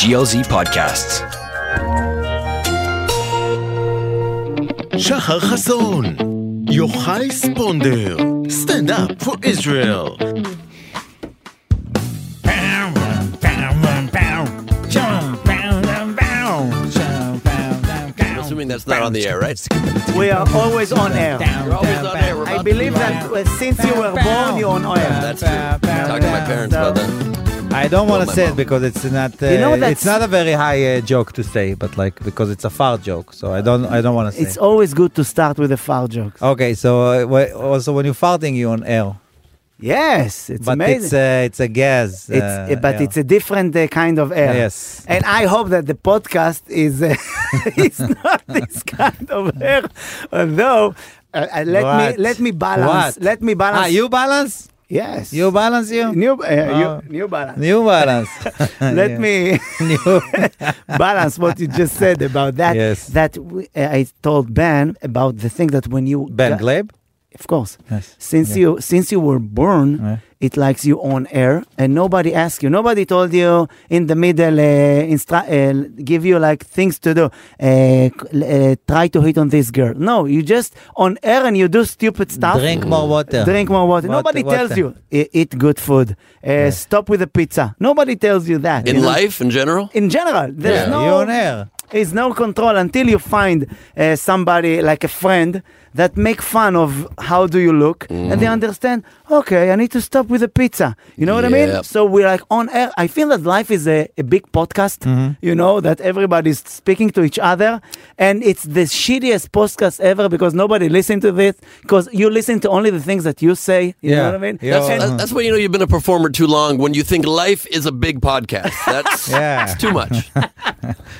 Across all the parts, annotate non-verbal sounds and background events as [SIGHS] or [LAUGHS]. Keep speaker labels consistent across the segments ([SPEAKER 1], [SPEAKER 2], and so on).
[SPEAKER 1] GLZ Podcasts.
[SPEAKER 2] שחר חסון, יוחאי ספונדר, סטנדאפ פור ישראל.
[SPEAKER 3] Assuming that's not on the air, right?
[SPEAKER 4] We are always on air.
[SPEAKER 3] always on air. We're
[SPEAKER 4] I
[SPEAKER 3] about
[SPEAKER 4] believe
[SPEAKER 3] to be
[SPEAKER 4] that uh, since you were born, you're on air.
[SPEAKER 3] That's true. Talking to my parents about that.
[SPEAKER 5] I don't want
[SPEAKER 3] my
[SPEAKER 5] to say
[SPEAKER 3] mom.
[SPEAKER 5] it because it's not. Uh,
[SPEAKER 4] You know, that's-
[SPEAKER 5] it's not a very high uh, joke to say, but like because it's a fart joke, so I don't. I don't want to say.
[SPEAKER 4] It's always good to start with a fart joke.
[SPEAKER 5] okay, so uh, wh- also when you're farting, you on air,
[SPEAKER 4] Yes, it's
[SPEAKER 5] but
[SPEAKER 4] amazing.
[SPEAKER 5] it's uh, it's a gas.
[SPEAKER 4] It's, uh, but it's a different uh, kind of air.
[SPEAKER 5] Yes.
[SPEAKER 4] And I hope that the podcast is uh, [LAUGHS] is not [LAUGHS] this kind of air. Although, uh, uh, let
[SPEAKER 5] What?
[SPEAKER 4] me let me balance.
[SPEAKER 5] What?
[SPEAKER 4] Let me balance.
[SPEAKER 5] ah, you balance.
[SPEAKER 4] Yes.
[SPEAKER 5] You balance you.
[SPEAKER 4] New, uh,
[SPEAKER 5] Oh.
[SPEAKER 4] you, new balance.
[SPEAKER 5] New balance.
[SPEAKER 4] Let
[SPEAKER 5] [LAUGHS] Yeah.
[SPEAKER 4] me [LAUGHS]
[SPEAKER 5] New.
[SPEAKER 4] balance what you just said about that.
[SPEAKER 5] Yes.
[SPEAKER 4] That we, uh, I told Ben about the thing that when you
[SPEAKER 5] ben Gleb.
[SPEAKER 4] of course,
[SPEAKER 5] Yes.
[SPEAKER 4] since
[SPEAKER 5] Yeah.
[SPEAKER 4] you since you were born,
[SPEAKER 5] Yeah.
[SPEAKER 4] it likes you on air, and nobody asked you, nobody told you in the middle, uh, instra- uh, give you like things to do, uh, c- uh, try to hit on this girl. No, you just on air and you do stupid stuff.
[SPEAKER 5] Drink more water.
[SPEAKER 4] Drink more water.
[SPEAKER 5] What-
[SPEAKER 4] Nobody
[SPEAKER 5] what-
[SPEAKER 4] tells you "E- eat good food. Uh, Stop with the pizza. Nobody tells you that.
[SPEAKER 3] In
[SPEAKER 4] you know?
[SPEAKER 3] life, in general,
[SPEAKER 4] in general, there's
[SPEAKER 3] Yeah.
[SPEAKER 4] no
[SPEAKER 5] you on air.
[SPEAKER 4] is no control until you find uh, somebody like a friend that make fun of how do you look and
[SPEAKER 5] Mm.
[SPEAKER 4] they understand okay i need to stop with the pizza you know what i mean
[SPEAKER 3] Yep.
[SPEAKER 4] so we're like on air i feel that life is a, a big podcast
[SPEAKER 5] Mm-hmm.
[SPEAKER 4] you know that everybody's speaking to each other and it's the shittiest podcast ever because nobody listen to this because you listen to only the things that you say you
[SPEAKER 5] Yeah.
[SPEAKER 4] know what i mean
[SPEAKER 5] Yeah.
[SPEAKER 4] And-
[SPEAKER 3] that's, that's when you know you've been a performer too long. When you think life is a big podcast, that's
[SPEAKER 5] Yeah.
[SPEAKER 3] it's too much.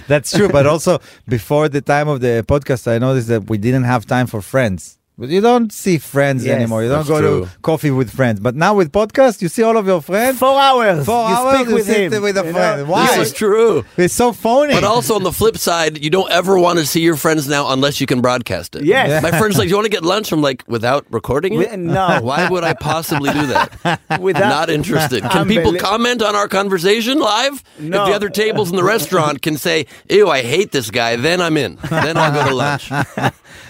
[SPEAKER 5] That's true. But also, [LAUGHS] before the time of the podcast, I noticed that we didn't have time for friends. But you don't see friends
[SPEAKER 4] Yes.
[SPEAKER 5] anymore. You don't
[SPEAKER 3] That's
[SPEAKER 5] go
[SPEAKER 3] true.
[SPEAKER 5] to coffee with friends. But now with podcast, you see all of your friends.
[SPEAKER 4] Four hours.
[SPEAKER 5] Four
[SPEAKER 4] you
[SPEAKER 5] hours
[SPEAKER 4] Speak
[SPEAKER 5] you
[SPEAKER 4] with
[SPEAKER 5] sit
[SPEAKER 4] him.
[SPEAKER 5] with a
[SPEAKER 4] you know?
[SPEAKER 5] friend. Why?
[SPEAKER 3] This is true.
[SPEAKER 5] It's so phony.
[SPEAKER 3] But also on the flip side, you don't ever want to see your friends now unless you can broadcast it.
[SPEAKER 4] Yes.
[SPEAKER 3] My friend's like, "Do you want to get lunch?" I'm like, "Without recording
[SPEAKER 4] We-
[SPEAKER 3] it?
[SPEAKER 4] no.
[SPEAKER 3] [LAUGHS] Why would I possibly do that?
[SPEAKER 4] Without-
[SPEAKER 3] Not interested. Can people
[SPEAKER 4] Unbelie-
[SPEAKER 3] comment on our conversation live?
[SPEAKER 4] No.
[SPEAKER 3] If the other tables in the restaurant can say, "Ew, I hate this guy," then I'm in. Then I'll go to lunch.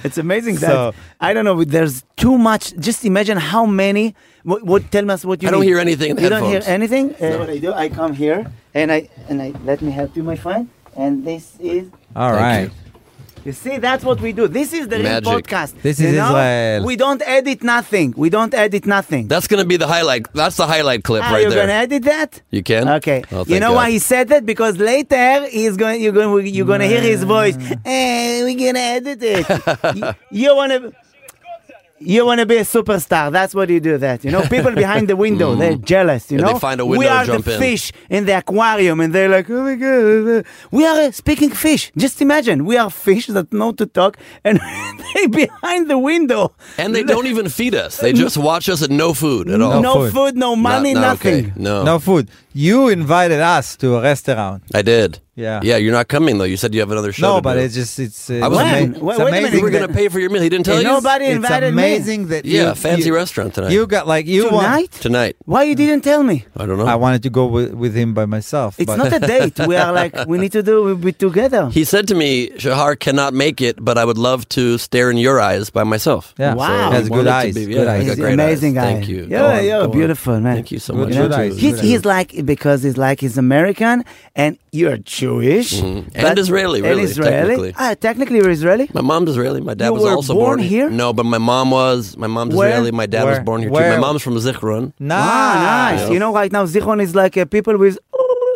[SPEAKER 4] It's amazing that
[SPEAKER 5] So-
[SPEAKER 4] I don't know. There's too much. Just imagine how many. What, what tell us what you.
[SPEAKER 3] I don't
[SPEAKER 4] need.
[SPEAKER 3] hear anything in the
[SPEAKER 4] You don't hear
[SPEAKER 3] headphones.
[SPEAKER 4] anything. Uh, What I do, I come here and I and I let me help you, my friend. And this is.
[SPEAKER 5] all
[SPEAKER 3] Thank
[SPEAKER 5] right.
[SPEAKER 4] You see, that's what we do. This is the
[SPEAKER 3] Magic.
[SPEAKER 4] real podcast.
[SPEAKER 5] This
[SPEAKER 4] you
[SPEAKER 5] is
[SPEAKER 4] know?
[SPEAKER 5] Israel.
[SPEAKER 4] We don't edit nothing. We don't edit nothing.
[SPEAKER 3] That's going to be the highlight. That's the highlight clip
[SPEAKER 4] Ah,
[SPEAKER 3] right
[SPEAKER 4] you're
[SPEAKER 3] there.
[SPEAKER 4] gonna edit that?
[SPEAKER 3] you can.
[SPEAKER 4] Okay.
[SPEAKER 3] Oh,
[SPEAKER 4] you
[SPEAKER 3] thank
[SPEAKER 4] know
[SPEAKER 3] God.
[SPEAKER 4] why he said that? Because later he's going. You're going. You're going to hear
[SPEAKER 3] Mm.
[SPEAKER 4] his voice. Hey, we're gonna edit
[SPEAKER 3] [LAUGHS]
[SPEAKER 4] it. you, you wanna. You want to be a superstar. That's what you do. That you know, people behind the
[SPEAKER 3] [LAUGHS]
[SPEAKER 4] window, they're jealous. You
[SPEAKER 3] Yeah, Mm. they
[SPEAKER 4] know,
[SPEAKER 3] find a
[SPEAKER 4] We
[SPEAKER 3] window,
[SPEAKER 4] are
[SPEAKER 3] jump
[SPEAKER 4] the
[SPEAKER 3] in.
[SPEAKER 4] fish in the aquarium, and they're like, "Oh my god, we are a speaking fish." Just imagine, we are fish that know to talk, and [LAUGHS] they behind the window.
[SPEAKER 3] And they don't even feed us.
[SPEAKER 4] [LAUGHS]
[SPEAKER 3] They just watch us and no food at all.
[SPEAKER 4] no,
[SPEAKER 5] No
[SPEAKER 4] food.
[SPEAKER 5] food.
[SPEAKER 4] no
[SPEAKER 3] Not-
[SPEAKER 4] money,
[SPEAKER 3] not okay.
[SPEAKER 4] nothing.
[SPEAKER 3] No.
[SPEAKER 5] No food. You invited us to a restaurant.
[SPEAKER 3] I did.
[SPEAKER 5] Yeah.
[SPEAKER 3] Yeah, you're not coming though. You said you have another show.
[SPEAKER 5] No,
[SPEAKER 3] to
[SPEAKER 5] but
[SPEAKER 3] do.
[SPEAKER 5] it's just it's. Uh,
[SPEAKER 3] I was
[SPEAKER 5] it's
[SPEAKER 3] When?
[SPEAKER 5] ama-
[SPEAKER 4] Wait-
[SPEAKER 5] it's
[SPEAKER 4] wait a minute,
[SPEAKER 5] amazing
[SPEAKER 3] You were going
[SPEAKER 5] [LAUGHS] that-
[SPEAKER 3] to pay for your meal. He didn't tell
[SPEAKER 4] Hey,
[SPEAKER 3] you
[SPEAKER 4] nobody
[SPEAKER 5] it's
[SPEAKER 4] invited me.
[SPEAKER 5] amazing that you-
[SPEAKER 3] Yeah, fancy
[SPEAKER 5] you-
[SPEAKER 3] restaurant tonight.
[SPEAKER 5] You got like you want-
[SPEAKER 4] Tonight?
[SPEAKER 3] tonight.
[SPEAKER 4] Why you didn't tell me?
[SPEAKER 3] I don't know.
[SPEAKER 5] I wanted to go with, with him by myself.
[SPEAKER 4] It's
[SPEAKER 5] but
[SPEAKER 4] not a date. We are like we need to do we be together.
[SPEAKER 3] he said to me, Shahar cannot make it, but I would love to stare in your eyes by myself.
[SPEAKER 5] Yeah.
[SPEAKER 4] Wow.
[SPEAKER 5] He has good
[SPEAKER 3] I wanted to
[SPEAKER 5] eyes.
[SPEAKER 3] be- yeah,
[SPEAKER 5] good
[SPEAKER 3] I
[SPEAKER 5] eyes.
[SPEAKER 3] got
[SPEAKER 4] He's
[SPEAKER 3] great
[SPEAKER 4] amazing
[SPEAKER 3] eyes.
[SPEAKER 4] guy.
[SPEAKER 3] Thank you.
[SPEAKER 4] You're,
[SPEAKER 3] Go on,
[SPEAKER 4] you're
[SPEAKER 3] go
[SPEAKER 4] a
[SPEAKER 3] on.
[SPEAKER 4] beautiful man.
[SPEAKER 3] Thank you so
[SPEAKER 5] Good
[SPEAKER 3] much.
[SPEAKER 5] eyes,
[SPEAKER 3] It was-
[SPEAKER 5] good
[SPEAKER 4] He's, he's like because he's like he's American and you're Jewish
[SPEAKER 3] Mm-hmm. And
[SPEAKER 4] but-
[SPEAKER 3] Israeli, really,
[SPEAKER 4] and Israeli.
[SPEAKER 3] technically.
[SPEAKER 4] Ah, technically you're Israeli.
[SPEAKER 3] My mom's Israeli. My dad
[SPEAKER 4] You
[SPEAKER 3] was
[SPEAKER 4] were
[SPEAKER 3] also
[SPEAKER 4] born
[SPEAKER 3] born,
[SPEAKER 4] here?
[SPEAKER 3] No, but my mom was. My mom's
[SPEAKER 4] Where?
[SPEAKER 3] Israeli. My dad was
[SPEAKER 5] Where?
[SPEAKER 3] born here too.
[SPEAKER 5] Where?
[SPEAKER 3] My mom's from Zichron.
[SPEAKER 4] Ah, nice.
[SPEAKER 3] Yeah.
[SPEAKER 4] You know, right now Zichron is like uh, people with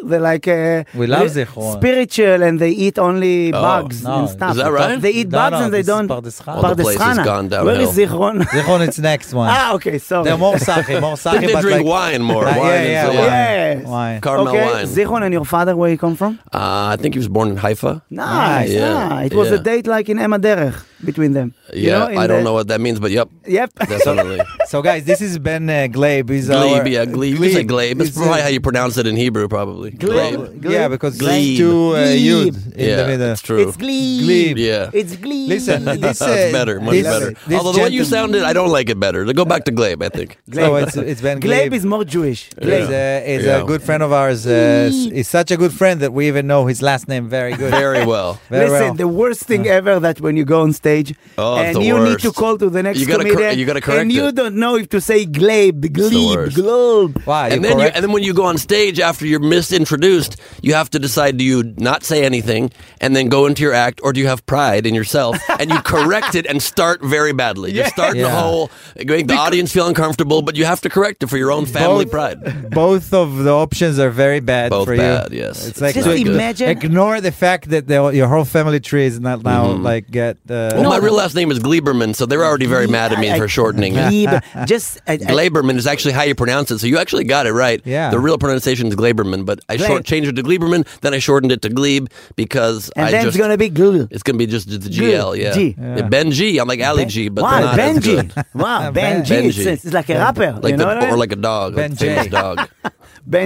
[SPEAKER 4] they're like uh,
[SPEAKER 5] We love
[SPEAKER 4] they're
[SPEAKER 5] Zichron.
[SPEAKER 4] spiritual, and they eat only bugs
[SPEAKER 5] no.
[SPEAKER 4] and stuff.
[SPEAKER 3] Oh, Is that right?
[SPEAKER 4] They eat
[SPEAKER 5] No,
[SPEAKER 4] bugs
[SPEAKER 5] no,
[SPEAKER 4] and they
[SPEAKER 5] this is
[SPEAKER 4] don't.
[SPEAKER 5] Pardeskhana.
[SPEAKER 3] Well, the place has
[SPEAKER 4] Pardeskhana.
[SPEAKER 3] gone
[SPEAKER 4] Where is
[SPEAKER 3] downhill.
[SPEAKER 4] Zichron?
[SPEAKER 5] Zichron, it's next one.
[SPEAKER 4] [LAUGHS] ah, okay, sorry.
[SPEAKER 5] They're more sachi, more sachi,
[SPEAKER 3] They
[SPEAKER 5] but
[SPEAKER 3] drink
[SPEAKER 5] like,
[SPEAKER 3] wine more.
[SPEAKER 5] Uh,
[SPEAKER 3] wine
[SPEAKER 5] yeah,
[SPEAKER 3] and
[SPEAKER 5] yeah,
[SPEAKER 3] so-
[SPEAKER 5] wine.
[SPEAKER 4] Yes.
[SPEAKER 5] Wine.
[SPEAKER 3] Carmel
[SPEAKER 4] okay,
[SPEAKER 3] wine.
[SPEAKER 4] Zichron and your father, where you come from?
[SPEAKER 3] Uh, I think he was born in Haifa.
[SPEAKER 4] Nice.
[SPEAKER 3] Yeah,
[SPEAKER 4] ah, it was
[SPEAKER 3] yeah.
[SPEAKER 4] a date like in Emma Derech. between them.
[SPEAKER 3] Yeah,
[SPEAKER 4] You know, in
[SPEAKER 3] I don't
[SPEAKER 4] the-
[SPEAKER 3] know what that means, but yep, [LAUGHS]
[SPEAKER 4] Yep. [LAUGHS]
[SPEAKER 3] definitely.
[SPEAKER 5] So, guys, this is Ben uh, Glabe. He's our-
[SPEAKER 3] Glebe, yeah, glebe. You can say glebe. It's
[SPEAKER 5] It's,
[SPEAKER 3] probably
[SPEAKER 5] uh,
[SPEAKER 3] how you pronounce it in Hebrew, probably.
[SPEAKER 4] Glebe.
[SPEAKER 3] Glebe.
[SPEAKER 4] Glebe.
[SPEAKER 5] Yeah, because
[SPEAKER 3] Glebe.
[SPEAKER 5] there's two uh,
[SPEAKER 4] Glebe.
[SPEAKER 5] yud in
[SPEAKER 3] yeah,
[SPEAKER 5] the middle.
[SPEAKER 3] it's true.
[SPEAKER 4] It's glee.
[SPEAKER 5] Glebe.
[SPEAKER 3] Yeah.
[SPEAKER 4] It's glee. [LAUGHS]
[SPEAKER 5] Listen,
[SPEAKER 3] [LAUGHS]
[SPEAKER 5] this, uh,
[SPEAKER 3] That's better, much
[SPEAKER 5] this-
[SPEAKER 3] better.
[SPEAKER 5] this
[SPEAKER 3] Although the way you
[SPEAKER 5] gentleman-
[SPEAKER 3] sounded, I don't like it better. Go back to Glebe, I think.
[SPEAKER 5] So it's, it's Ben
[SPEAKER 4] Glebe
[SPEAKER 5] Glabe.
[SPEAKER 4] is more Jewish.
[SPEAKER 5] He's,
[SPEAKER 4] Glebe.
[SPEAKER 5] uh, he's
[SPEAKER 3] Yeah.
[SPEAKER 5] a good friend of ours. Uh, s- he's such a good friend that we even know his last name very good.
[SPEAKER 3] Very well.
[SPEAKER 5] Very
[SPEAKER 4] Listen,
[SPEAKER 5] well.
[SPEAKER 4] the worst thing ever that when you go on stage
[SPEAKER 3] Oh, it's
[SPEAKER 4] and
[SPEAKER 3] the
[SPEAKER 4] you
[SPEAKER 3] worst.
[SPEAKER 4] need to call to the next
[SPEAKER 3] You gotta cor-
[SPEAKER 4] comedian
[SPEAKER 3] you gotta correct
[SPEAKER 4] and you
[SPEAKER 3] it.
[SPEAKER 4] don't know if to say glebe, glebe,
[SPEAKER 3] worst.
[SPEAKER 4] globe.
[SPEAKER 5] Why?
[SPEAKER 3] and
[SPEAKER 5] you
[SPEAKER 3] then you,
[SPEAKER 5] correct?
[SPEAKER 3] and then when you go on stage after you're misintroduced, you have to decide: do you not say anything and then go into your act, or do you have pride in yourself
[SPEAKER 4] [LAUGHS]
[SPEAKER 3] and you correct it and start very badly? You start the
[SPEAKER 5] Yeah.
[SPEAKER 3] whole make the audience feel uncomfortable, but you have to correct it for your own family
[SPEAKER 4] [LAUGHS]
[SPEAKER 3] pride.
[SPEAKER 5] Both of the options are very bad
[SPEAKER 3] Both
[SPEAKER 5] for
[SPEAKER 3] bad,
[SPEAKER 5] you.
[SPEAKER 3] yes.
[SPEAKER 5] It's
[SPEAKER 3] It's
[SPEAKER 5] like
[SPEAKER 4] Just
[SPEAKER 5] to
[SPEAKER 3] not good.
[SPEAKER 4] imagine-
[SPEAKER 5] Ignore the fact that the, your whole family tree is not now like get. Uh,
[SPEAKER 3] Well, Mm-hmm. Oh my real last name is Gleiberman, so they're already very mad at me
[SPEAKER 4] I- I-
[SPEAKER 3] for shortening it.
[SPEAKER 4] Glebe. Just I, I-
[SPEAKER 3] Glaberman is actually how you pronounce it, so you actually got it right.
[SPEAKER 5] Yeah.
[SPEAKER 3] The real pronunciation is Glaberman, but I
[SPEAKER 4] Gleb.
[SPEAKER 3] short changed it to Gleiberman, then I shortened it to Glebe because
[SPEAKER 4] and
[SPEAKER 3] I
[SPEAKER 4] then
[SPEAKER 3] just
[SPEAKER 4] it's gonna be glue.
[SPEAKER 3] It's gonna be just the GL, yeah.
[SPEAKER 4] G.
[SPEAKER 5] Yeah.
[SPEAKER 3] Ben G. I'm like Ali G, but they're
[SPEAKER 4] wow,
[SPEAKER 3] not as
[SPEAKER 4] Benji.
[SPEAKER 3] good.
[SPEAKER 4] [LAUGHS]
[SPEAKER 5] [LAUGHS]
[SPEAKER 4] Wow,
[SPEAKER 5] Ben-
[SPEAKER 4] Benji. It's,
[SPEAKER 3] Benji.
[SPEAKER 4] it's like a rapper.
[SPEAKER 3] Like
[SPEAKER 4] you
[SPEAKER 3] the,
[SPEAKER 4] know what I mean?
[SPEAKER 3] or like a dog, like a
[SPEAKER 5] Benji.
[SPEAKER 3] famous
[SPEAKER 4] [LAUGHS]
[SPEAKER 3] dog. There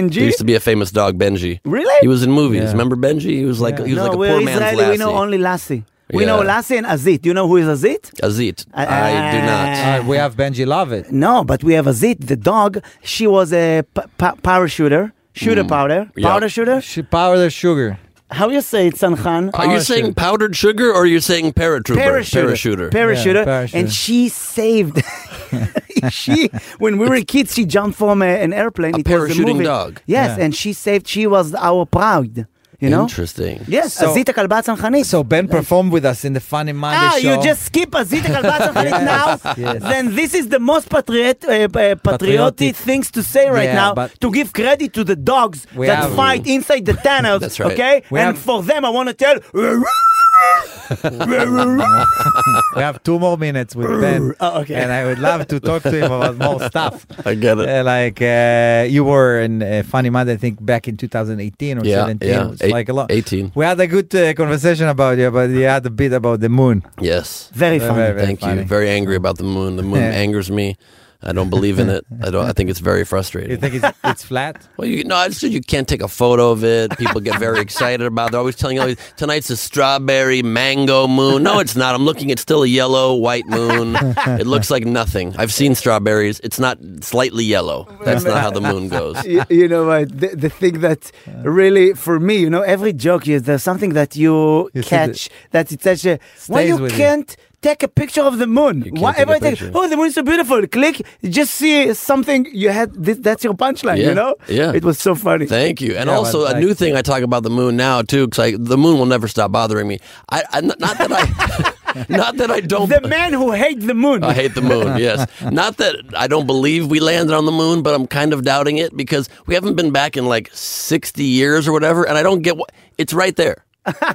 [SPEAKER 4] Benji.
[SPEAKER 3] used to be a famous dog, Benji.
[SPEAKER 4] Really?
[SPEAKER 3] He was in movies.
[SPEAKER 5] Yeah.
[SPEAKER 3] Remember Benji? He was like he was
[SPEAKER 4] no,
[SPEAKER 3] like a
[SPEAKER 4] we're
[SPEAKER 3] poor man's
[SPEAKER 4] Israeli.
[SPEAKER 3] Lassie.
[SPEAKER 4] We know only Lassie. We know
[SPEAKER 3] Yeah.
[SPEAKER 4] Lassie and Azit. You know who is Azit?
[SPEAKER 3] Azit.
[SPEAKER 4] I-
[SPEAKER 3] I do
[SPEAKER 4] ah,
[SPEAKER 3] not.
[SPEAKER 5] Uh, we have Benji Lovett.
[SPEAKER 4] No, but we have Azit, the dog. She was a p- p- parachuter,
[SPEAKER 3] Mm.
[SPEAKER 4] shooter powder,
[SPEAKER 3] yeah.
[SPEAKER 4] powder shooter.
[SPEAKER 5] Sh- Power the sugar.
[SPEAKER 4] How you say it, Sanhan?
[SPEAKER 3] Are you
[SPEAKER 5] Parachute.
[SPEAKER 3] saying powdered sugar or are you saying paratrooper?
[SPEAKER 4] Parachuter.
[SPEAKER 3] Parachuter.
[SPEAKER 5] Yeah,
[SPEAKER 4] Parachuter.
[SPEAKER 5] parachuter.
[SPEAKER 4] And she saved. [LAUGHS]
[SPEAKER 5] [LAUGHS]
[SPEAKER 4] she, when we were kids, she jumped from a, an airplane.
[SPEAKER 3] A
[SPEAKER 4] It was
[SPEAKER 3] parachuting
[SPEAKER 4] movie.
[SPEAKER 3] dog.
[SPEAKER 4] Yes,
[SPEAKER 5] Yeah.
[SPEAKER 4] and she saved. She was our proud. You know.
[SPEAKER 3] Interesting.
[SPEAKER 4] Yes,
[SPEAKER 5] So-
[SPEAKER 4] Azita Kalbat Sanhanit.
[SPEAKER 5] So Ben performed with us in the Funny Monday
[SPEAKER 4] Ah,
[SPEAKER 5] show.
[SPEAKER 4] you just skip Azita
[SPEAKER 5] [LAUGHS]
[SPEAKER 4] Kalbat Sanhanit now?
[SPEAKER 5] yes.
[SPEAKER 4] Then this is the most patriot, uh, uh, patriotic,
[SPEAKER 5] Patriotic.
[SPEAKER 4] things to say right
[SPEAKER 5] Yeah,
[SPEAKER 4] now
[SPEAKER 5] but-
[SPEAKER 4] to give credit to the dogs
[SPEAKER 5] We
[SPEAKER 4] that
[SPEAKER 5] have-
[SPEAKER 4] fight inside the tunnels.
[SPEAKER 3] That's right.
[SPEAKER 4] Okay?
[SPEAKER 5] We
[SPEAKER 4] and
[SPEAKER 5] have-
[SPEAKER 4] for them, I want to
[SPEAKER 5] [LAUGHS]
[SPEAKER 4] tell.
[SPEAKER 5] we have two more minutes with Ben.
[SPEAKER 4] [LAUGHS] Oh, okay.
[SPEAKER 5] And I would love to talk to him about
[SPEAKER 4] [LAUGHS]
[SPEAKER 5] more stuff.
[SPEAKER 3] I get it.
[SPEAKER 5] Uh, like uh, you were in uh, Funny Monday, I think back in 2018 or
[SPEAKER 3] Yeah,
[SPEAKER 5] 17.
[SPEAKER 3] yeah.
[SPEAKER 5] It's
[SPEAKER 3] Eight-
[SPEAKER 5] like a lot.
[SPEAKER 3] 18.
[SPEAKER 5] We had a good uh, conversation about you, but you had a bit about the moon.
[SPEAKER 3] Yes.
[SPEAKER 4] Very
[SPEAKER 5] Very,
[SPEAKER 4] funny.
[SPEAKER 5] very-
[SPEAKER 3] Thank
[SPEAKER 5] funny.
[SPEAKER 3] you. Very angry about the moon. The moon
[SPEAKER 5] Yeah.
[SPEAKER 3] angers me. I don't believe in it. I don't I think it's very frustrating.
[SPEAKER 5] You think
[SPEAKER 3] [LAUGHS]
[SPEAKER 5] it's, it's flat?
[SPEAKER 3] Well, you know, it's just you can't take a photo of it. People get very excited about. it. They're always telling you, "Tonight's a strawberry mango moon." No, it's not. I'm looking. It's still a yellow white moon. It looks like nothing. I've seen strawberries. It's not slightly yellow. That's not how the moon goes.
[SPEAKER 4] [LAUGHS] you, you know what? The, the thing that really, for me, you know, every joke is there's something that you,
[SPEAKER 5] You see
[SPEAKER 4] catch that it's such a why
[SPEAKER 5] Stays
[SPEAKER 4] you
[SPEAKER 5] with you.
[SPEAKER 4] can't take a picture of the moon.
[SPEAKER 3] can't
[SPEAKER 4] Why
[SPEAKER 3] take a
[SPEAKER 4] everybody takes,
[SPEAKER 3] picture.
[SPEAKER 4] oh, the moon is so beautiful. Click, you just see something you had. This, that's your punchline. You
[SPEAKER 3] Yeah,
[SPEAKER 4] know?
[SPEAKER 3] yeah.
[SPEAKER 4] It was so funny.
[SPEAKER 3] Thank you. And
[SPEAKER 5] Yeah,
[SPEAKER 3] also,
[SPEAKER 5] but
[SPEAKER 3] a
[SPEAKER 5] like-
[SPEAKER 3] new thing I talk about the moon now too, because the moon will never stop bothering me. I, I not that I, [LAUGHS] not that I don't.
[SPEAKER 4] the man who hates the moon.
[SPEAKER 3] I hate the moon. Yes, not that I don't believe we landed on the moon, but I'm kind of doubting it because we haven't been back in like 60 years or whatever, and I don't get what it's right there.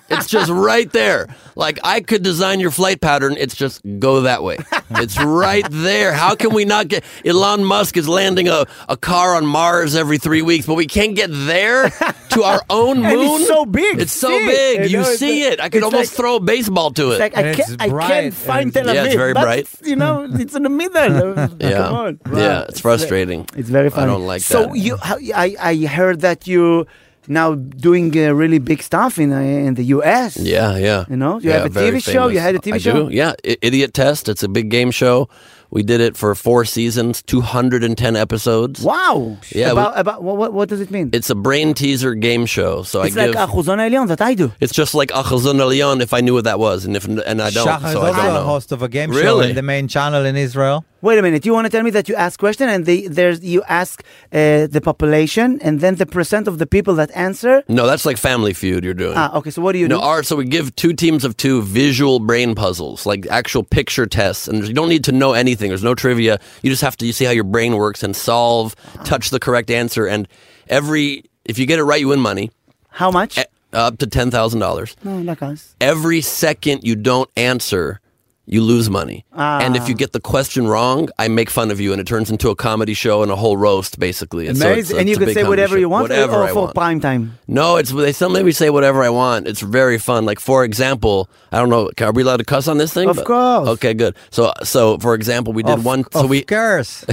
[SPEAKER 3] it's just right there. Like I could design your flight pattern. It's just go that way. It's right there. How can we not get Elon Musk is landing a, a car on Mars every three weeks, but we can't get there to our own moon?
[SPEAKER 4] And it's so big.
[SPEAKER 3] It's so
[SPEAKER 4] See it. I
[SPEAKER 3] big. You
[SPEAKER 4] know, it's
[SPEAKER 3] see
[SPEAKER 4] like-
[SPEAKER 3] it. I could
[SPEAKER 4] it's
[SPEAKER 3] almost
[SPEAKER 4] like-
[SPEAKER 3] throw a baseball to it.
[SPEAKER 4] It's like I
[SPEAKER 5] And
[SPEAKER 4] can't,
[SPEAKER 5] it's
[SPEAKER 4] I can't
[SPEAKER 5] bright,
[SPEAKER 4] find
[SPEAKER 5] and-
[SPEAKER 4] Tel Aviv.
[SPEAKER 3] Yeah, it's very
[SPEAKER 4] but,
[SPEAKER 3] bright.
[SPEAKER 4] You know, it's in the
[SPEAKER 3] [LAUGHS]
[SPEAKER 4] middle.
[SPEAKER 3] yeah.
[SPEAKER 4] Come on.
[SPEAKER 3] Yeah, it's frustrating.
[SPEAKER 4] It's very funny.
[SPEAKER 3] I don't like
[SPEAKER 4] so
[SPEAKER 3] that.
[SPEAKER 4] you, how- I, I heard that you now doing uh, really big stuff in uh, in the U.S.
[SPEAKER 3] Yeah, yeah.
[SPEAKER 4] You know, you
[SPEAKER 3] Yeah,
[SPEAKER 4] have a
[SPEAKER 3] very
[SPEAKER 4] TV show, you
[SPEAKER 3] famous.
[SPEAKER 4] had a TV
[SPEAKER 3] I
[SPEAKER 4] show?
[SPEAKER 3] Do. Yeah, I- Idiot Test. It's a big game show. We did it for four seasons, two hundred and ten episodes.
[SPEAKER 4] Wow.
[SPEAKER 3] Yeah,
[SPEAKER 4] About about what what, what does it mean?
[SPEAKER 3] It's a brain teaser game show. So
[SPEAKER 4] it's
[SPEAKER 3] I
[SPEAKER 4] like
[SPEAKER 3] give.
[SPEAKER 4] Achuzon Elyon that I do.
[SPEAKER 3] it's just like Achazon Leon if I knew what that was, and if and I don't,
[SPEAKER 5] Shahar is
[SPEAKER 3] so I
[SPEAKER 5] also
[SPEAKER 3] don't
[SPEAKER 5] a
[SPEAKER 3] know.
[SPEAKER 5] host of a game show
[SPEAKER 3] Really?
[SPEAKER 5] in the main channel in Israel.
[SPEAKER 4] Wait a minute. You want to tell me that you ask question and they there's you ask uh, the population and then the percent of the people that answer.
[SPEAKER 3] No, that's like Family Feud. You're doing.
[SPEAKER 4] Ah, okay. So what do you
[SPEAKER 3] no,
[SPEAKER 4] do?
[SPEAKER 3] our so we give two teams of two visual brain puzzles, like actual picture tests, and you don't need to know anything. There's no trivia. You just have to you see how your brain works and solve, touch the correct answer, and every if you get it right, you win money. e,
[SPEAKER 4] How
[SPEAKER 3] eh.
[SPEAKER 4] much?
[SPEAKER 3] up to ten thousand dollars.
[SPEAKER 4] no, like us.
[SPEAKER 3] Every second you don't answer, you lose money. And if you
[SPEAKER 4] Ah.
[SPEAKER 3] get the question wrong, I make fun of you, and it turns into a comedy show and a whole roast, basically. And, so it's-
[SPEAKER 4] Amazing. and
[SPEAKER 3] it's
[SPEAKER 4] you
[SPEAKER 3] a
[SPEAKER 4] can
[SPEAKER 3] big
[SPEAKER 4] say
[SPEAKER 3] comedy
[SPEAKER 4] whatever
[SPEAKER 3] show.
[SPEAKER 4] you want
[SPEAKER 3] Whatever
[SPEAKER 4] or
[SPEAKER 3] I
[SPEAKER 4] for
[SPEAKER 3] want.
[SPEAKER 4] prime time.
[SPEAKER 3] No, it's they still let me say whatever I want. It's very fun. Like for example, I don't know. Are we allowed to cuss on this thing?
[SPEAKER 4] Of course.
[SPEAKER 3] Okay, good. So so for example, we did
[SPEAKER 5] Of-
[SPEAKER 3] one. So
[SPEAKER 5] of
[SPEAKER 3] we [LAUGHS]
[SPEAKER 5] course.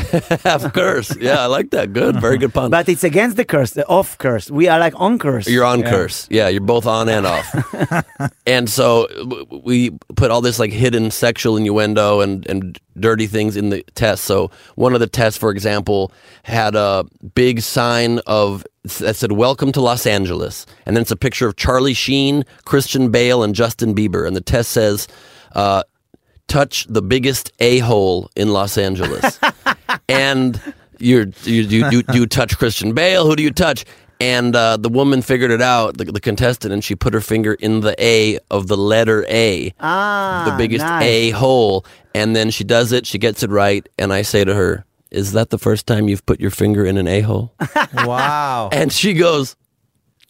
[SPEAKER 3] of curse. Yeah, I like that. Good, very good pun.
[SPEAKER 4] But it's against the curse, the off curse. We are like on curse.
[SPEAKER 3] You're on curse. Yeah, you're both on and off. and so w- we put all this like hidden sexual innuendo and, and dirty things in the test. So one of the tests, for example, had a big sign of that said "Welcome to Los Angeles," and then it's a picture of Charlie Sheen, Christian Bale, and Justin Bieber. And the test says, uh, "Touch the biggest a hole in Los Angeles." and you're, you you you do you touch Christian Bale? Who do you touch? And uh, the woman figured it out, the, the contestant, and she put her finger in the A of the letter A, [LAUGHS]
[SPEAKER 4] ah,
[SPEAKER 3] the biggest
[SPEAKER 4] nice.
[SPEAKER 3] A hole. And then she does it, she gets it right, and I say to her, "Is that the first time you've put your finger in an a
[SPEAKER 4] [LAUGHS]
[SPEAKER 3] hole?"
[SPEAKER 5] wow.
[SPEAKER 3] and she goes.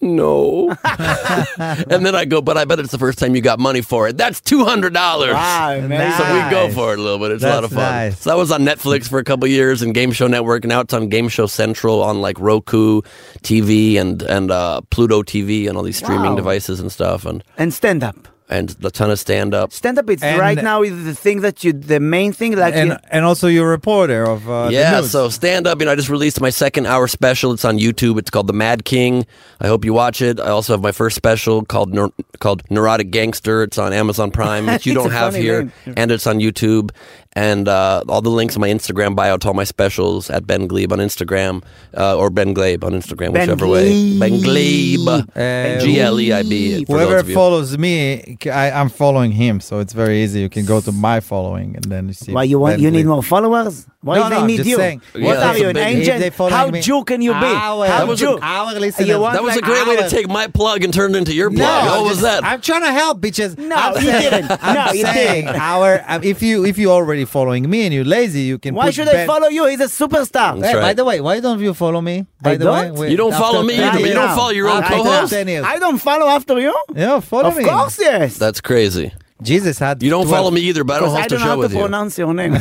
[SPEAKER 3] No, [LAUGHS] and then I go. But I bet it's the first time you got money for it. That's two hundred dollars.
[SPEAKER 4] Wow, amazing.
[SPEAKER 3] So we go
[SPEAKER 5] Nice.
[SPEAKER 3] for it a little bit. It's a lot
[SPEAKER 5] That's
[SPEAKER 3] of fun.
[SPEAKER 5] nice.
[SPEAKER 3] So that was on Netflix for a couple years and Game Show Network. Now it's on Game Show Central on like Roku TV and and uh, Pluto TV and all these streaming
[SPEAKER 4] Wow.
[SPEAKER 3] devices and stuff and
[SPEAKER 4] and stand up.
[SPEAKER 3] and a ton of stand up.
[SPEAKER 4] Stand up. It's
[SPEAKER 5] And-
[SPEAKER 4] right now is the thing that you, the main thing. Like
[SPEAKER 5] And,
[SPEAKER 4] you-
[SPEAKER 5] and also you're a reporter of uh, the
[SPEAKER 3] yeah,
[SPEAKER 5] news.
[SPEAKER 3] so stand up. You know, I just released my second hour special. It's on YouTube. It's called The Mad King. I hope you watch it. I also have my first special called Neur- called Neurotic Gangster. It's on Amazon Prime, which you
[SPEAKER 4] [LAUGHS] It's
[SPEAKER 3] don't
[SPEAKER 4] a
[SPEAKER 3] have
[SPEAKER 4] funny
[SPEAKER 3] here,
[SPEAKER 4] name. Yeah.
[SPEAKER 3] and it's on YouTube. And uh, all the links in my Instagram bio to all my specials at Ben Glebe on Instagram uh, or Ben Glebe on Instagram,
[SPEAKER 4] Ben
[SPEAKER 3] whichever way. Ben Glebe,
[SPEAKER 5] Uh,
[SPEAKER 3] G L E I B. for those
[SPEAKER 5] Whoever
[SPEAKER 3] of you.
[SPEAKER 5] follows me, c- I, am following him, so it's very easy. You can go to my following and then you see.
[SPEAKER 4] why you want?
[SPEAKER 5] then
[SPEAKER 4] You need
[SPEAKER 5] we-
[SPEAKER 4] more followers. Why
[SPEAKER 5] No,
[SPEAKER 4] do they
[SPEAKER 5] no, I'm
[SPEAKER 4] need
[SPEAKER 5] just
[SPEAKER 4] you?
[SPEAKER 5] saying.
[SPEAKER 4] what
[SPEAKER 3] Yeah,
[SPEAKER 4] are you, an
[SPEAKER 3] that's a big-
[SPEAKER 5] If they're
[SPEAKER 4] angel?
[SPEAKER 5] following
[SPEAKER 4] How
[SPEAKER 5] me-
[SPEAKER 4] Jew can you be?
[SPEAKER 5] Our-
[SPEAKER 4] How
[SPEAKER 5] That was a-
[SPEAKER 4] Jew?
[SPEAKER 5] our listeners.
[SPEAKER 4] You want
[SPEAKER 3] that was a
[SPEAKER 4] like
[SPEAKER 3] great way to
[SPEAKER 4] our-
[SPEAKER 3] take my plug and turn it into your
[SPEAKER 5] No,
[SPEAKER 3] plug.
[SPEAKER 5] I'm
[SPEAKER 3] what was
[SPEAKER 5] just-
[SPEAKER 3] that?
[SPEAKER 5] I'm trying to help, bitches.
[SPEAKER 4] No,
[SPEAKER 5] I'm
[SPEAKER 4] you
[SPEAKER 5] saying-
[SPEAKER 4] didn't.
[SPEAKER 5] I'm
[SPEAKER 4] No, you
[SPEAKER 5] saying
[SPEAKER 4] didn't.
[SPEAKER 5] our um, if you if you already following me and you're lazy, you can.
[SPEAKER 4] Why
[SPEAKER 5] put
[SPEAKER 4] should
[SPEAKER 5] Ben-
[SPEAKER 4] I follow you? He's a superstar.
[SPEAKER 3] That's
[SPEAKER 5] Hey, by
[SPEAKER 3] right.
[SPEAKER 5] the way, why don't you follow me? By
[SPEAKER 4] I
[SPEAKER 5] the
[SPEAKER 4] don't?
[SPEAKER 5] way, Wait,
[SPEAKER 3] You don't follow me either,
[SPEAKER 5] after
[SPEAKER 4] but you
[SPEAKER 5] 10
[SPEAKER 4] don't follow
[SPEAKER 3] your own
[SPEAKER 5] after
[SPEAKER 3] co-host?
[SPEAKER 5] 10 years.
[SPEAKER 4] I don't follow after you.
[SPEAKER 5] Yeah, follow
[SPEAKER 4] of
[SPEAKER 5] me.
[SPEAKER 4] course, yes.
[SPEAKER 3] That's crazy.
[SPEAKER 5] Jesus had.
[SPEAKER 3] You don't
[SPEAKER 5] 12
[SPEAKER 3] follow me either, but I don't host
[SPEAKER 4] Because I don't
[SPEAKER 3] a
[SPEAKER 4] know
[SPEAKER 3] show
[SPEAKER 4] how to
[SPEAKER 3] with you.
[SPEAKER 4] pronounce your
[SPEAKER 5] [LAUGHS]
[SPEAKER 4] name.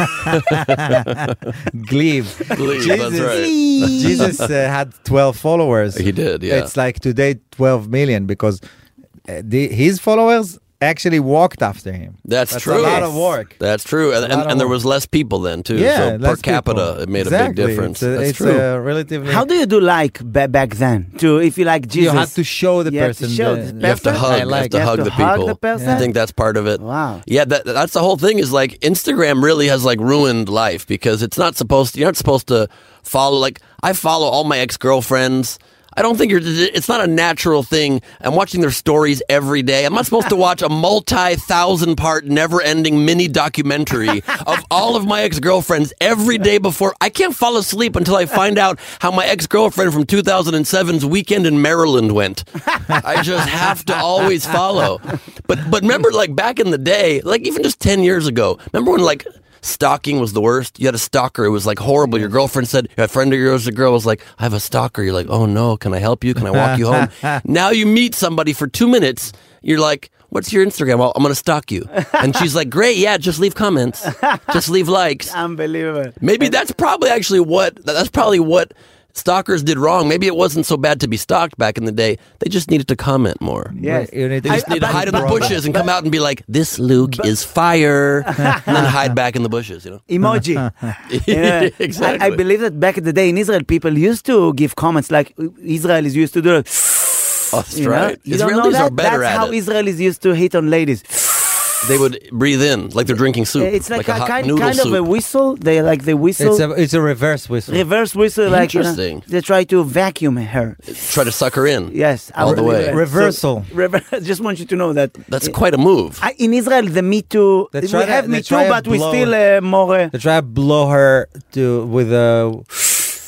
[SPEAKER 4] [LAUGHS]
[SPEAKER 3] [LAUGHS]
[SPEAKER 5] Glebe.
[SPEAKER 3] Glebe,
[SPEAKER 5] Jesus,
[SPEAKER 3] that's right.
[SPEAKER 5] Jesus uh, had 12 followers.
[SPEAKER 3] He did, yeah.
[SPEAKER 5] It's like today 12 million because uh, the, his followers actually walked after him.
[SPEAKER 3] That's
[SPEAKER 5] That's a
[SPEAKER 3] true.
[SPEAKER 5] lot of work.
[SPEAKER 3] That's true, and,
[SPEAKER 5] lot
[SPEAKER 3] and,
[SPEAKER 5] of
[SPEAKER 3] and there
[SPEAKER 5] work.
[SPEAKER 3] was less people then too.
[SPEAKER 5] yeah,
[SPEAKER 3] so per
[SPEAKER 5] less
[SPEAKER 3] capita,
[SPEAKER 5] people.
[SPEAKER 3] it made a big
[SPEAKER 5] Exactly.
[SPEAKER 3] difference.
[SPEAKER 5] It's a,
[SPEAKER 3] That's
[SPEAKER 5] it's
[SPEAKER 3] true.
[SPEAKER 5] a relatively.
[SPEAKER 4] How do you do like ba- back then? To if you like
[SPEAKER 5] you
[SPEAKER 4] Jesus,
[SPEAKER 5] have to show the
[SPEAKER 4] You have to
[SPEAKER 5] person?
[SPEAKER 4] show
[SPEAKER 5] the-
[SPEAKER 4] the
[SPEAKER 5] the-
[SPEAKER 3] you have to
[SPEAKER 4] person?
[SPEAKER 3] hug.
[SPEAKER 5] I like.
[SPEAKER 3] you
[SPEAKER 4] You
[SPEAKER 3] have to hug the
[SPEAKER 4] hug
[SPEAKER 3] people.
[SPEAKER 4] the person?
[SPEAKER 3] I think that's part of it.
[SPEAKER 4] Wow.
[SPEAKER 3] Yeah, that, that's the whole thing. Is like Instagram really has like ruined life because it's not supposed. you're not supposed to follow. Like I follow all my ex girlfriends. I don't think you're. It's not a natural thing. I'm watching their stories every day. I'm not supposed to [LAUGHS] watch a multi-thousand part, never-ending mini documentary of all of my ex-girlfriends every day before. I can't fall asleep until I find out how my ex-girlfriend from 2007's weekend in Maryland went. I just have to always follow. But but remember, like back in the day, like even just ten years ago, remember when like stalking was the worst. You had a stalker. It was like horrible. Your girlfriend said, a friend of yours, a girl was like, I have a stalker. You're like, oh no, can I help you? Can I walk you home? now you meet somebody for two minutes. You're like, what's your Instagram? Well, I'm going to stalk you. And she's like, great. Yeah, just leave comments. Just leave likes.
[SPEAKER 4] Unbelievable.
[SPEAKER 3] Maybe that's probably actually what that's probably what stalkers did wrong. Maybe it wasn't so bad to be stalked back in the day. They just needed to comment more.
[SPEAKER 4] Yes.
[SPEAKER 5] You need to
[SPEAKER 4] I-
[SPEAKER 5] just
[SPEAKER 3] They need to
[SPEAKER 4] but-
[SPEAKER 3] hide in the
[SPEAKER 4] but-
[SPEAKER 3] bushes and come out and be like, "This Luke is
[SPEAKER 4] [LAUGHS]
[SPEAKER 3] fire," and then hide back in the bushes. You know, [LAUGHS]
[SPEAKER 5] [LAUGHS]
[SPEAKER 4] emoji. [LAUGHS] You know,
[SPEAKER 3] Exactly.
[SPEAKER 4] I, I believe that back in the day in Israel, people used to give comments like Israelis used to do. Like,
[SPEAKER 3] oh, that's
[SPEAKER 4] you
[SPEAKER 3] right.
[SPEAKER 4] Know? You
[SPEAKER 3] Israelis
[SPEAKER 4] don't know that?
[SPEAKER 3] are better
[SPEAKER 4] That's
[SPEAKER 3] at
[SPEAKER 4] how
[SPEAKER 3] it.
[SPEAKER 4] Israelis used to hit on ladies. Eh,
[SPEAKER 3] they would breathe in like they're drinking soup.
[SPEAKER 4] It's like,
[SPEAKER 3] a
[SPEAKER 4] a,
[SPEAKER 3] hot
[SPEAKER 4] kind,
[SPEAKER 3] noodle
[SPEAKER 4] kind
[SPEAKER 3] soup.
[SPEAKER 4] of a whistle. They like the whistle.
[SPEAKER 5] It's a it's a reverse whistle.
[SPEAKER 4] reverse whistle. Like you know,
[SPEAKER 3] Interesting.
[SPEAKER 4] they try to vacuum her.
[SPEAKER 3] Try to suck her in.
[SPEAKER 4] Yes,
[SPEAKER 3] all the way.
[SPEAKER 4] unbelievable.
[SPEAKER 5] Reversal.
[SPEAKER 4] So, [LAUGHS] rever- just want you to know that.
[SPEAKER 3] That's quite a move.
[SPEAKER 4] I, in Israel, the Me Too.
[SPEAKER 5] They
[SPEAKER 4] We
[SPEAKER 5] try to-
[SPEAKER 4] have
[SPEAKER 5] they
[SPEAKER 4] Me Too,
[SPEAKER 5] try to
[SPEAKER 4] but we
[SPEAKER 5] blow-
[SPEAKER 4] still uh, more. Uh,
[SPEAKER 5] They try to blow her to with a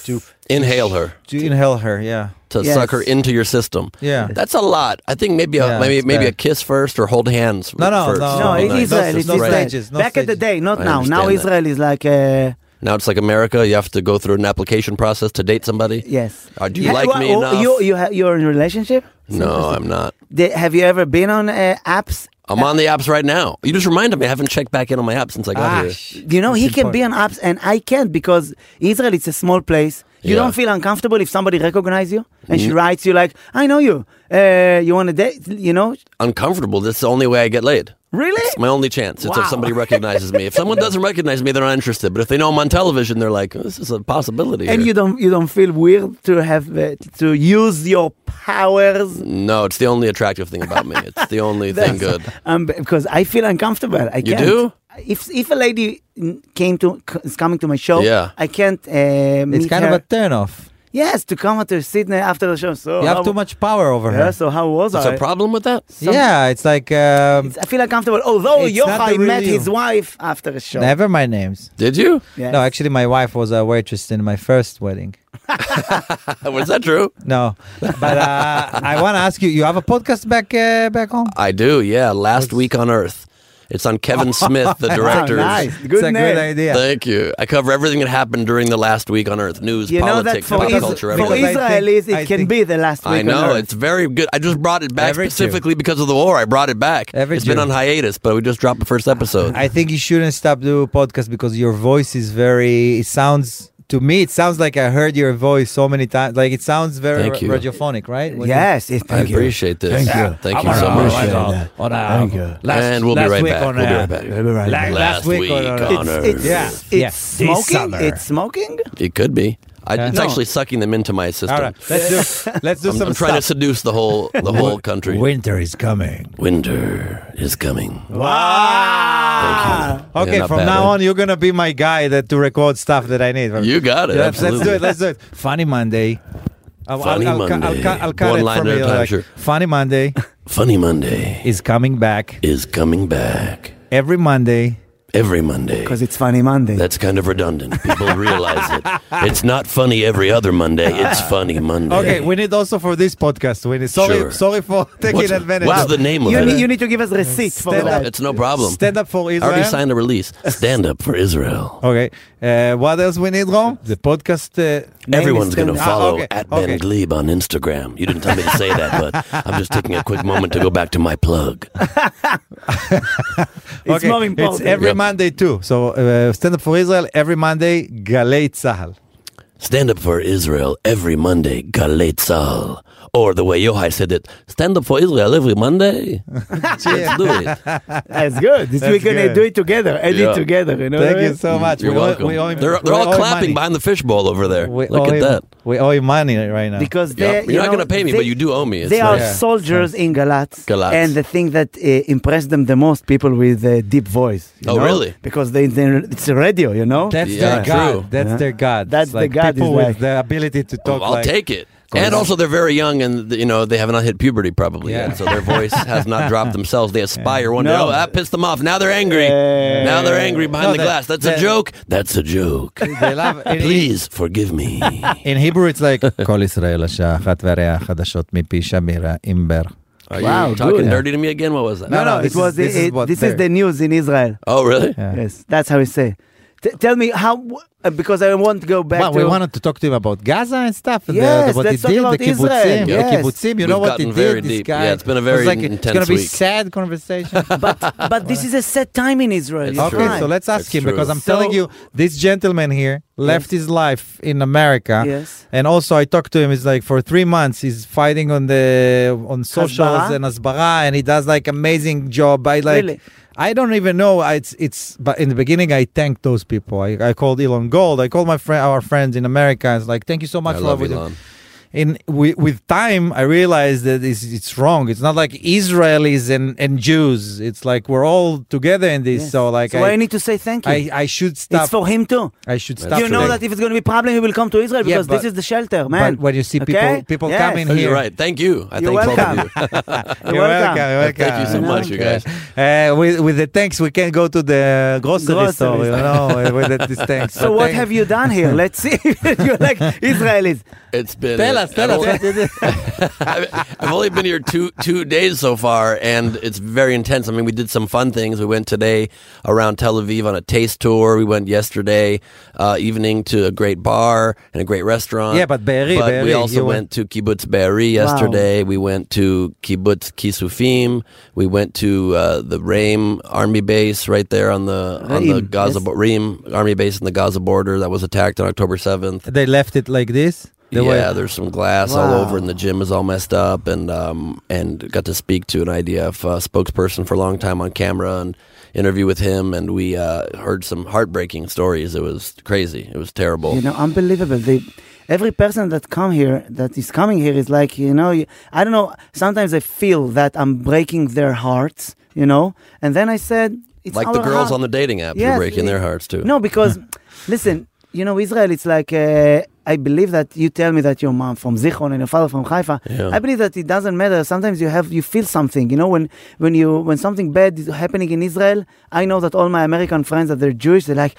[SPEAKER 5] to
[SPEAKER 3] Inhale her
[SPEAKER 5] to inhale her. Yeah.
[SPEAKER 3] to
[SPEAKER 4] Yes.
[SPEAKER 3] suck her into your system.
[SPEAKER 5] Yeah.
[SPEAKER 3] that's a lot. I think maybe a,
[SPEAKER 5] Yeah,
[SPEAKER 3] maybe
[SPEAKER 5] it's
[SPEAKER 3] maybe a
[SPEAKER 5] bad.
[SPEAKER 3] kiss first or hold hands.
[SPEAKER 5] No, no,
[SPEAKER 3] first.
[SPEAKER 5] no.
[SPEAKER 4] no,
[SPEAKER 3] Something
[SPEAKER 4] in
[SPEAKER 3] nice.
[SPEAKER 4] Israel,
[SPEAKER 5] No,
[SPEAKER 4] it's
[SPEAKER 5] no
[SPEAKER 4] Israel.
[SPEAKER 5] stages, no
[SPEAKER 4] Back at the day,
[SPEAKER 5] stages.
[SPEAKER 4] not
[SPEAKER 3] I
[SPEAKER 4] now. Now
[SPEAKER 3] understand that.
[SPEAKER 4] Israel is like. Uh,
[SPEAKER 3] Now it's like America. You have to go through an application process to date somebody.
[SPEAKER 4] Yes.
[SPEAKER 3] Uh, do you like
[SPEAKER 4] wha-
[SPEAKER 3] me
[SPEAKER 4] oh,
[SPEAKER 3] enough?
[SPEAKER 4] You, you ha- you're in a relationship?
[SPEAKER 3] No, I'm not.
[SPEAKER 4] Did, have you ever been on uh, apps?
[SPEAKER 3] I'm on the apps right now. You just reminded me. I haven't checked back in on my app since I got
[SPEAKER 5] Ah,
[SPEAKER 3] here.
[SPEAKER 5] sh-
[SPEAKER 4] You know,
[SPEAKER 5] that's
[SPEAKER 4] he can be
[SPEAKER 5] important.
[SPEAKER 4] on apps and I can't because Israel, it's a small place. You
[SPEAKER 3] Yeah. Mm.
[SPEAKER 4] don't feel uncomfortable if somebody recognizes you and she writes you like, I know you. Uh, you want to date? You know?
[SPEAKER 3] Uncomfortable. That's the only way I get laid.
[SPEAKER 4] Ah. Really?
[SPEAKER 3] It's my only chance. It's
[SPEAKER 4] Wow.
[SPEAKER 3] if somebody recognizes me. If
[SPEAKER 4] [LAUGHS]
[SPEAKER 3] someone doesn't recognize me, they're not interested. But if they know I'm on television, they're like, "Oh, "This is a possibility."
[SPEAKER 4] And
[SPEAKER 3] here."
[SPEAKER 4] you don't you don't feel weird to have uh, to use your powers
[SPEAKER 3] no, it's the only attractive thing about me. It's the
[SPEAKER 4] [LAUGHS]
[SPEAKER 3] only thing good.
[SPEAKER 4] um, because I feel uncomfortable. I
[SPEAKER 3] You
[SPEAKER 4] can't.
[SPEAKER 3] do?
[SPEAKER 4] If if a lady mm, came to c- is coming to my show,
[SPEAKER 3] Yeah.
[SPEAKER 4] I can't. Uh, meet
[SPEAKER 5] It's kind
[SPEAKER 4] her.
[SPEAKER 5] of a turn off.
[SPEAKER 4] yes to come to Sydney after the show. So
[SPEAKER 5] You
[SPEAKER 4] how-
[SPEAKER 5] have too much power over
[SPEAKER 4] Yeah.
[SPEAKER 5] her.
[SPEAKER 4] So how was
[SPEAKER 3] Is
[SPEAKER 4] I?
[SPEAKER 3] there a problem with that?
[SPEAKER 4] some-
[SPEAKER 5] yeah, it's like um,
[SPEAKER 4] It's- I feel uncomfortable. Although
[SPEAKER 5] It's not the
[SPEAKER 4] Yochai
[SPEAKER 5] real
[SPEAKER 4] met
[SPEAKER 5] you.
[SPEAKER 4] his wife after the show.
[SPEAKER 5] never my names.
[SPEAKER 3] Did you?
[SPEAKER 4] Yes.
[SPEAKER 5] No, actually, my wife was a waitress in my first wedding.
[SPEAKER 3] [LAUGHS] Was that true?
[SPEAKER 5] No, but uh, I want to ask you. You have a podcast back uh, back home.
[SPEAKER 3] I do. Yeah, last week on Earth. It's on
[SPEAKER 4] [LAUGHS]
[SPEAKER 3] Kevin Smith, the
[SPEAKER 4] Wow,
[SPEAKER 3] director.
[SPEAKER 4] nice. Good
[SPEAKER 5] it's a
[SPEAKER 4] name.
[SPEAKER 5] good idea.
[SPEAKER 3] Thank you. I cover everything that happened during the last week on Earth: news,
[SPEAKER 4] You know that
[SPEAKER 3] politics,
[SPEAKER 4] for,
[SPEAKER 3] pop
[SPEAKER 4] Is-
[SPEAKER 3] culture,
[SPEAKER 4] for
[SPEAKER 5] because
[SPEAKER 3] everything.
[SPEAKER 5] I think-
[SPEAKER 4] Israelis, it
[SPEAKER 5] I
[SPEAKER 4] can
[SPEAKER 5] think-
[SPEAKER 4] be the last week.
[SPEAKER 3] I
[SPEAKER 4] on
[SPEAKER 3] know
[SPEAKER 4] Earth.
[SPEAKER 3] it's very good. I just brought it back
[SPEAKER 5] Every Jew.
[SPEAKER 3] specifically because of the war. I brought it back. It's
[SPEAKER 5] Every
[SPEAKER 3] been
[SPEAKER 5] Jew.
[SPEAKER 3] on hiatus, but we just dropped the first episode.
[SPEAKER 5] I think you shouldn't stop doing podcast because your voice is very. It sounds to me. It sounds like I heard your voice so many times. Like it sounds very
[SPEAKER 3] Thank
[SPEAKER 5] ra-
[SPEAKER 3] you.
[SPEAKER 5] radiophonic, right? When you-
[SPEAKER 4] Yes, it,
[SPEAKER 3] I
[SPEAKER 4] thank you.
[SPEAKER 3] appreciate this.
[SPEAKER 4] Thank you.
[SPEAKER 3] Thank you so much.
[SPEAKER 4] appreciate that. Thank you.
[SPEAKER 3] And we'll be right back.
[SPEAKER 5] uh,
[SPEAKER 3] We'll be right back.
[SPEAKER 4] We'll be right back.
[SPEAKER 5] Last week on Earth.
[SPEAKER 3] on
[SPEAKER 4] It's,
[SPEAKER 3] Earth.
[SPEAKER 4] it's,
[SPEAKER 5] Yeah. Yeah.
[SPEAKER 4] it's smoking.
[SPEAKER 5] Summer.
[SPEAKER 4] It's smoking.
[SPEAKER 3] It could be. I,
[SPEAKER 5] Yeah.
[SPEAKER 3] It's
[SPEAKER 5] No.
[SPEAKER 3] actually sucking them into my system.
[SPEAKER 5] All right, let's
[SPEAKER 3] [LAUGHS]
[SPEAKER 5] do let's do
[SPEAKER 3] I'm,
[SPEAKER 5] some
[SPEAKER 3] I'm trying to
[SPEAKER 5] stuff.
[SPEAKER 3] seduce the whole
[SPEAKER 5] [LAUGHS]
[SPEAKER 3] the whole country.
[SPEAKER 5] Winter is coming.
[SPEAKER 3] Winter is coming.
[SPEAKER 4] Wow.
[SPEAKER 5] Ah, Okay,
[SPEAKER 3] Ah! not
[SPEAKER 5] from
[SPEAKER 3] bad,
[SPEAKER 5] now
[SPEAKER 3] eh?
[SPEAKER 5] on, you're gonna be my guy that to record stuff that I need.
[SPEAKER 3] You got it.
[SPEAKER 5] Let's, let's do
[SPEAKER 3] absolutely.
[SPEAKER 5] it. Let's do it. Funny Monday. I'll,
[SPEAKER 3] Funny
[SPEAKER 5] I'll, I'll, cu- I'll,
[SPEAKER 3] Monday.
[SPEAKER 5] cu- I'll cut
[SPEAKER 3] One
[SPEAKER 5] it
[SPEAKER 3] liner
[SPEAKER 5] from
[SPEAKER 3] at a
[SPEAKER 5] you.
[SPEAKER 3] time,
[SPEAKER 5] Like,
[SPEAKER 3] sure.
[SPEAKER 5] Funny Monday
[SPEAKER 3] Funny Monday
[SPEAKER 5] [LAUGHS] is coming back
[SPEAKER 3] is coming back
[SPEAKER 5] every Monday.
[SPEAKER 3] every Monday.
[SPEAKER 4] Because it's funny Monday.
[SPEAKER 3] That's kind of redundant. People realize
[SPEAKER 5] [LAUGHS]
[SPEAKER 3] it. It's not funny every other Monday. It's funny Monday.
[SPEAKER 5] Okay, we need also for this podcast. We need sorry,
[SPEAKER 3] Sure.
[SPEAKER 5] sorry for [LAUGHS] taking
[SPEAKER 3] What's,
[SPEAKER 5] advantage.
[SPEAKER 3] what's the name of
[SPEAKER 4] you,
[SPEAKER 3] it?
[SPEAKER 4] need, you need to give us receipt for
[SPEAKER 5] Stand
[SPEAKER 4] that.
[SPEAKER 5] up.
[SPEAKER 3] it's no problem.
[SPEAKER 5] Stand up for
[SPEAKER 3] I
[SPEAKER 5] Israel.
[SPEAKER 3] already signed a release. Stand up for Israel.
[SPEAKER 5] Okay, uh, what else we need, Ron? The podcast. Uh,
[SPEAKER 4] Name
[SPEAKER 3] Everyone's
[SPEAKER 4] is
[SPEAKER 3] going to
[SPEAKER 4] stand
[SPEAKER 5] up.
[SPEAKER 3] follow
[SPEAKER 5] Ah, okay,
[SPEAKER 3] at Ben
[SPEAKER 5] okay.
[SPEAKER 3] Glebe on Instagram. You didn't tell me to say that, but I'm just taking a quick moment to go back to my plug.
[SPEAKER 4] It's
[SPEAKER 5] okay,
[SPEAKER 4] more
[SPEAKER 5] It's
[SPEAKER 4] important.
[SPEAKER 5] every
[SPEAKER 3] Yep.
[SPEAKER 5] Monday too. So uh, stand up for Israel every Monday. Galei Tzahal.
[SPEAKER 3] Stand up for Israel every Monday, Galet Sal. Or the way Yohai said it, stand up for Israel every Monday. Let's do it.
[SPEAKER 4] That's good. This week we're gonna
[SPEAKER 5] good.
[SPEAKER 4] do it together. Edit
[SPEAKER 3] Yeah.
[SPEAKER 4] together. You know.
[SPEAKER 5] Thank
[SPEAKER 4] what I
[SPEAKER 5] you
[SPEAKER 4] mean?
[SPEAKER 5] so much.
[SPEAKER 3] You're
[SPEAKER 5] we owe-
[SPEAKER 3] welcome.
[SPEAKER 5] we owe-
[SPEAKER 3] they're
[SPEAKER 5] we
[SPEAKER 3] they're all
[SPEAKER 5] owe
[SPEAKER 3] clapping
[SPEAKER 5] money.
[SPEAKER 3] behind the fishbowl over there.
[SPEAKER 5] We
[SPEAKER 3] Look
[SPEAKER 5] owe
[SPEAKER 3] at
[SPEAKER 5] him-
[SPEAKER 3] that.
[SPEAKER 5] We owe you money right now.
[SPEAKER 4] Because
[SPEAKER 3] Yeah.
[SPEAKER 4] they,
[SPEAKER 3] You're not gonna pay me, but you do owe me. It's
[SPEAKER 4] they are
[SPEAKER 3] nice.
[SPEAKER 5] Yeah.
[SPEAKER 4] soldiers in Galatz,
[SPEAKER 3] Galatz.
[SPEAKER 4] and the thing that uh, impressed them the most, people with uh, deep voice. you
[SPEAKER 3] Oh,
[SPEAKER 4] know?
[SPEAKER 3] really?
[SPEAKER 4] Because they, they, it's a radio, you know.
[SPEAKER 5] That's
[SPEAKER 3] Yeah,
[SPEAKER 5] their
[SPEAKER 3] true.
[SPEAKER 5] god. That's
[SPEAKER 4] Yeah.
[SPEAKER 5] their god.
[SPEAKER 4] That's
[SPEAKER 5] It's
[SPEAKER 4] the
[SPEAKER 5] like
[SPEAKER 4] god
[SPEAKER 5] People
[SPEAKER 4] is
[SPEAKER 5] with
[SPEAKER 4] like-
[SPEAKER 5] the ability to talk.
[SPEAKER 3] I'll
[SPEAKER 5] like,
[SPEAKER 3] take it. And also, they're very young, and you know they have not hit puberty probably
[SPEAKER 5] Yeah.
[SPEAKER 3] yet, so their
[SPEAKER 5] [LAUGHS]
[SPEAKER 3] voice has not dropped themselves. They aspire one day.
[SPEAKER 4] No.
[SPEAKER 3] Oh, that pissed them off. Now they're angry.
[SPEAKER 4] Yeah.
[SPEAKER 3] Now they're angry behind
[SPEAKER 5] No,
[SPEAKER 3] the
[SPEAKER 5] they-
[SPEAKER 3] glass. That's a
[SPEAKER 5] they-
[SPEAKER 3] joke. That's a joke.
[SPEAKER 5] They
[SPEAKER 3] [LAUGHS]
[SPEAKER 5] love. in-
[SPEAKER 3] Please forgive
[SPEAKER 5] [LAUGHS]
[SPEAKER 3] me.
[SPEAKER 5] In Hebrew, it's
[SPEAKER 3] [LAUGHS]
[SPEAKER 5] like כל ישראל השעה אחת והראה החדשות מפי שמירה אימבר.
[SPEAKER 3] Are
[SPEAKER 4] Wow,
[SPEAKER 3] you talking
[SPEAKER 4] good.
[SPEAKER 3] dirty to me again? What was that?
[SPEAKER 5] No, no,
[SPEAKER 4] it
[SPEAKER 5] this is-
[SPEAKER 4] was the-
[SPEAKER 5] this is
[SPEAKER 4] it-
[SPEAKER 5] what
[SPEAKER 4] this is
[SPEAKER 5] they-
[SPEAKER 4] the news in Israel.
[SPEAKER 3] Oh, really?
[SPEAKER 5] Yeah.
[SPEAKER 4] Yes, that's how we say. T- tell me how, w- uh, because I want to go back.
[SPEAKER 5] Well,
[SPEAKER 4] to,
[SPEAKER 5] we wanted to talk to him about Gaza and stuff, and
[SPEAKER 4] Yes,
[SPEAKER 5] the, what
[SPEAKER 4] let's
[SPEAKER 5] it
[SPEAKER 4] talk
[SPEAKER 5] did, the
[SPEAKER 4] about Israel.
[SPEAKER 5] kibbutzim,
[SPEAKER 4] Yes.
[SPEAKER 5] the kibbutzim. You know what
[SPEAKER 3] We've
[SPEAKER 5] it
[SPEAKER 3] gotten
[SPEAKER 5] did?
[SPEAKER 3] very
[SPEAKER 5] this
[SPEAKER 3] deep.
[SPEAKER 5] guy.
[SPEAKER 3] Yeah, it's been a very
[SPEAKER 5] it's like, It's
[SPEAKER 3] intense
[SPEAKER 5] gonna be
[SPEAKER 3] week.
[SPEAKER 5] sad
[SPEAKER 3] [LAUGHS]
[SPEAKER 5] conversation.
[SPEAKER 4] but [LAUGHS] but this is a set time in Israel.
[SPEAKER 3] It's
[SPEAKER 4] you're
[SPEAKER 5] Okay,
[SPEAKER 4] right.
[SPEAKER 5] so let's ask
[SPEAKER 3] It's
[SPEAKER 5] him
[SPEAKER 3] true.
[SPEAKER 5] because I'm
[SPEAKER 4] So-
[SPEAKER 5] telling you, this gentleman here left his life in America.
[SPEAKER 4] Yes.
[SPEAKER 5] And also, I talked to him. It's like for three months, he's fighting on the on socials
[SPEAKER 4] Hasbara?
[SPEAKER 5] and asbara, and he does like amazing job. I like.
[SPEAKER 4] Really?
[SPEAKER 5] I don't even know. I- It's it's. But in the beginning, I thanked those people. I, I called Elon Gold. I called my friend, our friends in America. It's like thank you so much
[SPEAKER 3] I
[SPEAKER 5] for
[SPEAKER 3] love
[SPEAKER 5] everything."
[SPEAKER 3] Elon.
[SPEAKER 5] in with, with time i realized that it's, it's wrong it's not like israelis and, and jews it's like we're all together in this
[SPEAKER 4] Yes.
[SPEAKER 5] so like
[SPEAKER 4] So I, need to say thank you.
[SPEAKER 5] I, I should stop
[SPEAKER 4] it's for him too.
[SPEAKER 5] i should
[SPEAKER 3] You
[SPEAKER 5] stop
[SPEAKER 4] you know
[SPEAKER 5] today.
[SPEAKER 4] that if it's going to be problem, he will come to Israel
[SPEAKER 5] Yeah,
[SPEAKER 4] because
[SPEAKER 5] but-
[SPEAKER 4] this is the shelter, man.
[SPEAKER 5] but when you see people
[SPEAKER 4] Okay?
[SPEAKER 5] people
[SPEAKER 4] Yes.
[SPEAKER 5] coming
[SPEAKER 3] Oh,
[SPEAKER 5] here
[SPEAKER 3] you're right. Thank you. I
[SPEAKER 4] You're
[SPEAKER 3] thank both of
[SPEAKER 4] welcome.
[SPEAKER 3] you.
[SPEAKER 5] you're
[SPEAKER 4] [LAUGHS] You're welcome.
[SPEAKER 5] welcome, you're welcome.
[SPEAKER 3] Thank you so much, you guys.
[SPEAKER 5] Uh, with, with the thanks, we can go to the grocery,
[SPEAKER 4] Grocery
[SPEAKER 5] store, you
[SPEAKER 4] store.
[SPEAKER 5] know, with the, this thanks.
[SPEAKER 4] [LAUGHS] So what
[SPEAKER 5] thank-
[SPEAKER 4] [LAUGHS] have you done here? Let's see. You're like Israelis.
[SPEAKER 3] It's been
[SPEAKER 5] Tell
[SPEAKER 3] a
[SPEAKER 5] us, tell us.
[SPEAKER 3] I've, I've only been here two two days so far, and it's very intense. I mean, we did some fun things. We went today around Tel Aviv on a taste tour. We went yesterday uh, evening to a great bar and a great restaurant.
[SPEAKER 5] Yeah, but Be'eri,
[SPEAKER 3] But
[SPEAKER 5] Be'eri,
[SPEAKER 3] we also
[SPEAKER 5] you
[SPEAKER 3] went,
[SPEAKER 5] went-
[SPEAKER 3] to Kibbutz Be'eri yesterday. We went to Kibbutz Kisufim. We went to uh, the Reim Army Base right there on the on the
[SPEAKER 4] Reim,
[SPEAKER 3] Gaza
[SPEAKER 4] yes.
[SPEAKER 3] bo- Reim Army Base in the Gaza border that was attacked on October seventh
[SPEAKER 5] they left it like this. They
[SPEAKER 3] yeah,
[SPEAKER 5] were-
[SPEAKER 3] there's some glass all over, and the gym is all messed up. And um, and got to speak to an IDF uh, spokesperson for a long time on camera and interview with him, and we uh, heard some heartbreaking stories. It was crazy. It was terrible.
[SPEAKER 4] [LAUGHS] You know, unbelievable. They, every person that come here, that is coming here, is like, you know, you- I don't know. Sometimes I feel that I'm breaking their hearts, you know. And then I said, it's
[SPEAKER 3] like the
[SPEAKER 4] our
[SPEAKER 3] girls
[SPEAKER 4] heart.
[SPEAKER 3] on the dating app,
[SPEAKER 4] Yes,
[SPEAKER 3] you're breaking their
[SPEAKER 4] it-
[SPEAKER 3] hearts too.
[SPEAKER 4] No, because [LAUGHS] listen, you know, Israel. It's like uh, I believe that you tell me that your mom from Zichron and your father from Haifa. I believe that it doesn't matter. Sometimes you have you feel something. You know, when when you when something bad is happening in Israel, I know that all my American friends that they're Jewish, they're like,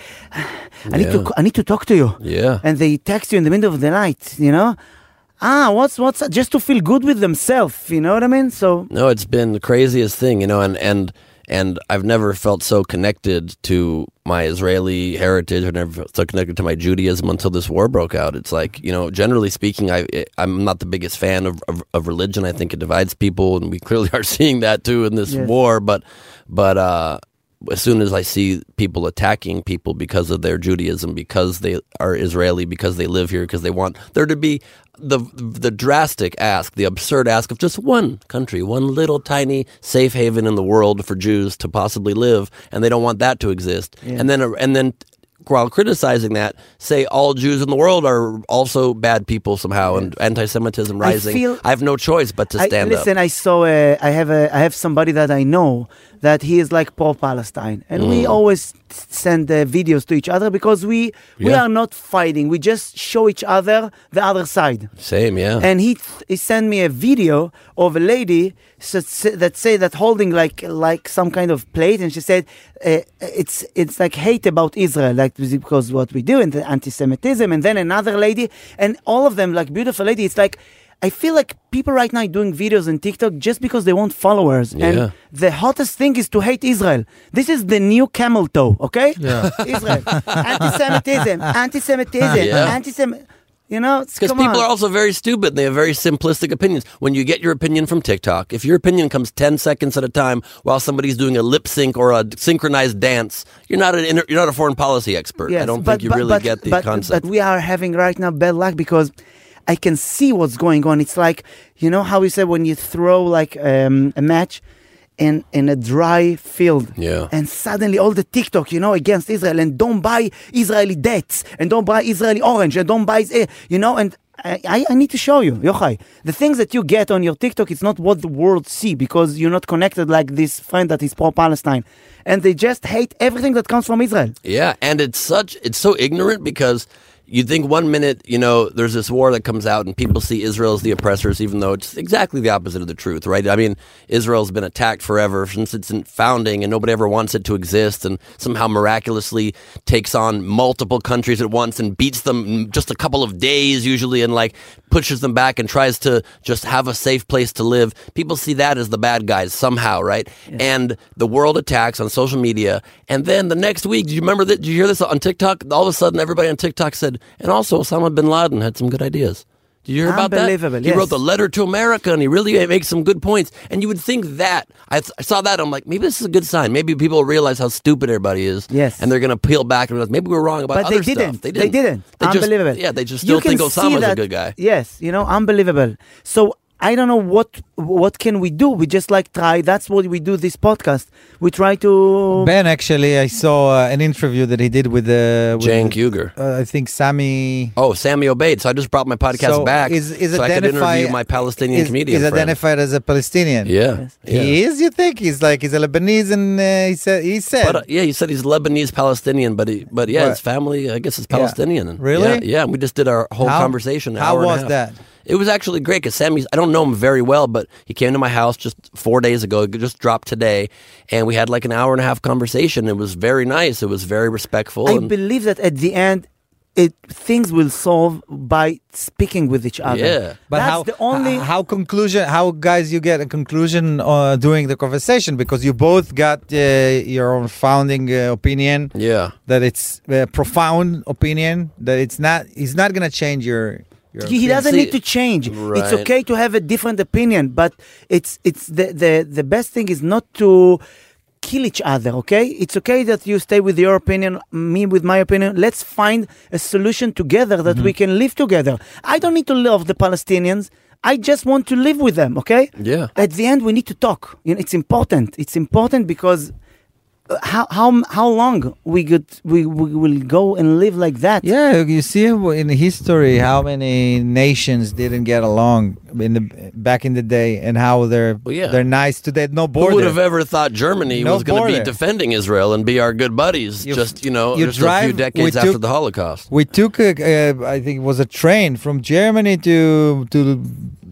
[SPEAKER 4] [SIGHS] I need to
[SPEAKER 3] Yeah.
[SPEAKER 4] I need to talk to you.
[SPEAKER 3] Yeah.
[SPEAKER 4] and they text you in the middle of the night. You know. Ah, what's what's just to feel good with themselves, you know what I mean? So
[SPEAKER 3] No, it's been the craziest thing, you know, and and and I've never felt so connected to my Israeli heritage. I've never felt so connected to my Judaism until this war broke out. It's like you know, generally speaking, I I'm not the biggest fan of of, of religion. I think it divides people, and we [LAUGHS] clearly are seeing that too in this
[SPEAKER 4] Yes.
[SPEAKER 3] war. But but uh, as soon as I see people attacking people because of their Judaism, because they are Israeli, because they live here, because they want there to be the the drastic ask, the absurd ask of just one country, one little tiny safe haven in the world for Jews to possibly live, and they don't want that to exist. And then and then while criticizing that, say all Jews in the world are also bad people somehow, and anti-Semitism rising. I,
[SPEAKER 4] feel-
[SPEAKER 3] have no choice but to stand
[SPEAKER 4] I,
[SPEAKER 3] up.
[SPEAKER 4] listen, I saw. A, I have a. I have somebody that I know that he is like pro Palestine, and
[SPEAKER 3] Mm.
[SPEAKER 4] we always s- send uh, videos to each other because we we
[SPEAKER 3] Yeah.
[SPEAKER 4] are not fighting. We just show each other the other side.
[SPEAKER 3] Same, yeah.
[SPEAKER 4] And he, he sent me a video of a lady that say, that say that holding like like some kind of plate, and she said uh, it's it's like hate about Israel, like because what we do and the anti-Semitism. And then another lady, and all of them like beautiful lady. It's like I feel like people right now are doing videos on TikTok just because they want followers.
[SPEAKER 3] Yeah.
[SPEAKER 4] And the hottest thing is to hate Israel. This is the new camel toe, okay? Yeah. [LAUGHS] Israel, anti-Semitism, anti-Semitism,
[SPEAKER 3] [LAUGHS] Yeah.
[SPEAKER 4] anti-Semitism. You know, it's-
[SPEAKER 3] Because
[SPEAKER 4] come
[SPEAKER 3] people
[SPEAKER 4] on.
[SPEAKER 3] are also very stupid and they have very simplistic opinions. When you get your opinion from TikTok, if your opinion comes 10 seconds at a time while somebody's doing a lip sync or a synchronized dance, you're not an inter- you're not a foreign policy expert. I
[SPEAKER 4] Yes,
[SPEAKER 3] don't
[SPEAKER 4] but-
[SPEAKER 3] think you
[SPEAKER 4] but-
[SPEAKER 3] really
[SPEAKER 4] but-
[SPEAKER 3] get the
[SPEAKER 4] but,
[SPEAKER 3] concept.
[SPEAKER 4] But we are having right now bad luck because I can see what's going on. It's like you know how we said when you throw like um, a match in in a dry field,
[SPEAKER 3] Yeah.
[SPEAKER 4] and suddenly all the TikTok, you know, against Israel and don't buy Israeli dates and don't buy Israeli orange and don't buy, eh, you know, and. I, I- I need to show you, Yochai. The things that you get on your TikTok, it's not what the world see because you're not connected like this friend that is pro-Palestine, and they just hate everything that comes from Israel.
[SPEAKER 3] Yeah, and it's such it's so ignorant because you think one minute, you know, there's this war that comes out and people see Israel as the oppressors, even though it's exactly the opposite of the truth, right? I mean, Israel's been attacked forever since its founding and nobody ever wants it to exist and somehow miraculously takes on multiple countries at once and beats them in just a couple of days usually and like pushes them back and tries to just have a safe place to live. People see that as the bad guys somehow, right? And the world attacks on social media. And then the next week, do you remember that? Did you hear this on TikTok? All of a sudden, everybody on TikTok said, and also Osama bin Laden had some good ideas. Did you hear about that?
[SPEAKER 4] Unbelievable,
[SPEAKER 3] He wrote
[SPEAKER 4] yes.
[SPEAKER 3] the letter to America, and he really makes some good points. And you would think that I, th- I saw that I'm like, maybe this is a good sign. Maybe people realize how stupid everybody is.
[SPEAKER 4] Yes.
[SPEAKER 3] and they're going to peel back and realize maybe we were wrong about
[SPEAKER 4] but
[SPEAKER 3] other
[SPEAKER 4] they didn't.
[SPEAKER 3] stuff.
[SPEAKER 4] They didn't.
[SPEAKER 3] They just-
[SPEAKER 4] unbelievable.
[SPEAKER 3] yeah, they just
[SPEAKER 4] You
[SPEAKER 3] still think
[SPEAKER 4] can see
[SPEAKER 3] Osama's
[SPEAKER 4] that-
[SPEAKER 3] a good guy.
[SPEAKER 4] Yes, you know, unbelievable. So I don't know what what can we do. We just like try. That's what we do. This podcast. We try to.
[SPEAKER 5] Ben, actually, I saw uh, an interview that he did with the. with
[SPEAKER 3] Jan
[SPEAKER 5] the-
[SPEAKER 3] Kuger.
[SPEAKER 5] Uh, I think Sammy.
[SPEAKER 3] Oh, Sammy obeyed. So I just brought my podcast
[SPEAKER 5] So
[SPEAKER 3] back
[SPEAKER 5] is- is
[SPEAKER 3] so I could
[SPEAKER 5] identify-
[SPEAKER 3] interview my Palestinian
[SPEAKER 5] is,
[SPEAKER 3] comedian
[SPEAKER 5] is
[SPEAKER 3] friend.
[SPEAKER 5] identified as a Palestinian.
[SPEAKER 3] Yeah. yeah.
[SPEAKER 5] He is, you think? He's like he's a Lebanese, and uh, he said he said
[SPEAKER 3] But uh, yeah, he said he's Lebanese Palestinian, but he, but yeah, his family, I guess, is Palestinian. And
[SPEAKER 5] Really?
[SPEAKER 3] Yeah, yeah. And we just did our whole
[SPEAKER 5] How-
[SPEAKER 3] conversation. an
[SPEAKER 5] how
[SPEAKER 3] hour and a
[SPEAKER 5] was
[SPEAKER 3] half.
[SPEAKER 5] that?
[SPEAKER 3] It was actually great because Sammy's. I don't know him very well, but he came to my house just four days ago. It just dropped today, and we had like an hour and a half conversation. It was very nice. It was very respectful.
[SPEAKER 4] I
[SPEAKER 3] and-
[SPEAKER 4] believe that at the end, it things will solve by speaking with each other.
[SPEAKER 3] Yeah.
[SPEAKER 5] But
[SPEAKER 4] That's
[SPEAKER 5] how
[SPEAKER 4] the only.
[SPEAKER 5] h- how conclusion how guys you get a conclusion uh, during the conversation because you both got uh, your own founding uh, opinion
[SPEAKER 3] Yeah.
[SPEAKER 5] that it's a profound opinion that it's not it's not gonna change your your
[SPEAKER 4] he doesn't
[SPEAKER 3] See-
[SPEAKER 4] need to change. It's
[SPEAKER 3] Right.
[SPEAKER 4] okay to have a different opinion, but it's it's the, the the best thing is not to kill each other. Okay, it's okay that you stay with your opinion, me with my opinion. Let's find a solution together
[SPEAKER 3] Mm-hmm.
[SPEAKER 4] that we can live together. I don't need to love the Palestinians. I just want to live with them. Okay.
[SPEAKER 3] Yeah.
[SPEAKER 4] At the end, we need to talk. You know, it's important. It's important because. uh, How how how long we could we, we will go and live like that?
[SPEAKER 5] Yeah, you see in history how many nations didn't get along in the back in the day, and how they're
[SPEAKER 3] Well, yeah.
[SPEAKER 5] they're nice today. No
[SPEAKER 3] Who would have
[SPEAKER 5] border.
[SPEAKER 3] ever thought Germany
[SPEAKER 5] No
[SPEAKER 3] was going to
[SPEAKER 5] border.
[SPEAKER 3] be defending Israel and be our good buddies?
[SPEAKER 5] You-
[SPEAKER 3] just you know,
[SPEAKER 5] you
[SPEAKER 3] just a few
[SPEAKER 5] drive-
[SPEAKER 3] decades
[SPEAKER 5] we
[SPEAKER 3] after
[SPEAKER 5] took-
[SPEAKER 3] the Holocaust.
[SPEAKER 5] We took, a, uh, I think it was a train from Germany to to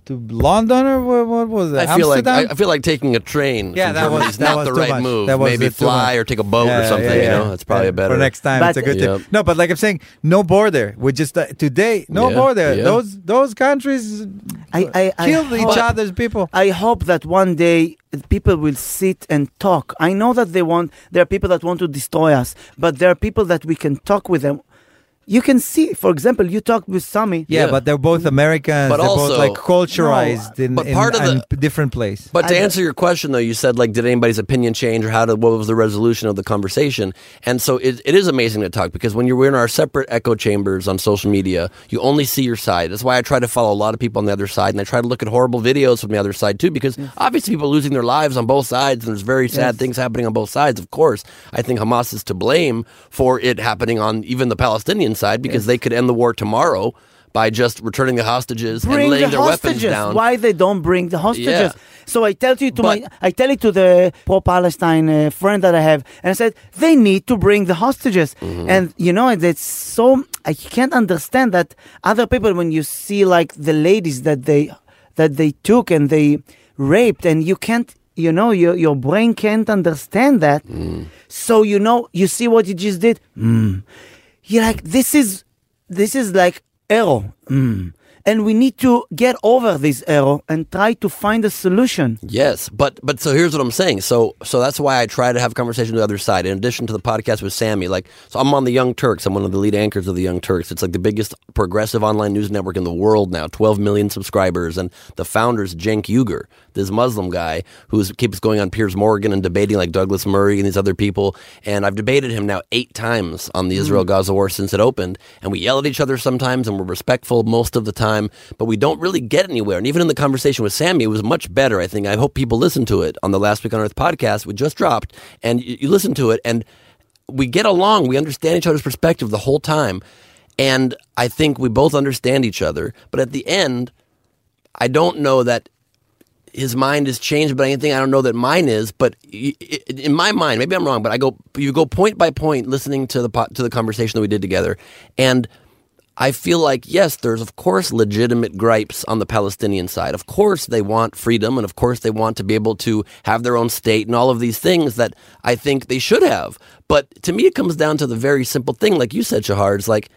[SPEAKER 5] to London or what, what was it?
[SPEAKER 3] I feel like
[SPEAKER 5] Amsterdam?
[SPEAKER 3] I, I feel like taking a train.
[SPEAKER 5] Yeah,
[SPEAKER 3] from
[SPEAKER 5] that was-
[SPEAKER 3] Germany is
[SPEAKER 5] that
[SPEAKER 3] not
[SPEAKER 5] was
[SPEAKER 3] the
[SPEAKER 5] too
[SPEAKER 3] right
[SPEAKER 5] much.
[SPEAKER 3] move.
[SPEAKER 5] That was a
[SPEAKER 3] Maybe
[SPEAKER 5] bit too
[SPEAKER 3] fly
[SPEAKER 5] much.
[SPEAKER 3] or take a boat
[SPEAKER 5] Yeah,
[SPEAKER 3] or
[SPEAKER 5] yeah,
[SPEAKER 3] something.
[SPEAKER 5] yeah,
[SPEAKER 3] You know,
[SPEAKER 5] yeah.
[SPEAKER 3] that's probably
[SPEAKER 5] Yeah,
[SPEAKER 3] a better.
[SPEAKER 5] for next time. it's a
[SPEAKER 4] But-
[SPEAKER 5] good
[SPEAKER 3] Yep.
[SPEAKER 5] tip. No, but like I'm saying, no border. We just uh, today, no
[SPEAKER 3] Yeah,
[SPEAKER 5] border.
[SPEAKER 3] yeah.
[SPEAKER 5] Those those countries
[SPEAKER 4] I- I- I
[SPEAKER 5] killed each
[SPEAKER 4] hope-
[SPEAKER 5] other's people.
[SPEAKER 4] I hope that one day people will sit and talk. I know that they want there are people that want to destroy us, but there are people that we can talk with them. You can see, for example, you talked with Sami.
[SPEAKER 5] Yeah,
[SPEAKER 3] Yeah.
[SPEAKER 5] but they're both Americans.
[SPEAKER 3] But
[SPEAKER 5] they're both
[SPEAKER 3] also-
[SPEAKER 5] like culturized in,
[SPEAKER 3] but
[SPEAKER 5] in-
[SPEAKER 3] part of
[SPEAKER 5] in
[SPEAKER 3] the-
[SPEAKER 5] p- different place.
[SPEAKER 3] But to
[SPEAKER 4] I-
[SPEAKER 3] answer your question, though, you said like, did anybody's opinion change, or how did what was the resolution of the conversation? And so it, it is amazing to talk because when you're in our separate echo chambers on social media, you only see your side. That's why I try to follow a lot of people on the other side, and I try to look at horrible videos from the other side too, because obviously people are losing their lives on both sides, and there's very sad things happening on both sides. Of course, I think Hamas is to blame for it happening on even the Palestinian side because they could end the war tomorrow. By just returning the hostages and
[SPEAKER 4] Bring
[SPEAKER 3] laying
[SPEAKER 4] the
[SPEAKER 3] their weapons
[SPEAKER 4] hostages.
[SPEAKER 3] down.
[SPEAKER 4] Why they don't bring the hostages?
[SPEAKER 3] Yeah.
[SPEAKER 4] So I tell you to
[SPEAKER 3] But-
[SPEAKER 4] my, I tell it to the pro-Palestine uh, friend that I have, and I said they need to bring the hostages.
[SPEAKER 3] Mm-hmm.
[SPEAKER 4] And you know, and it's so I can't understand that other people when you see like the ladies that they that they took and they raped, and you can't, you know, your your brain can't understand that.
[SPEAKER 3] Mm.
[SPEAKER 4] So you know, you see what you just did. Mm. You're like, this is this is like error. Mm. And we need to get over this error and try to find a solution.
[SPEAKER 3] Yes, but but so here's what I'm saying. So so that's why I try to have conversations with the other side. In addition to the podcast with Sammy, like so I'm on the Young Turks. I'm one of the lead anchors of the Young Turks. It's like the biggest progressive online news network in the world now. 12 million subscribers, and the founder's Cenk Uygur, this Muslim guy who keeps going on Piers Morgan and debating like Douglas Murray and these other people. And I've debated him now eight times on the Israel-Gaza war since it opened, and we yell at each other sometimes, and we're respectful most of the time, but we don't really get anywhere. And even in the conversation with Sammy, it was much better. I think I hope people listen to it on the Last Week on Earth podcast, which just dropped, and you, you listen to it, and we get along. We understand each other's perspective the whole time, and I think we both understand each other. But at the end, I don't know that his mind is changed by anything. I don't know that mine is, but i- i- in my mind, maybe I'm wrong. But I go, you go point by point, listening to the po- to the conversation that we did together, and I feel like yes, there's of course legitimate gripes on the Palestinian side. Of course they want freedom, and of course they want to be able to have their own state, and all of these things that I think they should have. But to me, it comes down to the very simple thing, like you said, Shahar. It's like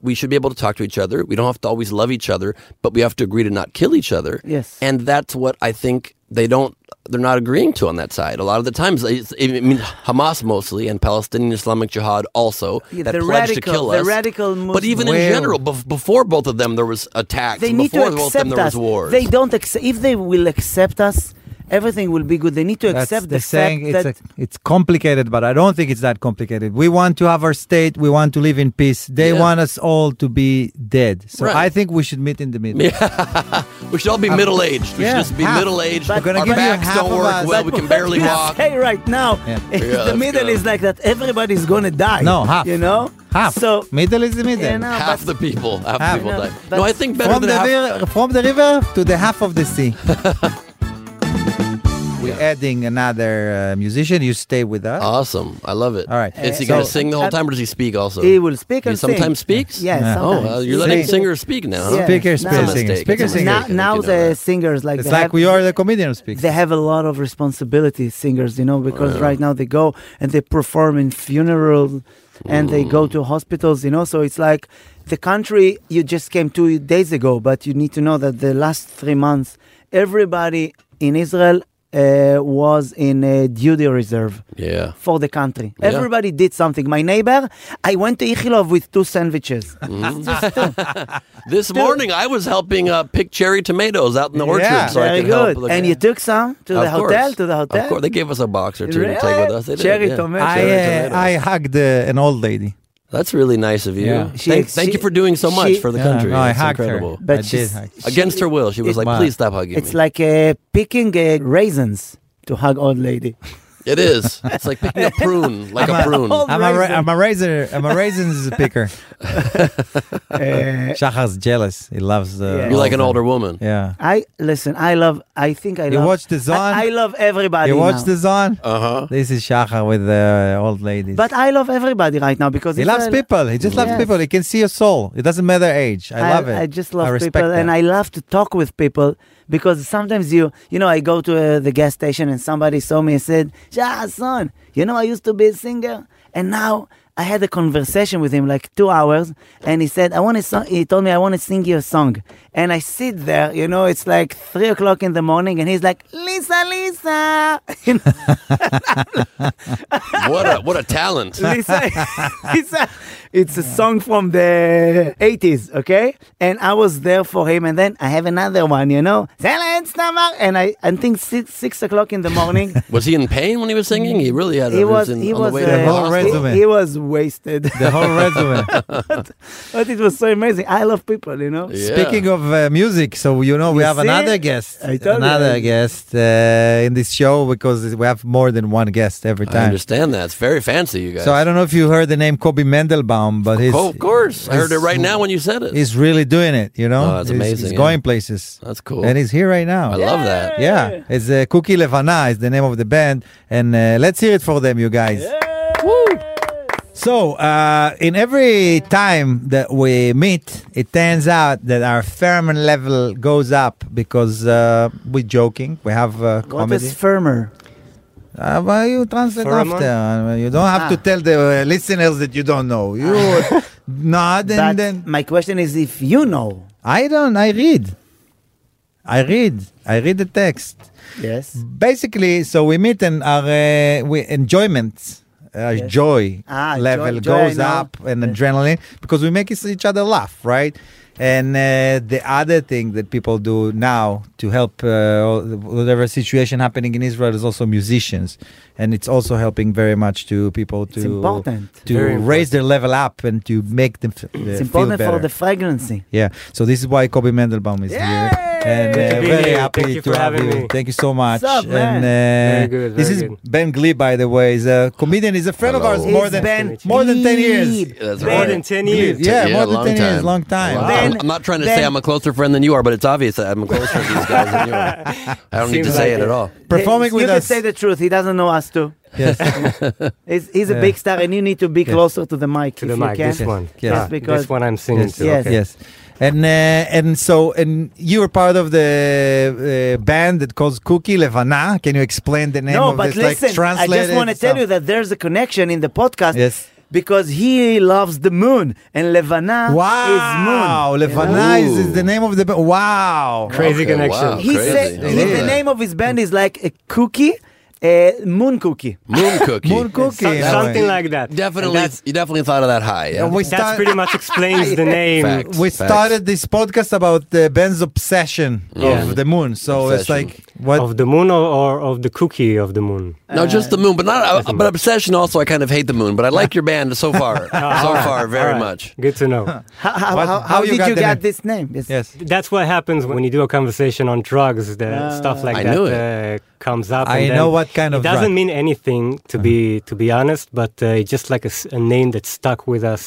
[SPEAKER 3] we should be able to talk to each other. We don't have to always love each other, but we have to agree to not kill each other.
[SPEAKER 4] Yes.
[SPEAKER 3] And that's what I think they don't, they're not agreeing to on that side. A lot of the times, it's- I mean, Hamas mostly and Palestinian Islamic Jihad also
[SPEAKER 4] Yeah,
[SPEAKER 3] that
[SPEAKER 4] the
[SPEAKER 3] pledged to
[SPEAKER 4] radical-
[SPEAKER 3] kill
[SPEAKER 4] the
[SPEAKER 3] us.
[SPEAKER 4] radical
[SPEAKER 3] but even
[SPEAKER 5] Well-
[SPEAKER 3] in general, bef- before both of them, there was attacks.
[SPEAKER 4] They
[SPEAKER 3] and
[SPEAKER 4] need to
[SPEAKER 3] before both of them,
[SPEAKER 4] accept
[SPEAKER 3] there
[SPEAKER 4] us.
[SPEAKER 3] was wars.
[SPEAKER 4] They don't accept. If they will accept us, everything will be good. They need to accept the fact
[SPEAKER 5] it's
[SPEAKER 4] that
[SPEAKER 5] a- it's complicated, but I don't think it's that complicated. We want to have our state. We want to live in peace. They
[SPEAKER 3] Yeah.
[SPEAKER 5] want us all to be dead. So
[SPEAKER 3] Right.
[SPEAKER 5] I think we should meet in the middle.
[SPEAKER 3] we should all be middle aged. We
[SPEAKER 5] yeah,
[SPEAKER 3] should just be
[SPEAKER 5] half.
[SPEAKER 3] middle aged.
[SPEAKER 5] We're
[SPEAKER 3] Our
[SPEAKER 5] gonna give you
[SPEAKER 3] backs
[SPEAKER 5] half
[SPEAKER 3] don't
[SPEAKER 5] of
[SPEAKER 3] work
[SPEAKER 5] us.
[SPEAKER 3] well. We can barely
[SPEAKER 4] What [LAUGHS] you
[SPEAKER 3] walk.
[SPEAKER 4] Say right now, [LAUGHS]
[SPEAKER 5] Yeah.
[SPEAKER 4] is
[SPEAKER 3] Yeah,
[SPEAKER 4] the
[SPEAKER 3] that's
[SPEAKER 4] middle
[SPEAKER 3] good.
[SPEAKER 4] is like that. Everybody's gonna die.
[SPEAKER 5] No, half.
[SPEAKER 4] You know,
[SPEAKER 5] [LAUGHS] Half.
[SPEAKER 4] So
[SPEAKER 5] middle is the middle.
[SPEAKER 4] Yeah, no,
[SPEAKER 3] Half
[SPEAKER 4] but-
[SPEAKER 3] the people.
[SPEAKER 5] Half.
[SPEAKER 3] Half, the people
[SPEAKER 4] No,
[SPEAKER 3] died. No,
[SPEAKER 4] that's-
[SPEAKER 3] I think better
[SPEAKER 5] From
[SPEAKER 3] than
[SPEAKER 5] the
[SPEAKER 3] half. [LAUGHS]
[SPEAKER 5] river, from the river to the half of the sea.
[SPEAKER 3] We
[SPEAKER 5] adding another uh, musician. You stay with us.
[SPEAKER 3] Oh. Awesome. I love it.
[SPEAKER 5] All right.
[SPEAKER 3] Is he
[SPEAKER 4] So-
[SPEAKER 3] going to sing the whole time or does he speak also?
[SPEAKER 4] He will speak
[SPEAKER 3] He
[SPEAKER 4] and sing.
[SPEAKER 3] sometimes speaks?
[SPEAKER 4] Yes,
[SPEAKER 5] Yeah.
[SPEAKER 3] Oh,
[SPEAKER 4] sometimes.
[SPEAKER 3] well, you're letting
[SPEAKER 5] Sing.
[SPEAKER 3] singers speak now. Huh?
[SPEAKER 4] Yeah.
[SPEAKER 5] Speaker,
[SPEAKER 4] It's a
[SPEAKER 5] speaker,
[SPEAKER 3] mistake.
[SPEAKER 5] singer,
[SPEAKER 3] It's a
[SPEAKER 5] speaker,
[SPEAKER 3] mistake.
[SPEAKER 5] singer.
[SPEAKER 4] Now,
[SPEAKER 3] you
[SPEAKER 4] now
[SPEAKER 3] know
[SPEAKER 4] the
[SPEAKER 3] that.
[SPEAKER 4] singers like
[SPEAKER 5] It's
[SPEAKER 4] they
[SPEAKER 5] like
[SPEAKER 4] have-
[SPEAKER 5] we are the comedian who speaks.
[SPEAKER 4] they have a lot of responsibility singers you know because right now they go and they perform in funerals and they
[SPEAKER 3] Mm.
[SPEAKER 4] go to hospitals you know so it's like the country you just came two days ago but you need to know that the last three months everybody in israel uh, was in a duty reserve
[SPEAKER 3] Yeah.
[SPEAKER 4] for the country.
[SPEAKER 3] Yeah.
[SPEAKER 4] Everybody did something. My neighbor, I went to Ichilov with two sandwiches.
[SPEAKER 3] Mm. This morning I was helping uh, pick cherry tomatoes out in the orchard
[SPEAKER 5] Yeah.
[SPEAKER 3] so I
[SPEAKER 4] Very
[SPEAKER 3] could
[SPEAKER 4] good.
[SPEAKER 3] help. look
[SPEAKER 4] and
[SPEAKER 3] at-
[SPEAKER 4] you took some to the
[SPEAKER 3] Of course.
[SPEAKER 4] hotel, to the hotel.
[SPEAKER 3] Of course. They gave us a box or two to take with us. They did,
[SPEAKER 4] Cherry
[SPEAKER 3] yeah.
[SPEAKER 4] tomato.
[SPEAKER 5] I,
[SPEAKER 3] Cherry
[SPEAKER 5] uh,
[SPEAKER 3] tomatoes.
[SPEAKER 5] I hugged uh, an old lady.
[SPEAKER 3] That's really nice of you.
[SPEAKER 5] Yeah.
[SPEAKER 4] She-
[SPEAKER 3] thank, thank you
[SPEAKER 4] she-
[SPEAKER 3] for doing so much
[SPEAKER 4] she-
[SPEAKER 3] for the
[SPEAKER 5] Yeah,
[SPEAKER 3] country.
[SPEAKER 5] no, I
[SPEAKER 3] It's
[SPEAKER 5] hugged
[SPEAKER 3] incredible.
[SPEAKER 5] her.
[SPEAKER 4] But
[SPEAKER 5] I
[SPEAKER 4] she's-
[SPEAKER 5] did hug.
[SPEAKER 3] Against her will, she was like,
[SPEAKER 5] Wow.
[SPEAKER 3] "Please stop hugging
[SPEAKER 4] It's
[SPEAKER 3] me."
[SPEAKER 4] like uh, picking uh, raisins to hug old lady.
[SPEAKER 3] it
[SPEAKER 4] [LAUGHS]
[SPEAKER 3] is. It's like picking a prune, like a prune.
[SPEAKER 4] old-
[SPEAKER 5] I'm a, ra-
[SPEAKER 4] Raisin.
[SPEAKER 5] I'm a razor. I'm a raisins [LAUGHS]
[SPEAKER 4] [LAUGHS]
[SPEAKER 5] picker.
[SPEAKER 4] Uh,
[SPEAKER 5] Shahar's jealous. He loves. Uh,
[SPEAKER 4] Yeah.
[SPEAKER 3] You're like an
[SPEAKER 5] all
[SPEAKER 3] older woman.
[SPEAKER 5] the- Yeah.
[SPEAKER 4] I listen. I love. I think I love.
[SPEAKER 5] You watch the Zon?
[SPEAKER 4] I, I love everybody.
[SPEAKER 5] You watch
[SPEAKER 4] now.
[SPEAKER 5] this on?
[SPEAKER 3] Uh huh.
[SPEAKER 5] This is Shahar with the old ladies.
[SPEAKER 4] But I love everybody right now because
[SPEAKER 5] he
[SPEAKER 4] Israel-
[SPEAKER 5] loves people. He just loves
[SPEAKER 4] Yes.
[SPEAKER 5] people. He can see your soul. It doesn't matter age. I, love it.
[SPEAKER 4] I just love
[SPEAKER 5] I respect
[SPEAKER 4] people, and
[SPEAKER 5] that.
[SPEAKER 4] I love to talk with people because sometimes you, you know, I go to uh, the gas station and somebody saw me and said, "Ja, son, you know, I used to be a singer, and now." I had a conversation with him like two hours, and he said, "I want to." Song. He told me, "I want to sing you a song," and I sit there. You know, it's like three o'clock in the morning, and he's like, "Lisa, Lisa," [LAUGHS] you know,
[SPEAKER 3] What a what a
[SPEAKER 5] [LAUGHS]
[SPEAKER 3] talent.
[SPEAKER 4] Lisa, Lisa, it's a song from the 80s, okay? And I was there for him, and then I have another one, you know? And I, I think six, six o'clock in the
[SPEAKER 5] [LAUGHS]
[SPEAKER 4] morning,
[SPEAKER 3] Was he in pain when he was singing? He really had.
[SPEAKER 4] he
[SPEAKER 3] a
[SPEAKER 4] was,
[SPEAKER 3] in,
[SPEAKER 4] he
[SPEAKER 3] on
[SPEAKER 4] was,
[SPEAKER 3] the way
[SPEAKER 4] uh,
[SPEAKER 3] to the
[SPEAKER 5] The whole
[SPEAKER 3] hospital.
[SPEAKER 5] resume.
[SPEAKER 4] he, he was wasted.
[SPEAKER 5] the whole resume.
[SPEAKER 4] [LAUGHS] but it was so amazing. I love people, you know?
[SPEAKER 3] Yeah.
[SPEAKER 5] Speaking of uh, music, so you know we
[SPEAKER 4] You
[SPEAKER 5] have
[SPEAKER 4] see?
[SPEAKER 5] another guest,
[SPEAKER 4] I told you.
[SPEAKER 5] another guest uh, in this show because we have more than one guest every
[SPEAKER 3] I
[SPEAKER 5] time.
[SPEAKER 3] understand that. It's very fancy, you guys.
[SPEAKER 5] so I don't know if you heard the name Kobe Mendelbaum, but he's
[SPEAKER 3] oh, of course, I heard it
[SPEAKER 5] he's-
[SPEAKER 3] right now when you said it.
[SPEAKER 5] He's really doing it, you know.
[SPEAKER 3] Oh, that's
[SPEAKER 5] He's-
[SPEAKER 3] amazing,
[SPEAKER 5] He's
[SPEAKER 3] yeah.
[SPEAKER 5] going places,
[SPEAKER 3] That's cool.
[SPEAKER 5] and he's here right now.
[SPEAKER 3] I love that.
[SPEAKER 5] yeah, it's uh, Cookie Levana is the name of the band, and uh, let's hear it for them, you guys. So, uh, in every time that we meet, it turns out that our pheromone level goes up because uh, we're joking. We have uh,
[SPEAKER 4] What
[SPEAKER 5] comedy.
[SPEAKER 4] is firmer?
[SPEAKER 5] uh, well, you translate
[SPEAKER 1] Pheromone?
[SPEAKER 5] after. Uh, You don't have to
[SPEAKER 4] Ah.
[SPEAKER 5] tell the uh, listeners that you don't know. You [LAUGHS] nod
[SPEAKER 4] But
[SPEAKER 5] and then
[SPEAKER 4] my question is if you know.
[SPEAKER 5] I don't. I read. I read. I read the text.
[SPEAKER 4] Yes.
[SPEAKER 5] Basically, so we meet and our uh, we enjoyment, uh,
[SPEAKER 4] Yes.
[SPEAKER 5] joy
[SPEAKER 4] Ah,
[SPEAKER 5] level
[SPEAKER 4] joy- joy,
[SPEAKER 5] goes
[SPEAKER 4] I know.
[SPEAKER 5] up and adrenaline because we make each other laugh, right? And uh, the other thing that people do now to help uh, all- whatever situation happening in Israel is also musicians, and it's also helping very much to people to
[SPEAKER 4] It's important.
[SPEAKER 5] to
[SPEAKER 3] Very
[SPEAKER 5] raise their level up and to make them. F- uh,
[SPEAKER 4] It's
[SPEAKER 5] feel
[SPEAKER 4] important
[SPEAKER 5] better.
[SPEAKER 4] for the fragrancy.
[SPEAKER 5] Yeah. So this is why Kobe Mendelbaum is here, and
[SPEAKER 1] Good to
[SPEAKER 5] uh,
[SPEAKER 1] be
[SPEAKER 5] very
[SPEAKER 1] here.
[SPEAKER 5] happy
[SPEAKER 1] Thank you
[SPEAKER 5] to
[SPEAKER 1] for
[SPEAKER 5] have
[SPEAKER 1] having
[SPEAKER 5] you.
[SPEAKER 1] me.
[SPEAKER 5] Thank you so much.
[SPEAKER 4] What's up, man?
[SPEAKER 5] And uh,
[SPEAKER 1] Very good,
[SPEAKER 5] this
[SPEAKER 1] very
[SPEAKER 5] is
[SPEAKER 1] good.
[SPEAKER 5] Ben Glee, by the way. He's a comedian. He's a friend
[SPEAKER 3] Hello.
[SPEAKER 5] of ours more
[SPEAKER 4] It's
[SPEAKER 5] than
[SPEAKER 4] Ben
[SPEAKER 5] more than ten years.
[SPEAKER 4] Glee.
[SPEAKER 3] That's
[SPEAKER 1] More
[SPEAKER 3] right.
[SPEAKER 1] than 10 years.
[SPEAKER 5] Yeah, more than
[SPEAKER 3] long
[SPEAKER 5] 10 years, long time.
[SPEAKER 3] Wow.
[SPEAKER 4] Ben-
[SPEAKER 3] I'm not trying to say
[SPEAKER 4] Ben-
[SPEAKER 3] I'm a closer friend than you are, but it's obvious that I'm closer to these guys than you are. I don't need to
[SPEAKER 1] Seems
[SPEAKER 3] say
[SPEAKER 1] like
[SPEAKER 3] it at
[SPEAKER 1] it.
[SPEAKER 3] all.
[SPEAKER 5] Performing
[SPEAKER 4] you
[SPEAKER 5] with
[SPEAKER 4] can
[SPEAKER 5] us.
[SPEAKER 4] say the truth. He doesn't know us too.
[SPEAKER 5] Yes.
[SPEAKER 4] He's, he's
[SPEAKER 5] Yeah.
[SPEAKER 4] a big star, and you need to be closer to the mic
[SPEAKER 1] To
[SPEAKER 4] if
[SPEAKER 1] the
[SPEAKER 4] you
[SPEAKER 1] mic,
[SPEAKER 4] can.
[SPEAKER 1] this one.
[SPEAKER 5] Yes,
[SPEAKER 1] Ah,
[SPEAKER 4] because-
[SPEAKER 1] this one I'm singing
[SPEAKER 5] yes.
[SPEAKER 1] to.
[SPEAKER 4] [LAUGHS] Yes.
[SPEAKER 1] okay.
[SPEAKER 5] Yes. And uh, and so and you were part of the uh, band that calls Cookie Levana. Can you explain the name
[SPEAKER 4] No,
[SPEAKER 5] of
[SPEAKER 4] but
[SPEAKER 5] this?
[SPEAKER 4] listen,
[SPEAKER 5] like
[SPEAKER 4] I just
[SPEAKER 5] translated
[SPEAKER 4] want to tell
[SPEAKER 5] stuff?
[SPEAKER 4] you that there's a connection in the podcast.
[SPEAKER 5] Yes.
[SPEAKER 4] Because he loves the moon, and Levana
[SPEAKER 5] Wow,
[SPEAKER 4] is moon.
[SPEAKER 5] Levana is, is
[SPEAKER 3] Ooh.
[SPEAKER 5] the name of the band. Wow,
[SPEAKER 1] Crazy
[SPEAKER 3] Okay,
[SPEAKER 1] connection.
[SPEAKER 3] wow.
[SPEAKER 4] He
[SPEAKER 3] Crazy.
[SPEAKER 4] said
[SPEAKER 3] I
[SPEAKER 4] he-
[SPEAKER 3] love
[SPEAKER 4] the
[SPEAKER 3] that.
[SPEAKER 4] name of his band is like a cookie, a moon cookie.
[SPEAKER 3] Moon cookie.
[SPEAKER 5] Moon Cookie.
[SPEAKER 1] Some-
[SPEAKER 5] in a way.
[SPEAKER 1] something like that.
[SPEAKER 3] Definitely,
[SPEAKER 1] And That's,
[SPEAKER 3] you definitely thought of that high. Yeah?
[SPEAKER 5] And we
[SPEAKER 1] that's
[SPEAKER 5] start,
[SPEAKER 1] pretty much explains the name.
[SPEAKER 3] [LAUGHS] Fact.
[SPEAKER 5] we
[SPEAKER 3] Facts.
[SPEAKER 5] started this podcast about uh, Ben's obsession
[SPEAKER 3] Yeah.
[SPEAKER 5] of the moon. So it's
[SPEAKER 3] Obsession.
[SPEAKER 5] like what
[SPEAKER 1] Of the moon or, or of the cookie of the moon?
[SPEAKER 3] No, just the moon, but not. Uh, but obsession also. I kind of hate the moon, but I like your band so
[SPEAKER 1] [LAUGHS]
[SPEAKER 3] far. so far, very
[SPEAKER 1] Ah, Alright,
[SPEAKER 3] much.
[SPEAKER 1] Good to
[SPEAKER 3] [LAUGHS]
[SPEAKER 1] know.
[SPEAKER 4] How, how,
[SPEAKER 5] What-
[SPEAKER 4] how,
[SPEAKER 5] how
[SPEAKER 4] how
[SPEAKER 5] you
[SPEAKER 4] did
[SPEAKER 5] got
[SPEAKER 4] you
[SPEAKER 5] the
[SPEAKER 4] get
[SPEAKER 5] name?
[SPEAKER 4] this name? Yes.
[SPEAKER 5] yes.
[SPEAKER 1] That's what happens when you do a conversation on drugs. The stuff like
[SPEAKER 3] I
[SPEAKER 1] that
[SPEAKER 3] knew
[SPEAKER 1] Uh, comes up.
[SPEAKER 5] Ah. I
[SPEAKER 1] and then
[SPEAKER 5] know what kind of
[SPEAKER 1] It doesn't
[SPEAKER 5] drug.
[SPEAKER 1] mean anything to be to be honest, but uh, it's just like a, s- a name that stuck with us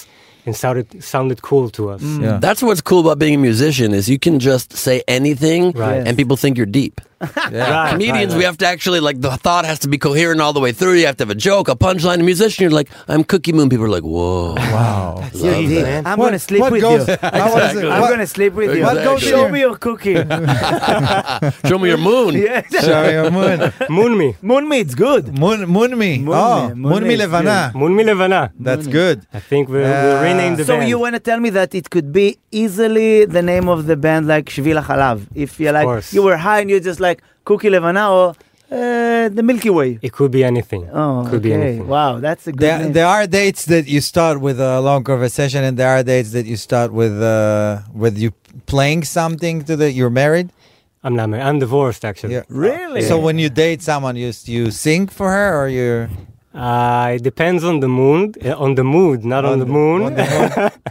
[SPEAKER 1] and sounded sounded cool to us.
[SPEAKER 5] Yeah.
[SPEAKER 3] That's what's cool about being a musician is you can just say anything,
[SPEAKER 1] Right. [LAUGHS]
[SPEAKER 3] and people think you're deep.
[SPEAKER 5] Yeah.
[SPEAKER 1] Right,
[SPEAKER 3] Comedians,
[SPEAKER 1] right,
[SPEAKER 3] we
[SPEAKER 1] right.
[SPEAKER 3] have to actually like the thought has to be coherent all the way through. You have to have a joke, a punchline. A musician, you're like, I'm Cookie Moon. People are like, whoa, [LAUGHS]
[SPEAKER 5] Wow.
[SPEAKER 4] You
[SPEAKER 3] Love
[SPEAKER 4] did.
[SPEAKER 1] that.
[SPEAKER 4] I'm
[SPEAKER 5] What-
[SPEAKER 4] gonna sleep
[SPEAKER 5] what
[SPEAKER 4] with
[SPEAKER 5] goes- [LAUGHS]
[SPEAKER 4] you.
[SPEAKER 5] how was it?
[SPEAKER 4] I'm
[SPEAKER 5] What-
[SPEAKER 4] gonna sleep with you.
[SPEAKER 5] What goes
[SPEAKER 4] Show
[SPEAKER 5] here?
[SPEAKER 4] me your cookie.
[SPEAKER 3] show me your moon.
[SPEAKER 4] yes.
[SPEAKER 5] Sorry, uh, moon.
[SPEAKER 1] moon me.
[SPEAKER 4] Moon meat's good.
[SPEAKER 5] Moon, moon me.
[SPEAKER 4] Moon
[SPEAKER 5] oh,
[SPEAKER 4] me, moon
[SPEAKER 5] moon
[SPEAKER 4] me
[SPEAKER 5] me
[SPEAKER 4] is
[SPEAKER 5] levana.
[SPEAKER 1] Moon me levana.
[SPEAKER 5] That's good.
[SPEAKER 1] I think we'll, we'll
[SPEAKER 5] Uh,
[SPEAKER 1] rename the
[SPEAKER 4] So
[SPEAKER 1] band.
[SPEAKER 4] you want to tell me that it could be easily the name of the band like Shvil Halav? If you're like
[SPEAKER 1] course.
[SPEAKER 4] you were high and you're just like Cookie Levana or uh, the Milky Way.
[SPEAKER 1] it could be anything.
[SPEAKER 4] Oh,
[SPEAKER 1] could be
[SPEAKER 4] okay.
[SPEAKER 1] anything.
[SPEAKER 4] Wow, that's a good.
[SPEAKER 5] There,
[SPEAKER 4] name.
[SPEAKER 5] there are dates that you start with a long conversation, and there are dates that you start with uh, with you playing something to the you're married.
[SPEAKER 1] I'm not married. I'm divorced actually.
[SPEAKER 5] Yeah.
[SPEAKER 4] Really?
[SPEAKER 5] So when you date someone, you s- you sing for her or you
[SPEAKER 1] Uh, it depends on the moon, uh, on the mood, not on, the moon.
[SPEAKER 5] on the
[SPEAKER 1] [LAUGHS]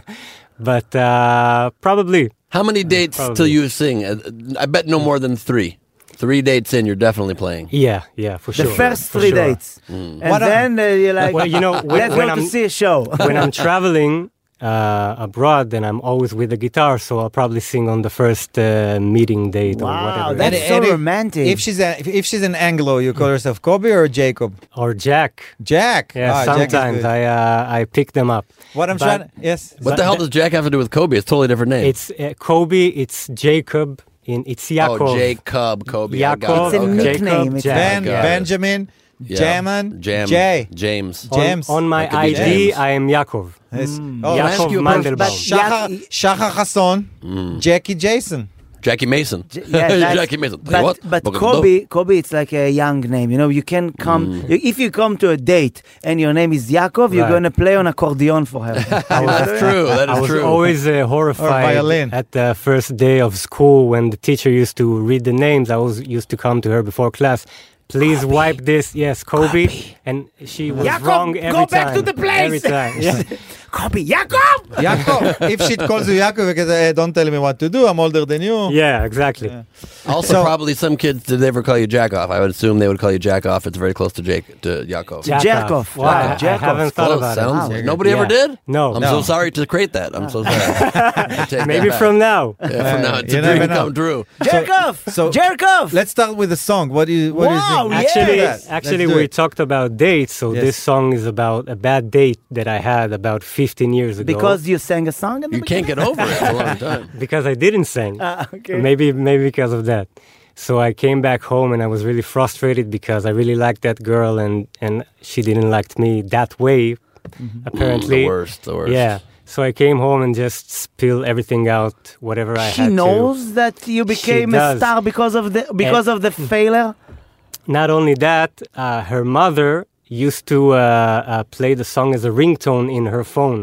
[SPEAKER 1] but uh, probably
[SPEAKER 3] How many dates till
[SPEAKER 1] probably.
[SPEAKER 3] you sing? Uh, I bet no more than three. Three dates in, you're definitely playing.
[SPEAKER 1] Yeah, yeah, for
[SPEAKER 4] the
[SPEAKER 1] sure.
[SPEAKER 4] first
[SPEAKER 1] for
[SPEAKER 4] three
[SPEAKER 1] sure.
[SPEAKER 4] dates,
[SPEAKER 3] Hmm.
[SPEAKER 4] and
[SPEAKER 5] What are-
[SPEAKER 4] then uh, you're like,
[SPEAKER 1] Well, you
[SPEAKER 4] [LAUGHS]
[SPEAKER 1] know, when-
[SPEAKER 4] let's
[SPEAKER 1] when
[SPEAKER 4] go to
[SPEAKER 1] I'm-
[SPEAKER 4] see a
[SPEAKER 1] [LAUGHS]
[SPEAKER 4] show.
[SPEAKER 1] when
[SPEAKER 4] [LAUGHS]
[SPEAKER 1] I'm traveling uh, abroad, then I'm always with the guitar, so I'll probably sing on the first uh, meeting date or
[SPEAKER 4] wow,
[SPEAKER 1] whatever.
[SPEAKER 4] that's
[SPEAKER 5] And-
[SPEAKER 4] so
[SPEAKER 5] and if-
[SPEAKER 4] romantic.
[SPEAKER 5] If she's a, if, if she's an Anglo, you call yourself Kobe or Jacob?
[SPEAKER 1] or Jack.
[SPEAKER 5] Jack.
[SPEAKER 1] Yeah,
[SPEAKER 5] Ah, Jack is
[SPEAKER 1] sometimes
[SPEAKER 5] good.
[SPEAKER 1] I uh, I pick them up.
[SPEAKER 5] what I'm
[SPEAKER 1] but-
[SPEAKER 5] trying. Yes.
[SPEAKER 3] What the hell does Jack have to do with Kobe? It's a totally different name.
[SPEAKER 1] It's uh, Kobe. It's Jacob. In it's Yaakov.
[SPEAKER 3] Oh, Jacob Kobe. I got
[SPEAKER 4] It's
[SPEAKER 1] Yaakov.
[SPEAKER 3] it.
[SPEAKER 4] a
[SPEAKER 1] Jacob,
[SPEAKER 3] Okay.
[SPEAKER 4] nickname, it's
[SPEAKER 1] Jack.
[SPEAKER 5] ben,
[SPEAKER 3] got it.
[SPEAKER 5] Benjamin,
[SPEAKER 3] Yeah.
[SPEAKER 5] Jaman,
[SPEAKER 3] Jam,
[SPEAKER 5] Jay.
[SPEAKER 3] James.
[SPEAKER 1] On-
[SPEAKER 5] James.
[SPEAKER 1] On, my
[SPEAKER 3] It could be
[SPEAKER 1] ID,
[SPEAKER 3] James.
[SPEAKER 1] I am Yaakov.
[SPEAKER 5] Yes.
[SPEAKER 1] Oh,
[SPEAKER 5] Oh,
[SPEAKER 3] Yeah. ask
[SPEAKER 1] Yaakov
[SPEAKER 3] you a question,
[SPEAKER 1] Mandelbaum.
[SPEAKER 4] but-
[SPEAKER 5] Shahar,
[SPEAKER 4] Yeah.
[SPEAKER 3] [LAUGHS]
[SPEAKER 5] Shahar Hassan, Jackie Jason.
[SPEAKER 3] Jackie Mason.
[SPEAKER 4] J- yeah,
[SPEAKER 3] [LAUGHS]
[SPEAKER 4] that's-
[SPEAKER 3] Jackie Mason. Tell you
[SPEAKER 4] But,
[SPEAKER 3] what,
[SPEAKER 4] but
[SPEAKER 3] Boca Boca.
[SPEAKER 4] Kobe, Kobe, it's like a young name. You know, you can
[SPEAKER 3] Hmm.
[SPEAKER 4] come you- if you come to a date and your name is Yaakov, you're
[SPEAKER 1] Right.
[SPEAKER 4] going to play on accordion for her. [LAUGHS]
[SPEAKER 1] I was- [LAUGHS]
[SPEAKER 3] That's true. That is
[SPEAKER 1] I was
[SPEAKER 3] true.
[SPEAKER 1] always uh, horrified
[SPEAKER 5] violin.
[SPEAKER 1] at the first day of school when the teacher used to read the names. I was used to come to her before class. Please wipe this. Yes, Kobe. And she was
[SPEAKER 4] Jakob,
[SPEAKER 1] wrong
[SPEAKER 4] go
[SPEAKER 1] every time.
[SPEAKER 4] back to the place.
[SPEAKER 1] Every time. Yeah.
[SPEAKER 4] Kobe, Yaakov.
[SPEAKER 5] Yaakov. if she calls you Yaakov, because hey, don't tell me what to do. I'm older than you.
[SPEAKER 1] yeah, exactly.
[SPEAKER 3] Also,
[SPEAKER 5] So-
[SPEAKER 3] probably some kids did they ever call you Jack off? I would assume they would call you Jack off. It's very close to Jake to Yakov.
[SPEAKER 1] Jakob.
[SPEAKER 4] Jerkov.
[SPEAKER 1] Wow, I- I
[SPEAKER 4] Jerkov.
[SPEAKER 1] haven't thought
[SPEAKER 3] Close,
[SPEAKER 1] about
[SPEAKER 3] sounds
[SPEAKER 1] it.
[SPEAKER 3] like- nobody ever
[SPEAKER 1] Yeah.
[SPEAKER 3] did.
[SPEAKER 1] No.
[SPEAKER 3] I'm so
[SPEAKER 5] No.
[SPEAKER 3] sorry to create that. I'm
[SPEAKER 1] [LAUGHS]
[SPEAKER 3] so sorry.
[SPEAKER 1] Maybe from now.
[SPEAKER 3] yeah, from now it's
[SPEAKER 5] You
[SPEAKER 3] a
[SPEAKER 5] never
[SPEAKER 3] dream
[SPEAKER 5] know.
[SPEAKER 3] come true.
[SPEAKER 4] Jerkov.
[SPEAKER 5] so-
[SPEAKER 4] Jerkov.
[SPEAKER 5] Let's start with the song. What do you? What do
[SPEAKER 4] Wow,
[SPEAKER 5] you think?
[SPEAKER 4] yeah.
[SPEAKER 1] Actually,
[SPEAKER 5] Yes.
[SPEAKER 1] actually,
[SPEAKER 5] Oh, Let's do
[SPEAKER 1] we
[SPEAKER 5] it.
[SPEAKER 1] talked about dates, so
[SPEAKER 5] Yes.
[SPEAKER 1] this song is about a bad date that I had about 15 years ago.
[SPEAKER 4] because you sang a song. In the
[SPEAKER 3] You can't get over it. It's a
[SPEAKER 1] [LAUGHS]
[SPEAKER 3] long time.
[SPEAKER 1] because I didn't sing.
[SPEAKER 4] Ah, okay.
[SPEAKER 1] Maybe maybe because of that. So I came back home and I was really frustrated because I really liked that girl and and she didn't like me that way, apparently.
[SPEAKER 3] Mm, the worst. The worst.
[SPEAKER 1] Yeah. So I came home and just spill everything out, whatever I
[SPEAKER 4] She
[SPEAKER 1] had
[SPEAKER 4] knows that you became a
[SPEAKER 1] does.
[SPEAKER 4] star because of the because of the failure.
[SPEAKER 1] to. Not only that, uh, her mother used to uh, uh, play the song as a ringtone in her
[SPEAKER 5] [LAUGHS]
[SPEAKER 1] phone.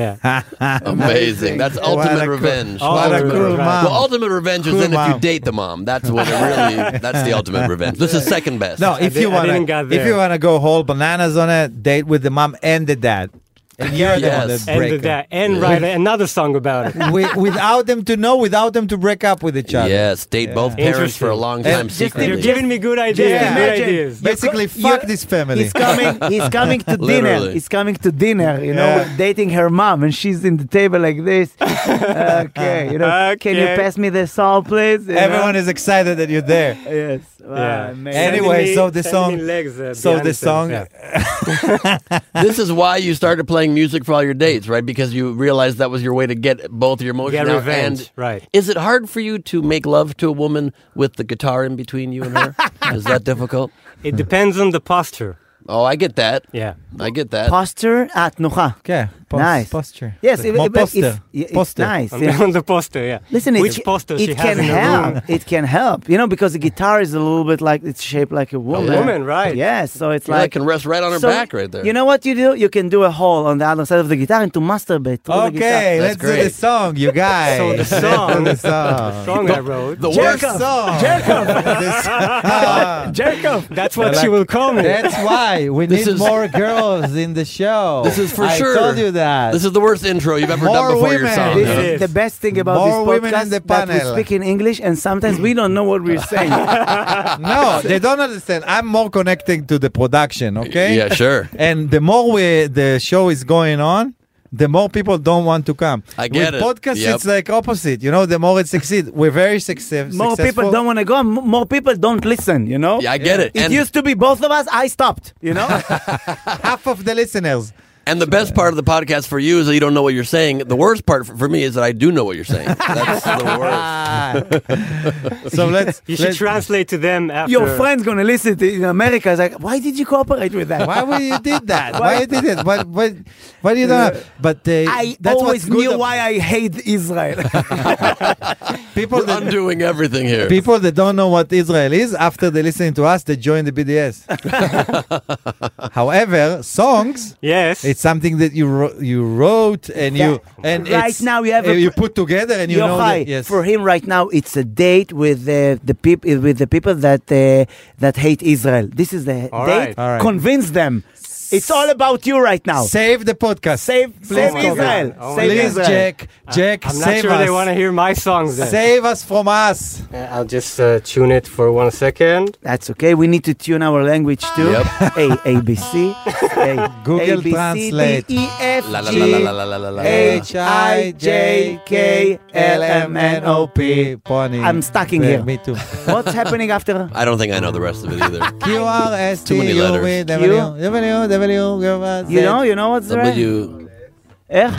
[SPEAKER 1] yeah.
[SPEAKER 5] Ah,
[SPEAKER 3] Amazing. That's ultimate
[SPEAKER 5] a cool-
[SPEAKER 3] revenge.
[SPEAKER 1] what a
[SPEAKER 3] ultimate
[SPEAKER 1] cool
[SPEAKER 3] revenge.
[SPEAKER 5] mom.
[SPEAKER 3] Well, ultimate revenge is
[SPEAKER 5] Cool
[SPEAKER 3] then if you
[SPEAKER 5] mom.
[SPEAKER 3] date the mom. That's what it really. That's the ultimate revenge. This is second best.
[SPEAKER 5] No, if
[SPEAKER 1] did-
[SPEAKER 5] you
[SPEAKER 1] I
[SPEAKER 5] want
[SPEAKER 1] didn't get
[SPEAKER 5] to, if
[SPEAKER 1] there.
[SPEAKER 5] you want to go whole bananas on it, date with the mom and the dad, and you're the one
[SPEAKER 3] Yes.
[SPEAKER 5] that
[SPEAKER 1] And
[SPEAKER 5] break
[SPEAKER 1] that, and write another song
[SPEAKER 5] [LAUGHS]
[SPEAKER 1] about it.
[SPEAKER 5] up. Wi- without them to know, without them to break up with each other.
[SPEAKER 3] Yes, date both parents for a
[SPEAKER 1] Interesting.
[SPEAKER 3] long time
[SPEAKER 5] just
[SPEAKER 1] You're
[SPEAKER 3] secretly.
[SPEAKER 1] giving me good ideas.
[SPEAKER 5] Yeah.
[SPEAKER 1] Good
[SPEAKER 5] Imagine.
[SPEAKER 1] ideas.
[SPEAKER 5] Basically,
[SPEAKER 4] co-
[SPEAKER 5] fuck
[SPEAKER 4] you-
[SPEAKER 5] this family.
[SPEAKER 4] He's coming. He's coming to dinner.
[SPEAKER 3] Literally.
[SPEAKER 4] He's coming to dinner. You know,
[SPEAKER 5] Yeah.
[SPEAKER 4] with dating her mom, and she's in the table like this. okay, you know. Can you
[SPEAKER 1] Okay.
[SPEAKER 4] pass me the salt, please? You know?
[SPEAKER 5] Everyone is excited that you're there.
[SPEAKER 4] Yes. Wow,
[SPEAKER 1] Yeah.
[SPEAKER 4] amazing.
[SPEAKER 5] Any- Ah, Anyway,
[SPEAKER 1] Suddenly-
[SPEAKER 5] so the
[SPEAKER 1] suddenly
[SPEAKER 5] song-
[SPEAKER 1] legs, uh,
[SPEAKER 5] so
[SPEAKER 1] behind
[SPEAKER 5] the
[SPEAKER 1] themselves,
[SPEAKER 5] song-
[SPEAKER 1] yeah.
[SPEAKER 3] this is why you started playing music for all your dates, right? Because you realized that was your way to get both your emotions
[SPEAKER 1] Get
[SPEAKER 3] out.
[SPEAKER 1] revenge,
[SPEAKER 3] and
[SPEAKER 1] right.
[SPEAKER 3] Is it hard for you to make love to a woman with the guitar in between you and her? is that difficult?
[SPEAKER 1] It depends on the posture.
[SPEAKER 3] Oh, I get that.
[SPEAKER 5] [LAUGHS]
[SPEAKER 1] Yeah.
[SPEAKER 3] I get that.
[SPEAKER 4] posture at Nucha.
[SPEAKER 5] Okay. Pos-
[SPEAKER 4] Nice.
[SPEAKER 5] Posture.
[SPEAKER 4] Yes,
[SPEAKER 5] Like
[SPEAKER 4] if-
[SPEAKER 5] more
[SPEAKER 4] if- if-
[SPEAKER 5] poster.
[SPEAKER 4] yeah, it's
[SPEAKER 5] Poster.
[SPEAKER 4] nice.
[SPEAKER 1] On,
[SPEAKER 4] yeah.
[SPEAKER 1] the, on the poster, yeah.
[SPEAKER 4] Listen, it,
[SPEAKER 1] Which poster
[SPEAKER 4] it
[SPEAKER 1] she
[SPEAKER 4] can
[SPEAKER 1] has in her room?
[SPEAKER 4] help. It can help. You know, because the guitar is a little bit like it's shaped like a woman.
[SPEAKER 1] woman, right.
[SPEAKER 4] Yes, so it's
[SPEAKER 3] You
[SPEAKER 4] like
[SPEAKER 3] like, can rest right on her
[SPEAKER 4] So,
[SPEAKER 3] back right there.
[SPEAKER 4] You know what you do? You can do a hole on the other side of the guitar and to masturbate. through the
[SPEAKER 5] Okay,
[SPEAKER 4] guitar.
[SPEAKER 5] let's do the
[SPEAKER 3] great.
[SPEAKER 5] song, you guys.
[SPEAKER 1] So the
[SPEAKER 5] Let's do
[SPEAKER 1] song-
[SPEAKER 5] [LAUGHS] the song.
[SPEAKER 1] [LAUGHS] Song I wrote.
[SPEAKER 3] the
[SPEAKER 5] Worst
[SPEAKER 3] worst.
[SPEAKER 5] song. This- [LAUGHS] Ah,
[SPEAKER 1] Jacob. That's what
[SPEAKER 5] I
[SPEAKER 1] she
[SPEAKER 5] like-
[SPEAKER 1] will call me.
[SPEAKER 5] That's why we
[SPEAKER 3] This
[SPEAKER 5] need
[SPEAKER 3] is-
[SPEAKER 5] more girls in the show.
[SPEAKER 3] This is for
[SPEAKER 5] I
[SPEAKER 3] sure.
[SPEAKER 5] told you that.
[SPEAKER 3] This is the worst intro you've ever
[SPEAKER 5] More
[SPEAKER 3] done before your
[SPEAKER 5] women.
[SPEAKER 3] song.
[SPEAKER 4] This
[SPEAKER 1] It
[SPEAKER 4] is
[SPEAKER 1] is.
[SPEAKER 4] the best thing about
[SPEAKER 5] More
[SPEAKER 4] this
[SPEAKER 5] women
[SPEAKER 4] podcast
[SPEAKER 5] in the
[SPEAKER 4] that we
[SPEAKER 5] panel.
[SPEAKER 4] speak in English and sometimes we don't know what we're saying.
[SPEAKER 3] Ah,
[SPEAKER 5] no, they don't understand. I'm more connecting to the production, okay?
[SPEAKER 3] Yeah, sure.
[SPEAKER 5] And the more we the show is going on, the more people don't want to come.
[SPEAKER 3] I get
[SPEAKER 5] With
[SPEAKER 3] it.
[SPEAKER 5] podcasts,
[SPEAKER 3] Yep.
[SPEAKER 5] it's like opposite. You know, the more it succeeds, we're very success-
[SPEAKER 4] More
[SPEAKER 5] successful.
[SPEAKER 4] people don't want to go. m- More people don't listen. You know.
[SPEAKER 3] Yeah, I get it.
[SPEAKER 4] It
[SPEAKER 3] And-
[SPEAKER 4] used to be both of us. I stopped. You know.
[SPEAKER 5] half of the listeners.
[SPEAKER 3] And the best part of the podcast for you is that you don't know what you're saying. The worst part for, for me is that I do know what you're saying. That's the worst.
[SPEAKER 5] Ah.
[SPEAKER 4] [LAUGHS]
[SPEAKER 5] so let's.
[SPEAKER 1] You should
[SPEAKER 5] let's-
[SPEAKER 1] translate to them after.
[SPEAKER 4] Your friend's gonna listen to in America. It's like, why did you cooperate with that?
[SPEAKER 5] Why would you did that? Why you did it? What? What? Why do you don't? Have? But uh,
[SPEAKER 4] I
[SPEAKER 5] that's
[SPEAKER 4] always
[SPEAKER 5] what's good
[SPEAKER 4] knew
[SPEAKER 5] ab-
[SPEAKER 4] why I hate Israel.
[SPEAKER 5] people
[SPEAKER 3] We're
[SPEAKER 5] that
[SPEAKER 3] undoing everything here.
[SPEAKER 5] people that don't know what Israel is after they listen to us, they join the
[SPEAKER 3] [LAUGHS]
[SPEAKER 5] BDS. However, songs.
[SPEAKER 1] Yes.
[SPEAKER 5] It's something that you wrote, you wrote and you and
[SPEAKER 4] Right
[SPEAKER 5] it's-
[SPEAKER 4] now we have
[SPEAKER 5] uh,
[SPEAKER 4] a-
[SPEAKER 5] you put together and you know
[SPEAKER 4] Yochai,
[SPEAKER 5] that, yes.
[SPEAKER 4] for him right now, it's a date with uh, the people with the people that uh, that hate Israel. This is the
[SPEAKER 1] All
[SPEAKER 4] date.
[SPEAKER 1] right.
[SPEAKER 5] All right.
[SPEAKER 4] Convince them. It's all about you right now.
[SPEAKER 5] Save the podcast.
[SPEAKER 4] Save,
[SPEAKER 5] Please
[SPEAKER 4] save
[SPEAKER 1] come
[SPEAKER 4] Israel.
[SPEAKER 1] on.
[SPEAKER 4] Save
[SPEAKER 1] Oh my God.
[SPEAKER 5] Please,
[SPEAKER 4] Israel.
[SPEAKER 5] Jack. Jack,
[SPEAKER 1] I'm not
[SPEAKER 5] save
[SPEAKER 1] sure
[SPEAKER 5] us.
[SPEAKER 1] they want to hear my songs. Then.
[SPEAKER 5] Save us from us.
[SPEAKER 1] Uh, I'll just uh, tune it for one second.
[SPEAKER 4] That's okay. We need to tune our language too. [LAUGHS]
[SPEAKER 3] Yep.
[SPEAKER 4] A A B C. A,
[SPEAKER 5] Google
[SPEAKER 4] A, B, C, D,
[SPEAKER 5] Translate.
[SPEAKER 4] E, F,
[SPEAKER 3] La la
[SPEAKER 4] G,
[SPEAKER 3] la la la la la la.
[SPEAKER 4] H, I, J, K, L, M, N, O, P.
[SPEAKER 5] Pony.
[SPEAKER 4] I'm stuck in
[SPEAKER 5] Yeah,
[SPEAKER 4] here.
[SPEAKER 5] Me too.
[SPEAKER 4] What's happening after?
[SPEAKER 3] I don't think I know the rest of it either.
[SPEAKER 5] Q R S T
[SPEAKER 3] Too many
[SPEAKER 5] U V W
[SPEAKER 3] letters.
[SPEAKER 5] W W W.
[SPEAKER 4] You know, you know what's right?
[SPEAKER 3] W.
[SPEAKER 4] Eh?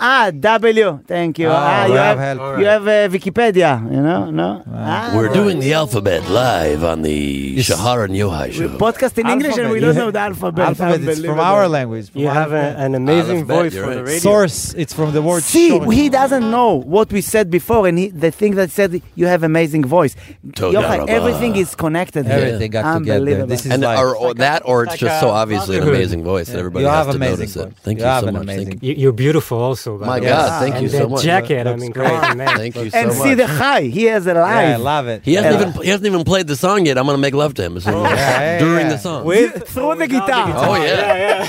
[SPEAKER 4] Ah, W. Thank you.
[SPEAKER 5] Oh,
[SPEAKER 4] ah, you
[SPEAKER 5] well,
[SPEAKER 4] have,
[SPEAKER 5] help.
[SPEAKER 4] you have uh, Wikipedia, you know? No? Ah,
[SPEAKER 3] We're doing the alphabet live on the
[SPEAKER 5] Yes.
[SPEAKER 3] Shahar and Yohai show.
[SPEAKER 4] podcast in English and we
[SPEAKER 5] Alphabet.
[SPEAKER 4] don't
[SPEAKER 5] You-
[SPEAKER 4] know the alphabet.
[SPEAKER 5] Alphabet. It's from
[SPEAKER 4] Unbelievable.
[SPEAKER 5] our language. from
[SPEAKER 1] You
[SPEAKER 5] our
[SPEAKER 1] have a,
[SPEAKER 5] language.
[SPEAKER 1] an amazing
[SPEAKER 3] Alphabet,
[SPEAKER 1] voice
[SPEAKER 3] you're
[SPEAKER 1] for the
[SPEAKER 3] right.
[SPEAKER 1] radio.
[SPEAKER 5] source. It's from the word.
[SPEAKER 4] See,
[SPEAKER 5] short.
[SPEAKER 4] he doesn't know what we said before, and he, the thing that said you have amazing voice.
[SPEAKER 3] Toda
[SPEAKER 4] Yochai,
[SPEAKER 3] rabba.
[SPEAKER 4] everything is connected. here.
[SPEAKER 5] Everything got together.
[SPEAKER 4] Unbelievable.
[SPEAKER 5] This is
[SPEAKER 3] and
[SPEAKER 5] life.
[SPEAKER 3] or, or that, or it's
[SPEAKER 1] like
[SPEAKER 3] just
[SPEAKER 1] a
[SPEAKER 3] so obviously an
[SPEAKER 1] brotherhood.
[SPEAKER 3] amazing voice that everybody
[SPEAKER 5] You
[SPEAKER 3] has
[SPEAKER 5] have
[SPEAKER 3] to
[SPEAKER 5] amazing
[SPEAKER 3] notice
[SPEAKER 5] voice.
[SPEAKER 3] it. Thank
[SPEAKER 5] You
[SPEAKER 3] you,
[SPEAKER 5] have
[SPEAKER 3] so
[SPEAKER 5] an
[SPEAKER 3] much.
[SPEAKER 5] amazing
[SPEAKER 3] Thank you.
[SPEAKER 1] You, you're beautiful, also. by
[SPEAKER 3] My
[SPEAKER 1] the way. Ah,
[SPEAKER 3] God, thank you
[SPEAKER 1] and
[SPEAKER 3] so
[SPEAKER 1] that
[SPEAKER 3] much.
[SPEAKER 1] jacket, I mean,
[SPEAKER 5] Looks
[SPEAKER 1] come on, man.
[SPEAKER 3] Thank you so
[SPEAKER 4] and see
[SPEAKER 3] much.
[SPEAKER 4] the high. He is alive.
[SPEAKER 5] Yeah, I love it.
[SPEAKER 3] he
[SPEAKER 5] Yeah.
[SPEAKER 3] hasn't [LAUGHS]
[SPEAKER 5] Oh,
[SPEAKER 3] even he hasn't even played the song yet. I'm gonna make love to him as soon
[SPEAKER 5] [LAUGHS]
[SPEAKER 3] as-
[SPEAKER 5] yeah,
[SPEAKER 3] during
[SPEAKER 5] yeah.
[SPEAKER 3] the song.
[SPEAKER 1] With
[SPEAKER 4] Throw
[SPEAKER 1] or
[SPEAKER 4] the guitar.
[SPEAKER 1] without
[SPEAKER 3] Oh yeah.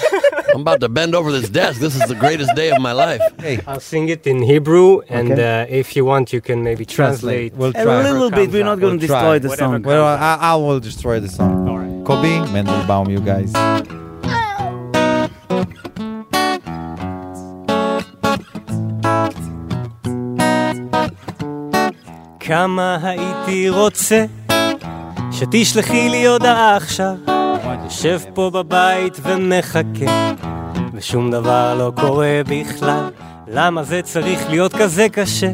[SPEAKER 3] I'm about to bend over this desk. This is the greatest day of my life.
[SPEAKER 5] Hey,
[SPEAKER 1] I'll sing it in Hebrew, and
[SPEAKER 4] Okay.
[SPEAKER 1] uh, if you want, you can maybe translate.
[SPEAKER 5] We'll
[SPEAKER 4] a
[SPEAKER 5] try.
[SPEAKER 4] little bit.
[SPEAKER 1] comes
[SPEAKER 4] We're not
[SPEAKER 1] out.
[SPEAKER 4] going to
[SPEAKER 5] We'll try.
[SPEAKER 4] destroy the
[SPEAKER 1] Whatever
[SPEAKER 4] song.
[SPEAKER 5] Well, I, I will destroy the song. Kobe Mendelbaum, you guys.
[SPEAKER 1] כמה הייתי רוצה שתשלחי לי הודעה עכשיו. יושב פה בבית ומחכה, ושום דבר לא קורה בכלל. למה זה צריך להיות כזה קשה?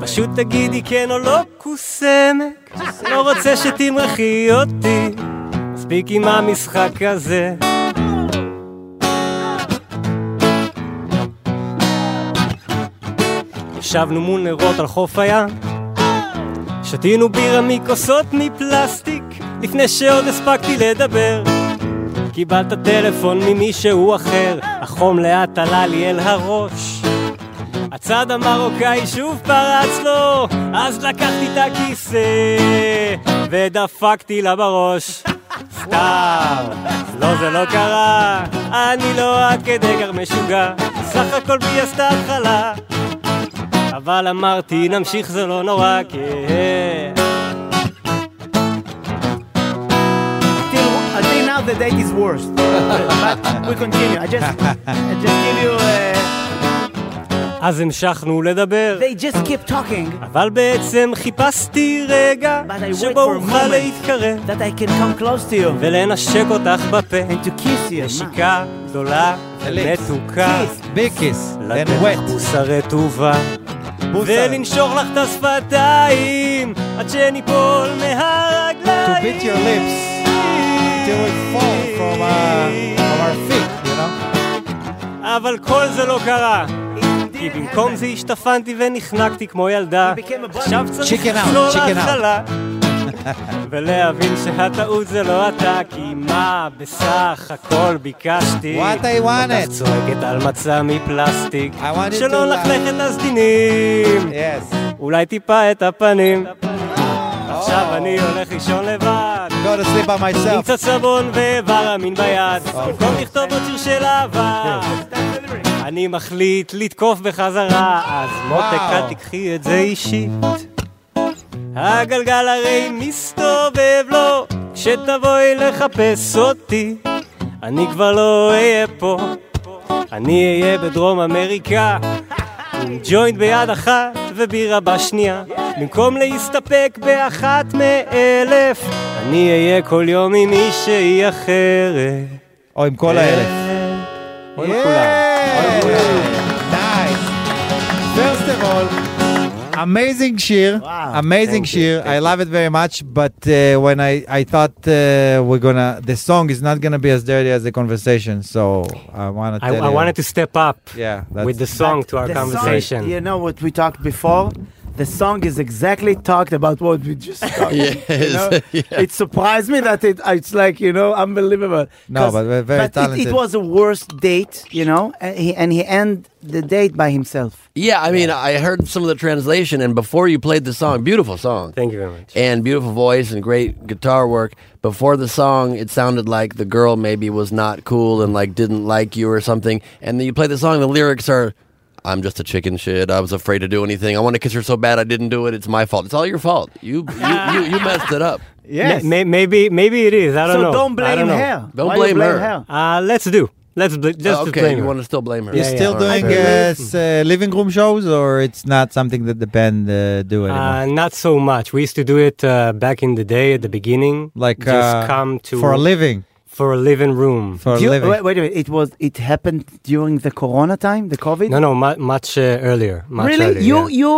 [SPEAKER 1] פשוט תגידי כן או לא, קוסמק. לא רוצה שתמרחי אותי, מספיק עם המשחק הזה. ישבנו מול נרות על חוף הים, שתינו בירה מכוסות מפלסטיק, לפני שעוד הספקתי לדבר. קיבלת טלפון ממישהו אחר, החום לאט עלה לי אל הראש. הצד המרוקאי שוב פרץ לו, אז לקחתי את הכיסא ודפקתי לה בראש. סתם, לא זה לא קרה, אני לא עד כדי כך משוגע, סך הכל בי עשתה התחלה. אבל אמרתי נמשיך זה לא נורא כן. כי...
[SPEAKER 4] Till, until now, the date is
[SPEAKER 5] [LAUGHS]
[SPEAKER 4] worse. but we continue. I just, I just give you. Uh,
[SPEAKER 1] אז המשכנו לדבר
[SPEAKER 4] they just keep talking
[SPEAKER 1] אבל בעצם חיפשתי רגע
[SPEAKER 4] But I wait
[SPEAKER 1] שבו
[SPEAKER 4] for a
[SPEAKER 1] אוכל
[SPEAKER 4] moment.
[SPEAKER 1] להתקרב
[SPEAKER 4] that I can come close to you
[SPEAKER 1] ולנשק אותך בפה
[SPEAKER 4] and to kiss you. Ma.
[SPEAKER 1] נשיקה גדולה
[SPEAKER 5] Lips.
[SPEAKER 1] ומתוקה
[SPEAKER 5] Big kiss. Then
[SPEAKER 1] לתת לך
[SPEAKER 5] wet.
[SPEAKER 1] בוסה רטובה
[SPEAKER 5] Busa.
[SPEAKER 1] ולנשוך לך את השפתיים עד שניפול
[SPEAKER 5] To
[SPEAKER 1] מהרגליים
[SPEAKER 5] beat your lips till we fall from, uh, from our feet, you know?
[SPEAKER 1] אבל כל זה לא קרה כי
[SPEAKER 4] It didn't
[SPEAKER 1] במקום זה
[SPEAKER 4] happen.
[SPEAKER 1] השתפנתי ונחנקתי כמו ילדה
[SPEAKER 4] He became a bunny.
[SPEAKER 1] עכשיו צריך
[SPEAKER 5] Chicken out,
[SPEAKER 1] לצלול
[SPEAKER 5] chicken out.
[SPEAKER 1] להצללה ולהבין שהטעות זה לא אתה כי מה בסך הכל ביקשתי
[SPEAKER 5] What I wanted.
[SPEAKER 1] אותך צועקת על מצע מפלסטיק
[SPEAKER 5] I wanted to
[SPEAKER 1] שלא
[SPEAKER 5] laugh.
[SPEAKER 1] נחלך את הסדינים
[SPEAKER 5] Yes.
[SPEAKER 1] אולי טיפה את הפנים עכשיו אני הולך לישון לבד
[SPEAKER 5] Go to sleep by
[SPEAKER 1] עם
[SPEAKER 5] myself.
[SPEAKER 1] קצת סבון ואיבר אמין ביד
[SPEAKER 5] Oh,
[SPEAKER 1] במקום לכתוב עוד שיר של אהבה אני מחליט לתקוף בחזרה אז מותק
[SPEAKER 5] וואו.
[SPEAKER 1] אל תיקחי את זה אישית הגלגל הרי מסתובב לו כשתבואי לחפש אותי אני כבר לא אהיה פה אני אהיה בדרום אמריקה עם ג'וינט ביד אחת ובירה בשנייה במקום להסתפק באחת מאלף אני אהיה כל יום עם מישהי אחרת
[SPEAKER 5] או עם כל האלף.
[SPEAKER 1] אוי לכולם.
[SPEAKER 5] Nice. First of all, amazing cheer,
[SPEAKER 4] Wow.
[SPEAKER 5] amazing cheer. I love it very much. But uh, when I I thought uh, we're gonna, the song is not gonna be as dirty as the conversation. So I wanna.
[SPEAKER 1] I,
[SPEAKER 5] tell
[SPEAKER 1] I
[SPEAKER 5] you-
[SPEAKER 1] wanted to step up
[SPEAKER 5] Yeah, that's,
[SPEAKER 1] with the song to our
[SPEAKER 4] The song-
[SPEAKER 1] conversation.
[SPEAKER 4] you know what we talked before? The song is exactly talked about what we just talked.
[SPEAKER 3] Yes.
[SPEAKER 4] you know? It surprised me that it, uh, it's like, you know, unbelievable.
[SPEAKER 5] No,
[SPEAKER 4] 'Cause-
[SPEAKER 5] but we're very
[SPEAKER 4] but it- It,
[SPEAKER 5] talented.
[SPEAKER 4] was the worst date, you know, and he, and he ended the date by himself.
[SPEAKER 3] Yeah, I mean, I heard some of the translation, and before you played the song, beautiful song.
[SPEAKER 1] Thank you very much.
[SPEAKER 3] and beautiful voice and great guitar work. Before the song, it sounded like the girl maybe was not cool and like didn't like you or something. And then you play the song, the lyrics are, "I'm just a chicken shit. I was afraid to do anything. I want to kiss her so bad I didn't do it. It's my fault. It's all your fault. You you you, you messed it up.
[SPEAKER 4] Yes.
[SPEAKER 1] May, may- maybe maybe it is. I don't
[SPEAKER 4] so
[SPEAKER 1] know.
[SPEAKER 4] don't
[SPEAKER 1] I
[SPEAKER 4] blame
[SPEAKER 1] know.
[SPEAKER 4] her.
[SPEAKER 3] Don't
[SPEAKER 4] Why you
[SPEAKER 3] blame her.
[SPEAKER 1] Uh, let's do. Let's bl- just
[SPEAKER 3] okay,
[SPEAKER 1] blame
[SPEAKER 3] you
[SPEAKER 1] her.
[SPEAKER 3] want to still blame her?
[SPEAKER 1] You're
[SPEAKER 5] You're
[SPEAKER 1] Yeah, yeah.
[SPEAKER 5] still
[SPEAKER 3] All right.
[SPEAKER 5] doing uh, s- uh, living room shows, or it's not something that the band uh, do anymore.
[SPEAKER 1] Uh, not so much. We used to do it uh, back in the day at the beginning.
[SPEAKER 5] like
[SPEAKER 1] just
[SPEAKER 5] uh,
[SPEAKER 1] come to
[SPEAKER 5] for a living,
[SPEAKER 1] for a living room.
[SPEAKER 5] for a
[SPEAKER 4] Do you-
[SPEAKER 5] living.
[SPEAKER 4] wait, wait a minute. It was. It happened during the Corona time, the COVID.
[SPEAKER 1] No, no, mu- much uh, earlier. Much
[SPEAKER 4] really?
[SPEAKER 1] earlier,
[SPEAKER 4] you
[SPEAKER 1] yeah.
[SPEAKER 4] you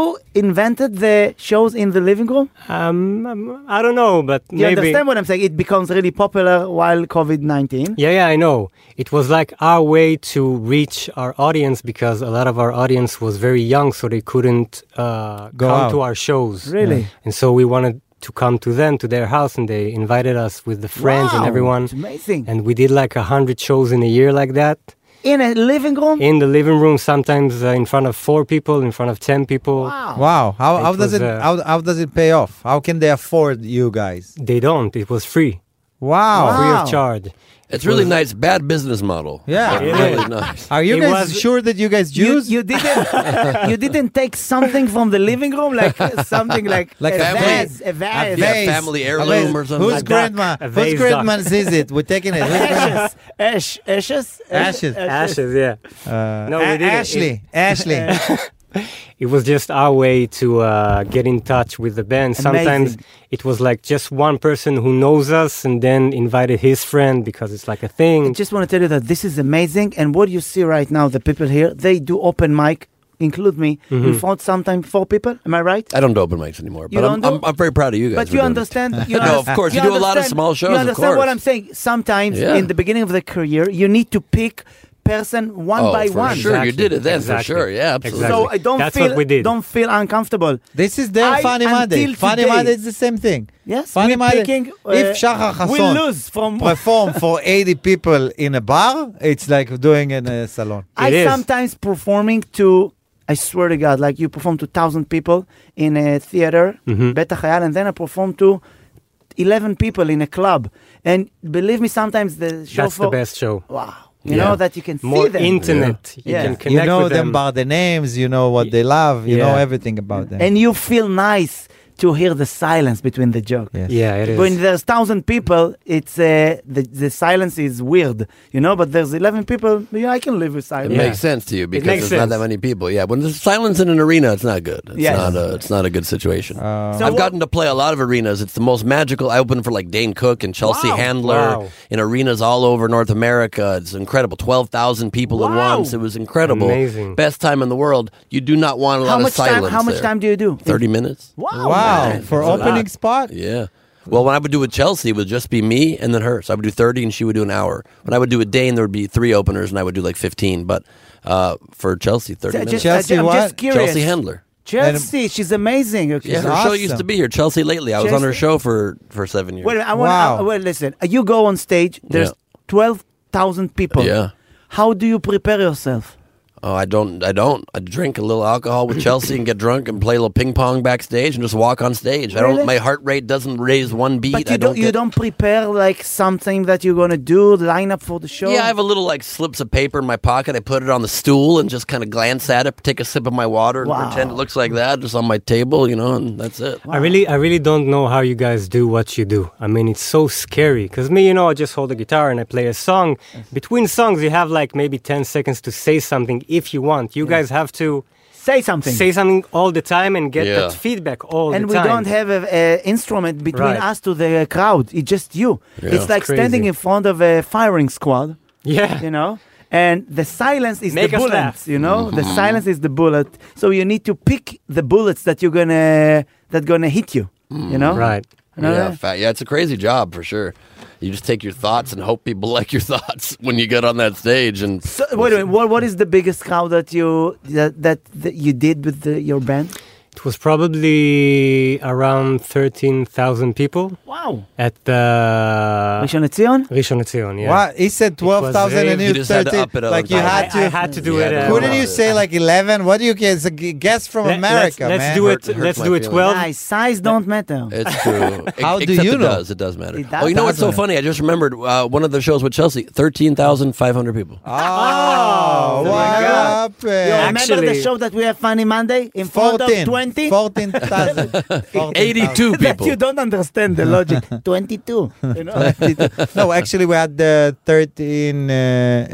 [SPEAKER 4] invented the shows in the living room.
[SPEAKER 1] Um, um, I don't know, but
[SPEAKER 4] You
[SPEAKER 1] maybe.
[SPEAKER 4] understand what I'm saying? It becomes really popular while COVID nineteen.
[SPEAKER 1] Yeah, yeah, I know. It was like our way to reach our audience because a lot of our audience was very young, so they couldn't uh,
[SPEAKER 5] Go
[SPEAKER 1] come
[SPEAKER 5] out.
[SPEAKER 1] to our shows.
[SPEAKER 4] Really? Yeah.
[SPEAKER 1] And so we wanted to come to them, to their house, and they invited us with the friends and
[SPEAKER 4] Wow,
[SPEAKER 1] everyone.
[SPEAKER 4] It's amazing.
[SPEAKER 1] And we did like a hundred shows in a year like that
[SPEAKER 4] in a living room.
[SPEAKER 1] in the living room, sometimes uh, in front of four people, in front of ten people.
[SPEAKER 4] wow.
[SPEAKER 5] Wow, how,
[SPEAKER 1] It
[SPEAKER 5] how does
[SPEAKER 1] was,
[SPEAKER 5] it
[SPEAKER 1] uh,
[SPEAKER 5] how, how does it pay off? How can they afford you guys?
[SPEAKER 1] They don't. It was free,
[SPEAKER 5] Wow,
[SPEAKER 1] free
[SPEAKER 4] Oh. Wow.
[SPEAKER 1] of charge.
[SPEAKER 3] It's really nice. Bad business model.
[SPEAKER 5] Yeah.
[SPEAKER 3] But
[SPEAKER 1] Yeah.
[SPEAKER 3] really nice.
[SPEAKER 5] are you
[SPEAKER 1] It
[SPEAKER 5] guys
[SPEAKER 1] was-
[SPEAKER 5] sure that you guys
[SPEAKER 4] You,
[SPEAKER 5] Jews?
[SPEAKER 4] you didn't
[SPEAKER 1] [LAUGHS]
[SPEAKER 4] you didn't take something from the living room like uh, something like
[SPEAKER 5] Like
[SPEAKER 4] a
[SPEAKER 5] family-
[SPEAKER 4] vase, a
[SPEAKER 5] A
[SPEAKER 4] vase,
[SPEAKER 3] Yeah,
[SPEAKER 5] vase,
[SPEAKER 3] family
[SPEAKER 5] a
[SPEAKER 3] heirloom
[SPEAKER 5] vase.
[SPEAKER 3] or something.
[SPEAKER 5] Whose
[SPEAKER 3] A duck,
[SPEAKER 5] grandma?
[SPEAKER 1] a
[SPEAKER 5] Whose
[SPEAKER 1] vase
[SPEAKER 5] grandma sees it? We're taking it. Whose grandma-
[SPEAKER 4] ashes, ash, ashes,
[SPEAKER 5] Ashes.
[SPEAKER 1] Ashes, yeah.
[SPEAKER 5] Uh,
[SPEAKER 1] No, we
[SPEAKER 5] A-
[SPEAKER 1] did it.
[SPEAKER 5] Ashley,
[SPEAKER 4] uh,
[SPEAKER 5] Ashley.
[SPEAKER 1] It was just our way to uh, get in touch with the band. Sometimes
[SPEAKER 4] Amazing.
[SPEAKER 1] it was like just one person who knows us and then invited his friend because it's like a
[SPEAKER 4] I
[SPEAKER 1] thing.
[SPEAKER 4] just want to tell you that this is amazing. And what you see right now, the people here, they do open mic, include me. We
[SPEAKER 1] Mm-hmm.
[SPEAKER 4] found sometimes four people. Am I right?
[SPEAKER 3] I don't do open mics anymore,
[SPEAKER 4] You
[SPEAKER 3] but I'm,
[SPEAKER 4] don't do-
[SPEAKER 3] I'm, I'm very proud of you guys.
[SPEAKER 4] But
[SPEAKER 3] for
[SPEAKER 4] you
[SPEAKER 3] doing it. [LAUGHS]
[SPEAKER 4] understand, you
[SPEAKER 3] No,
[SPEAKER 4] understand-
[SPEAKER 3] of course. You do a lot of
[SPEAKER 4] understand-
[SPEAKER 3] small shows,
[SPEAKER 4] You
[SPEAKER 3] of
[SPEAKER 4] understand what
[SPEAKER 3] course.
[SPEAKER 4] I'm saying? Sometimes
[SPEAKER 3] Yeah.
[SPEAKER 4] in the beginning of the career, you need to pick person one
[SPEAKER 3] Oh,
[SPEAKER 4] by
[SPEAKER 3] for
[SPEAKER 4] one.
[SPEAKER 3] sure. you did it then, for
[SPEAKER 1] Exactly.
[SPEAKER 3] sure. Yeah, absolutely.
[SPEAKER 4] So
[SPEAKER 1] Exactly.
[SPEAKER 4] I don't
[SPEAKER 1] That's
[SPEAKER 4] feel
[SPEAKER 1] what we did.
[SPEAKER 4] don't feel uncomfortable.
[SPEAKER 5] This is their
[SPEAKER 4] I-
[SPEAKER 5] Funny Monday.
[SPEAKER 4] until
[SPEAKER 5] Funny
[SPEAKER 4] today-
[SPEAKER 5] Monday is the same thing.
[SPEAKER 4] Yes,
[SPEAKER 5] Funny
[SPEAKER 4] we're
[SPEAKER 5] Monday.
[SPEAKER 4] picking, uh,
[SPEAKER 5] if Shahar
[SPEAKER 4] we
[SPEAKER 5] Hassan
[SPEAKER 4] lose from-
[SPEAKER 5] perform for 80 people in a bar, it's like doing in a salon.
[SPEAKER 4] [LAUGHS] I
[SPEAKER 1] It is.
[SPEAKER 4] sometimes performing to, I swear to God, like you perform to thousand people in a theater,
[SPEAKER 1] Mm-hmm.
[SPEAKER 4] Beta Chayal, and then I perform to eleven people in a club. And believe me, sometimes the show
[SPEAKER 1] That's the
[SPEAKER 4] for-
[SPEAKER 1] best show.
[SPEAKER 4] Wow, you
[SPEAKER 3] Yeah.
[SPEAKER 4] know that you can
[SPEAKER 1] More
[SPEAKER 4] see them,
[SPEAKER 1] intimate. You
[SPEAKER 4] Yeah.
[SPEAKER 1] can
[SPEAKER 4] You
[SPEAKER 1] connect
[SPEAKER 5] you know
[SPEAKER 1] with
[SPEAKER 5] them.
[SPEAKER 1] them.
[SPEAKER 5] by the names, you know what they love, you
[SPEAKER 1] Yeah.
[SPEAKER 5] know everything about them.
[SPEAKER 4] and you feel nice to hear the silence between the joke.
[SPEAKER 5] Yes.
[SPEAKER 1] yeah, it is.
[SPEAKER 4] When there's thousand people, it's uh, the the silence is weird, you know. But there's eleven people, yeah, I can live with
[SPEAKER 3] It
[SPEAKER 4] silence.
[SPEAKER 1] Yeah.
[SPEAKER 3] makes sense to you because
[SPEAKER 1] makes
[SPEAKER 3] there's not that
[SPEAKER 1] sense.
[SPEAKER 3] many people. Yeah, when there's silence in an arena, it's not good. It's
[SPEAKER 4] Yes.
[SPEAKER 3] not a it's not a good situation.
[SPEAKER 5] Uh,
[SPEAKER 4] So
[SPEAKER 3] I've
[SPEAKER 4] what-
[SPEAKER 3] gotten to play a lot of arenas. It's the most magical. I opened for like Dane Cook and Chelsea
[SPEAKER 4] Wow.
[SPEAKER 3] Handler
[SPEAKER 1] Wow.
[SPEAKER 3] in arenas all over North America. It's incredible. Twelve thousand people at
[SPEAKER 4] Wow.
[SPEAKER 3] once. It was incredible.
[SPEAKER 1] Amazing.
[SPEAKER 3] Best time in the world. You do not want a lot
[SPEAKER 4] How
[SPEAKER 3] of
[SPEAKER 4] much time?
[SPEAKER 3] silence.
[SPEAKER 4] How much
[SPEAKER 3] there.
[SPEAKER 4] time do you do?
[SPEAKER 3] Thirty minutes.
[SPEAKER 4] Wow.
[SPEAKER 5] wow,
[SPEAKER 4] man.
[SPEAKER 5] for
[SPEAKER 3] It's a
[SPEAKER 5] opening
[SPEAKER 3] lot.
[SPEAKER 5] spot?
[SPEAKER 3] Yeah. Well, when I would do with Chelsea, it would just be me and then her. So I would do 30 and she would do an hour. When I would do with Dane, there would be three openers and I would do like 15. But uh, for Chelsea, 30
[SPEAKER 4] I
[SPEAKER 3] minutes.
[SPEAKER 4] just,
[SPEAKER 5] Chelsea
[SPEAKER 4] I, am just
[SPEAKER 5] what?
[SPEAKER 4] curious.
[SPEAKER 3] Chelsea Handler.
[SPEAKER 4] Chelsea, she's amazing. Okay.
[SPEAKER 3] Yeah, her show used
[SPEAKER 5] awesome.
[SPEAKER 3] to be here. Chelsea lately. I was on her show
[SPEAKER 4] Chelsea-
[SPEAKER 3] for, for seven years.
[SPEAKER 4] Wait, I want.
[SPEAKER 5] Wow.
[SPEAKER 4] I- Well, listen. uh, You go on stage. There's
[SPEAKER 3] Yeah.
[SPEAKER 4] twelve thousand people.
[SPEAKER 3] Yeah.
[SPEAKER 4] How do you prepare yourself?
[SPEAKER 3] Oh, I don't. I don't. I drink a little alcohol with Chelsea and get drunk and play a little ping pong backstage and just walk on stage. I
[SPEAKER 4] Really?
[SPEAKER 3] don't. My heart rate doesn't raise one beat.
[SPEAKER 4] But
[SPEAKER 3] I
[SPEAKER 4] you don't,
[SPEAKER 3] don't.
[SPEAKER 4] you
[SPEAKER 3] get-
[SPEAKER 4] don't prepare like something that you're gonna do, line up for the show.
[SPEAKER 3] Yeah, I have a little like slips of paper in my pocket. I put it on the stool and just kind of glance at it, take a sip of my water, and
[SPEAKER 4] Wow.
[SPEAKER 3] pretend it looks like that, just on my table, you know, and that's it.
[SPEAKER 1] I really, I really don't know how you guys do what you do. I mean, it's so scary. Because me, you know, I just hold the guitar and I play a song. Between songs, you have like maybe 10 seconds to say something if you want. You guys have to
[SPEAKER 4] say something.
[SPEAKER 1] say something all the time and get
[SPEAKER 3] Yeah.
[SPEAKER 1] that feedback all
[SPEAKER 4] and
[SPEAKER 1] the
[SPEAKER 4] we
[SPEAKER 1] time.
[SPEAKER 4] don't have an a instrument between
[SPEAKER 1] Right.
[SPEAKER 4] us to the crowd. It's just you. It's like
[SPEAKER 1] Crazy.
[SPEAKER 4] standing in front of a firing squad.
[SPEAKER 1] [LAUGHS] Yeah.
[SPEAKER 4] you know and the silence is
[SPEAKER 1] Make
[SPEAKER 4] the
[SPEAKER 1] us
[SPEAKER 4] bullet
[SPEAKER 1] laugh.
[SPEAKER 4] you know the silence is the bullet so you need to pick the bullets that you're gonna that gonna hit you you know
[SPEAKER 1] Right.
[SPEAKER 4] No,
[SPEAKER 3] yeah,
[SPEAKER 4] no.
[SPEAKER 3] fa- yeah, it's a crazy job for sure. You just take your thoughts and hope people [LAUGHS] like your thoughts when you get on that stage. And
[SPEAKER 4] so wait a minute what, what is the biggest crowd that you that that, that you did with the, your band
[SPEAKER 1] It was probably around 13,000 people
[SPEAKER 4] wow
[SPEAKER 1] at the
[SPEAKER 4] Rishon LeZion?
[SPEAKER 1] Rishon LeZion. Yeah.
[SPEAKER 5] What he said, twelve thousand and
[SPEAKER 1] very-
[SPEAKER 5] you,
[SPEAKER 3] You just had to
[SPEAKER 5] thirty.
[SPEAKER 3] up it a
[SPEAKER 5] Like you
[SPEAKER 3] little
[SPEAKER 1] I,
[SPEAKER 5] had
[SPEAKER 3] bit.
[SPEAKER 5] to.
[SPEAKER 1] I had to do
[SPEAKER 3] Yeah,
[SPEAKER 1] it.
[SPEAKER 3] I
[SPEAKER 1] Uh,
[SPEAKER 3] know.
[SPEAKER 5] Couldn't you say like eleven? What do you get? It's a g- guess from
[SPEAKER 1] let- let's-
[SPEAKER 5] America,
[SPEAKER 1] let's,
[SPEAKER 5] man.
[SPEAKER 1] do
[SPEAKER 3] Hurt-
[SPEAKER 1] it.
[SPEAKER 3] hurt
[SPEAKER 1] let's
[SPEAKER 3] my
[SPEAKER 1] do it
[SPEAKER 3] feelings.
[SPEAKER 1] 12.
[SPEAKER 4] Nice size don't matter
[SPEAKER 3] It's
[SPEAKER 5] [LAUGHS]
[SPEAKER 3] true.
[SPEAKER 5] How do
[SPEAKER 3] Except
[SPEAKER 5] you
[SPEAKER 3] it
[SPEAKER 5] know?
[SPEAKER 3] Does. It does matter.
[SPEAKER 4] It
[SPEAKER 3] oh, you know what's so
[SPEAKER 4] doesn't.
[SPEAKER 3] funny? I just remembered uh, one of the shows with Chelsea, 13,500 people.
[SPEAKER 5] Oh, what
[SPEAKER 1] God.
[SPEAKER 4] you
[SPEAKER 5] happened?
[SPEAKER 4] remember the
[SPEAKER 1] actually-
[SPEAKER 4] show that we have funny monday in front of
[SPEAKER 5] 14.
[SPEAKER 4] 20
[SPEAKER 1] [LAUGHS]
[SPEAKER 5] 14,000. 14,000.
[SPEAKER 3] 82
[SPEAKER 4] [LAUGHS] that you
[SPEAKER 3] people.
[SPEAKER 4] don't understand the logic 22 you know
[SPEAKER 5] no, actually, we had uh, 13 uh,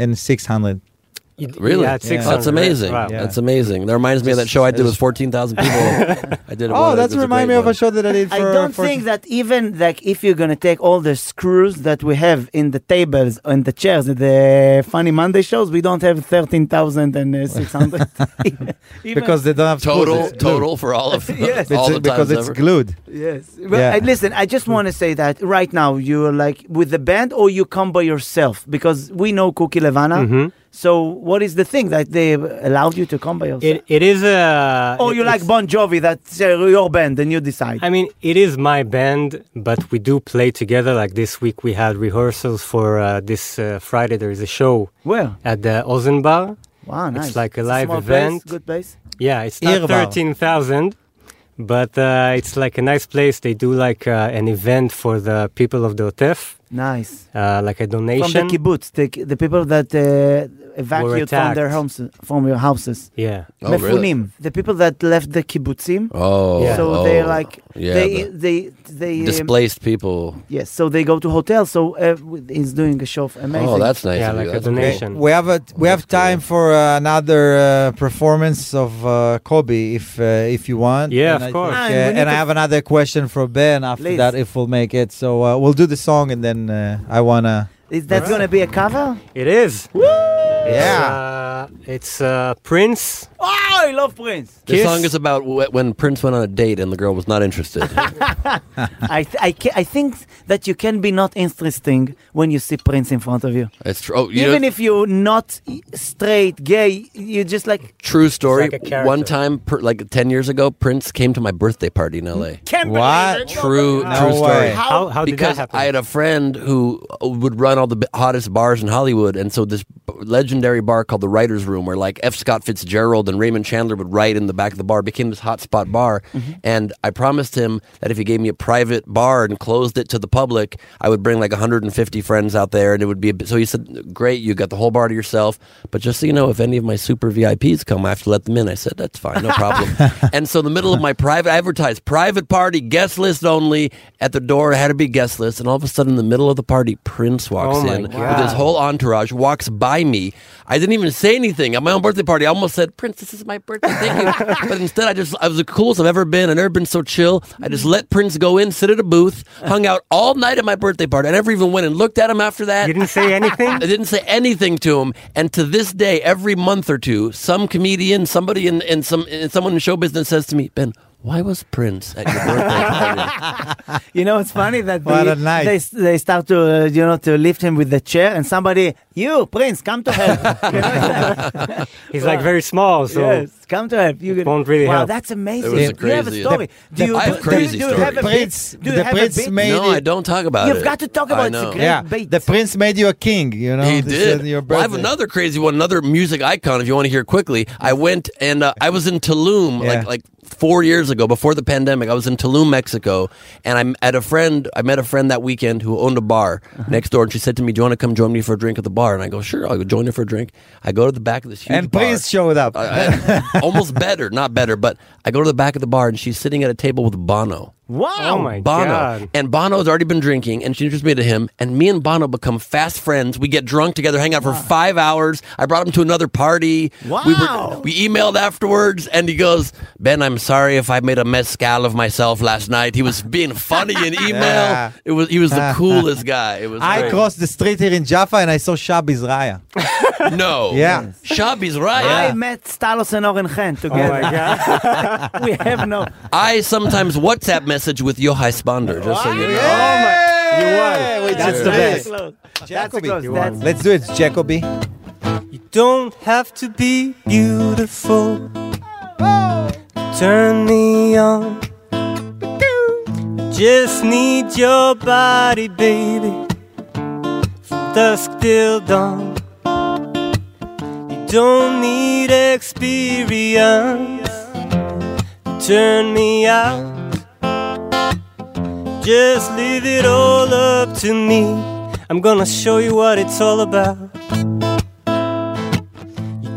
[SPEAKER 5] and 600.
[SPEAKER 1] You-
[SPEAKER 3] Really?
[SPEAKER 1] Yeah, at
[SPEAKER 5] Yeah.
[SPEAKER 1] 600.
[SPEAKER 3] That's amazing.
[SPEAKER 1] Wow.
[SPEAKER 5] Yeah.
[SPEAKER 3] That's amazing. That reminds me of that show I did with 14,000 people.
[SPEAKER 5] [LAUGHS]
[SPEAKER 3] I did it
[SPEAKER 5] Oh,
[SPEAKER 3] one-
[SPEAKER 5] that's
[SPEAKER 3] it was a
[SPEAKER 5] remind
[SPEAKER 3] great
[SPEAKER 5] me of
[SPEAKER 3] one.
[SPEAKER 5] a show that I did for.
[SPEAKER 4] I don't
[SPEAKER 5] for-
[SPEAKER 4] think that even like if you're gonna take all the screws that we have in the tables and the chairs at the Funny Monday shows, we don't have thirteen thousand and uh, six hundred. [LAUGHS]
[SPEAKER 5] Because they don't have screws,
[SPEAKER 3] Total,
[SPEAKER 5] it's glued.
[SPEAKER 3] total for all
[SPEAKER 1] [LAUGHS]
[SPEAKER 3] of
[SPEAKER 4] Yes.
[SPEAKER 5] It's,
[SPEAKER 3] all the
[SPEAKER 5] because
[SPEAKER 3] times
[SPEAKER 5] it's
[SPEAKER 3] ever.
[SPEAKER 5] glued.
[SPEAKER 4] yes, well,
[SPEAKER 5] Yeah.
[SPEAKER 4] I, listen, I just want to say that right now you're like with the band or you come by yourself because we know Cookie Levana. So what is the thing that they allowed you to come by yourself?
[SPEAKER 1] It, it is a.
[SPEAKER 4] or Oh,
[SPEAKER 1] it-
[SPEAKER 4] you like
[SPEAKER 1] it's-
[SPEAKER 4] Bon Jovi? That's uh, your band, and you decide.
[SPEAKER 1] I mean, it is my band, but we do play together. Like this week, we had rehearsals for uh, this uh, Friday. There is a show
[SPEAKER 4] Where?
[SPEAKER 1] at the Ozen Bar.
[SPEAKER 4] Wow, nice.
[SPEAKER 1] like a
[SPEAKER 4] It's
[SPEAKER 1] live
[SPEAKER 4] small
[SPEAKER 1] event.
[SPEAKER 4] Place, good place.
[SPEAKER 1] Yeah, it's not
[SPEAKER 5] Irbar.
[SPEAKER 1] thirteen thousand, but uh, it's like a nice place. They do like uh, an event for the people of the Otef,
[SPEAKER 4] Nice.
[SPEAKER 1] uh, like a donation.
[SPEAKER 4] from the kibbutz, the, the people that uh, evacuated from their
[SPEAKER 1] attacked.
[SPEAKER 4] homes, from your houses.
[SPEAKER 1] yeah,
[SPEAKER 3] Oh, really?
[SPEAKER 4] Mefunim, the people that left the kibbutzim.
[SPEAKER 3] Oh,
[SPEAKER 1] Yeah.
[SPEAKER 4] So
[SPEAKER 3] oh.
[SPEAKER 4] they're like
[SPEAKER 3] yeah,
[SPEAKER 4] they,
[SPEAKER 3] the
[SPEAKER 4] they they um,
[SPEAKER 3] displaced people.
[SPEAKER 4] yes. So they go to hotels. So uh, w- he's doing a show. of Amazing.
[SPEAKER 3] Oh, that's nice.
[SPEAKER 1] yeah,
[SPEAKER 3] of you.
[SPEAKER 1] like a
[SPEAKER 3] That's cool.
[SPEAKER 1] donation.
[SPEAKER 5] We have a we have time for uh, another uh, performance of uh, Kobe if uh, if you want.
[SPEAKER 1] Yeah,
[SPEAKER 5] And
[SPEAKER 1] of
[SPEAKER 5] I
[SPEAKER 1] course.
[SPEAKER 5] think,
[SPEAKER 4] And Ah, we
[SPEAKER 5] uh,
[SPEAKER 4] need
[SPEAKER 5] and I
[SPEAKER 4] to-
[SPEAKER 5] have another question for Ben after
[SPEAKER 4] Please.
[SPEAKER 5] that if we'll make it. So uh, we'll do the song and then uh, I wanna.
[SPEAKER 4] is that gonna be a cover?
[SPEAKER 1] It is. It's,
[SPEAKER 5] Yeah.
[SPEAKER 1] uh, it's uh, Prince.
[SPEAKER 4] Oh, I love Prince.
[SPEAKER 3] This
[SPEAKER 1] Kiss.
[SPEAKER 3] song is about wh- when Prince went on a date and the girl was not interested.
[SPEAKER 4] I th- I, ca- I think that you can be not interesting when you see Prince in front of you.
[SPEAKER 3] it's true. Oh, you know-
[SPEAKER 4] Even if you're not straight, gay, you're just like
[SPEAKER 3] True story.
[SPEAKER 1] It's like a character.
[SPEAKER 3] One time, per, like ten years ago, Prince came to my birthday party in L.A.
[SPEAKER 4] can't
[SPEAKER 5] What?
[SPEAKER 4] believe it.
[SPEAKER 3] True,
[SPEAKER 5] No
[SPEAKER 3] true story.
[SPEAKER 5] way.
[SPEAKER 1] How, how did that
[SPEAKER 3] Because
[SPEAKER 1] happen?
[SPEAKER 3] I had a friend who uh, would run all the b- hottest bars in Hollywood, and so this b- legendary bar called the Writers' Room, where like F. Scott Fitzgerald and Raymond Chandler would write in the back of the bar, became this hotspot bar.
[SPEAKER 1] Mm-hmm.
[SPEAKER 3] And I promised him that if he gave me a private bar and closed it to the public, I would bring like 150 friends out there, and it would be. A, bit- so he said, "Great, you got the whole bar to yourself, but just so you know, if any of my super VIPs come, I have to let them in." I said, "That's fine, no problem." and so the middle of my private, I advertised private party, guest list only. At the door, it had to be guest list, and all of a sudden, in the middle of the party, Prince walks
[SPEAKER 1] Oh my
[SPEAKER 3] in
[SPEAKER 1] God.
[SPEAKER 3] with his whole entourage, walks by me. I didn't even say anything at my own birthday party. I almost said, "Prince, this is my birthday, thank
[SPEAKER 4] [LAUGHS]
[SPEAKER 3] you," but instead, I just I was the coolest I've ever been. I've never been so chill. I just let Prince go in, sit at a booth, hung out all night at my birthday party. I never even went and looked at him after that.
[SPEAKER 1] you didn't say
[SPEAKER 3] [LAUGHS]
[SPEAKER 1] anything.
[SPEAKER 3] I didn't say anything to him, and to this day, every month or two, some comedian, somebody in, in some in someone in show business says to me, "Ben, Why was Prince at your birthday
[SPEAKER 4] [LAUGHS]
[SPEAKER 3] party?
[SPEAKER 4] You know, it's funny that
[SPEAKER 5] What
[SPEAKER 4] they,
[SPEAKER 5] a night.
[SPEAKER 4] they they start to uh, you know to lift him with the chair, and somebody, you Prince, come to help. You know?
[SPEAKER 1] He's like very small, so
[SPEAKER 4] yes, come to help. You
[SPEAKER 1] It won't really
[SPEAKER 4] wow,
[SPEAKER 1] help.
[SPEAKER 4] that's amazing.
[SPEAKER 3] was
[SPEAKER 4] you have a
[SPEAKER 3] crazy-
[SPEAKER 4] story. Do you,
[SPEAKER 3] I have
[SPEAKER 4] do,
[SPEAKER 3] crazy
[SPEAKER 4] do, you
[SPEAKER 3] stories.
[SPEAKER 4] have a
[SPEAKER 5] Prince-
[SPEAKER 4] bit? Do you
[SPEAKER 5] the
[SPEAKER 4] have
[SPEAKER 5] Prince
[SPEAKER 4] a bit?
[SPEAKER 5] made-
[SPEAKER 3] no, I don't talk about it.
[SPEAKER 4] You've got to talk
[SPEAKER 3] I
[SPEAKER 4] about it. It's a
[SPEAKER 3] know.
[SPEAKER 4] great-
[SPEAKER 5] Yeah,
[SPEAKER 4] bait.
[SPEAKER 5] the prince made you a king. You know,
[SPEAKER 3] He
[SPEAKER 5] This
[SPEAKER 3] did.
[SPEAKER 5] is Your
[SPEAKER 3] Well, I have
[SPEAKER 5] birthday.
[SPEAKER 3] another crazy one, another music icon. If you want to hear quickly, I went and uh, I was in Tulum
[SPEAKER 5] Yeah.
[SPEAKER 3] like like four years ago, before the pandemic. I was in Tulum, Mexico, and I'm at a friend. I met a friend that weekend who owned a bar
[SPEAKER 5] Uh-huh.
[SPEAKER 3] next door, and she said to me, "Do you want to come join me for a drink at the bar?" And I go, "Sure, I'll go join you for a drink." I go to the back of this huge
[SPEAKER 5] And
[SPEAKER 3] bar.
[SPEAKER 5] Prince showed up.
[SPEAKER 3] I- I- almost better, not better, but I go to the back of the bar, and she's sitting at a table with Bono.
[SPEAKER 1] wow, oh my
[SPEAKER 3] Bono.
[SPEAKER 1] god.
[SPEAKER 3] And Bono has already been drinking, and she introduced me to him. And me and Bono become fast friends. We get drunk together, hang out for five hours. I brought him to another party. We,
[SPEAKER 4] Wow.
[SPEAKER 3] we emailed afterwards, and he goes, Ben, I'm sorry if I made a mezcal of myself last night. He
[SPEAKER 5] [LAUGHS]
[SPEAKER 3] was being funny in email.
[SPEAKER 5] Yeah.
[SPEAKER 3] It was He was
[SPEAKER 5] [LAUGHS]
[SPEAKER 3] the coolest guy. It was
[SPEAKER 5] I
[SPEAKER 3] great. Oh
[SPEAKER 5] crossed the street here in Jaffa and I saw Shabiz Raya.
[SPEAKER 3] No.
[SPEAKER 5] [LAUGHS] Yeah.
[SPEAKER 3] Shabby's right.
[SPEAKER 4] I met Stalos and Oren Chen
[SPEAKER 1] Oh
[SPEAKER 4] together.
[SPEAKER 1] my god.
[SPEAKER 4] [LAUGHS] we have no.
[SPEAKER 3] I sometimes WhatsApp message with Yohai Sponder, just so you know.
[SPEAKER 1] You
[SPEAKER 5] Hey,
[SPEAKER 1] won.
[SPEAKER 5] we
[SPEAKER 1] That's
[SPEAKER 5] did
[SPEAKER 1] the
[SPEAKER 5] it.
[SPEAKER 1] best.
[SPEAKER 4] Close. That's
[SPEAKER 5] Jacoby.
[SPEAKER 4] close.
[SPEAKER 5] You
[SPEAKER 4] That's
[SPEAKER 5] Let's do it, Jacoby.
[SPEAKER 1] You don't have to be beautiful. Turn me on. Just need your body, baby. From dusk till dawn. You don't need experience. Turn me out. Just leave it all up to me. I'm gonna show you what it's all about.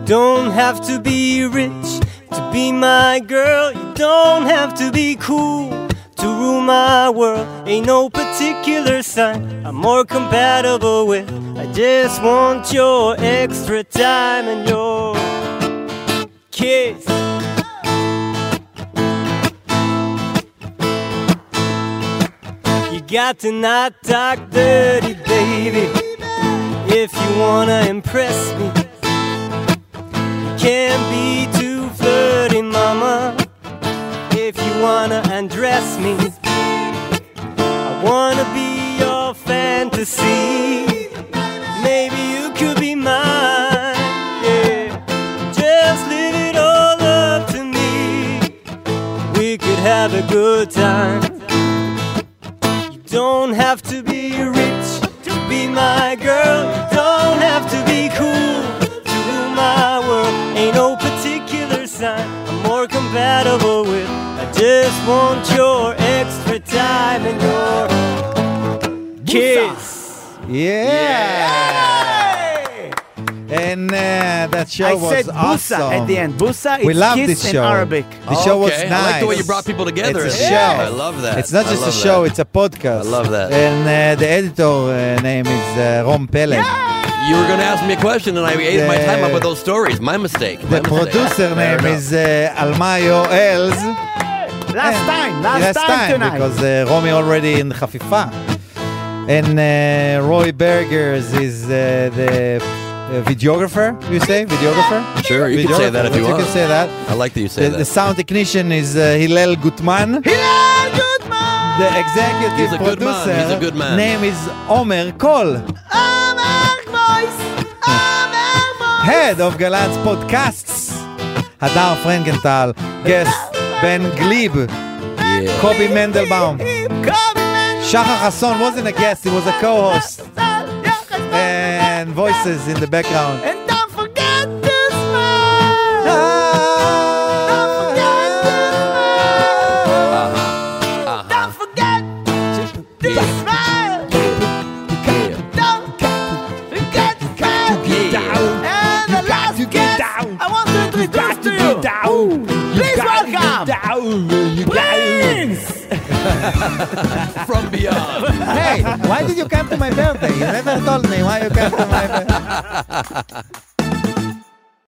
[SPEAKER 1] Don't have to be rich to be my girl. You don't have to be cool to rule my world. Ain't no particular sign I'm more compatible with. I just want your extra time and your kiss. You got to not talk dirty, baby, if you wanna impress me can't be too flirty, mama. If you wanna undress me, I wanna be your fantasy. Maybe you could be mine. Yeah, just leave it all up to me. We could have a good time. You don't have to be rich to be my girl. You don't have to be cool to rule my world. Ain't no particular sign I'm more compatible with. I just want your extra time and your kiss.
[SPEAKER 5] Yeah. And uh, that show
[SPEAKER 4] I
[SPEAKER 5] was
[SPEAKER 4] said
[SPEAKER 5] awesome.
[SPEAKER 4] Busa at the end. Busa is
[SPEAKER 5] we love
[SPEAKER 4] kiss
[SPEAKER 5] this
[SPEAKER 4] in
[SPEAKER 5] show. Oh,
[SPEAKER 4] Arabic.
[SPEAKER 5] The show was
[SPEAKER 3] Okay.
[SPEAKER 5] nice.
[SPEAKER 3] I like the way you brought people together.
[SPEAKER 5] It's a
[SPEAKER 3] Yeah.
[SPEAKER 5] show.
[SPEAKER 3] I love that.
[SPEAKER 5] It's not
[SPEAKER 3] I
[SPEAKER 5] just a
[SPEAKER 3] love
[SPEAKER 5] show;
[SPEAKER 3] that.
[SPEAKER 5] it's a podcast.
[SPEAKER 3] I love that.
[SPEAKER 5] And uh, the editor uh, name is uh, Ron Pele.
[SPEAKER 3] You were going to ask me a question, and I ate my time up
[SPEAKER 5] The-
[SPEAKER 3] with those stories. My mistake.
[SPEAKER 5] The
[SPEAKER 3] My mistake.
[SPEAKER 5] producer
[SPEAKER 3] Fair
[SPEAKER 5] name
[SPEAKER 3] enough.
[SPEAKER 5] is uh, Almayo Els.
[SPEAKER 4] Last time, last, time, tonight.
[SPEAKER 5] because uh, Romy already in Hafifa. And uh, Roy Bergers is uh, the uh, videographer, you say? Videographer?
[SPEAKER 3] Sure, you can say
[SPEAKER 5] Videographer,
[SPEAKER 3] that if you want.
[SPEAKER 5] You can say that.
[SPEAKER 3] I like that you say
[SPEAKER 5] The,
[SPEAKER 3] that.
[SPEAKER 5] the sound technician is uh, Hillel Gutman.
[SPEAKER 4] Hilal Goodman!
[SPEAKER 5] The executive
[SPEAKER 3] He's a good man.
[SPEAKER 5] producer
[SPEAKER 3] He's a good man.
[SPEAKER 5] name is Omer Kol,
[SPEAKER 4] Omer Boys! Omer Boys!
[SPEAKER 5] head of Galatz Podcasts. Hadar Frankenthal, guest Ben Glib,
[SPEAKER 3] yeah. Uh-huh.
[SPEAKER 5] Kobi Mendelbaum. Shachar Hasson wasn't a guest, he was a co-host. And voices in the background.
[SPEAKER 4] And don't forget to smile!
[SPEAKER 5] Ah.
[SPEAKER 3] Uh-huh.
[SPEAKER 4] Don't forget to smile! Don't forget to smile! And the last guest I want to introduce to you! Please welcome! Prince!
[SPEAKER 3] From beyond.
[SPEAKER 5] Hey, why did you come to my birthday? You never told me why you came to my birthday.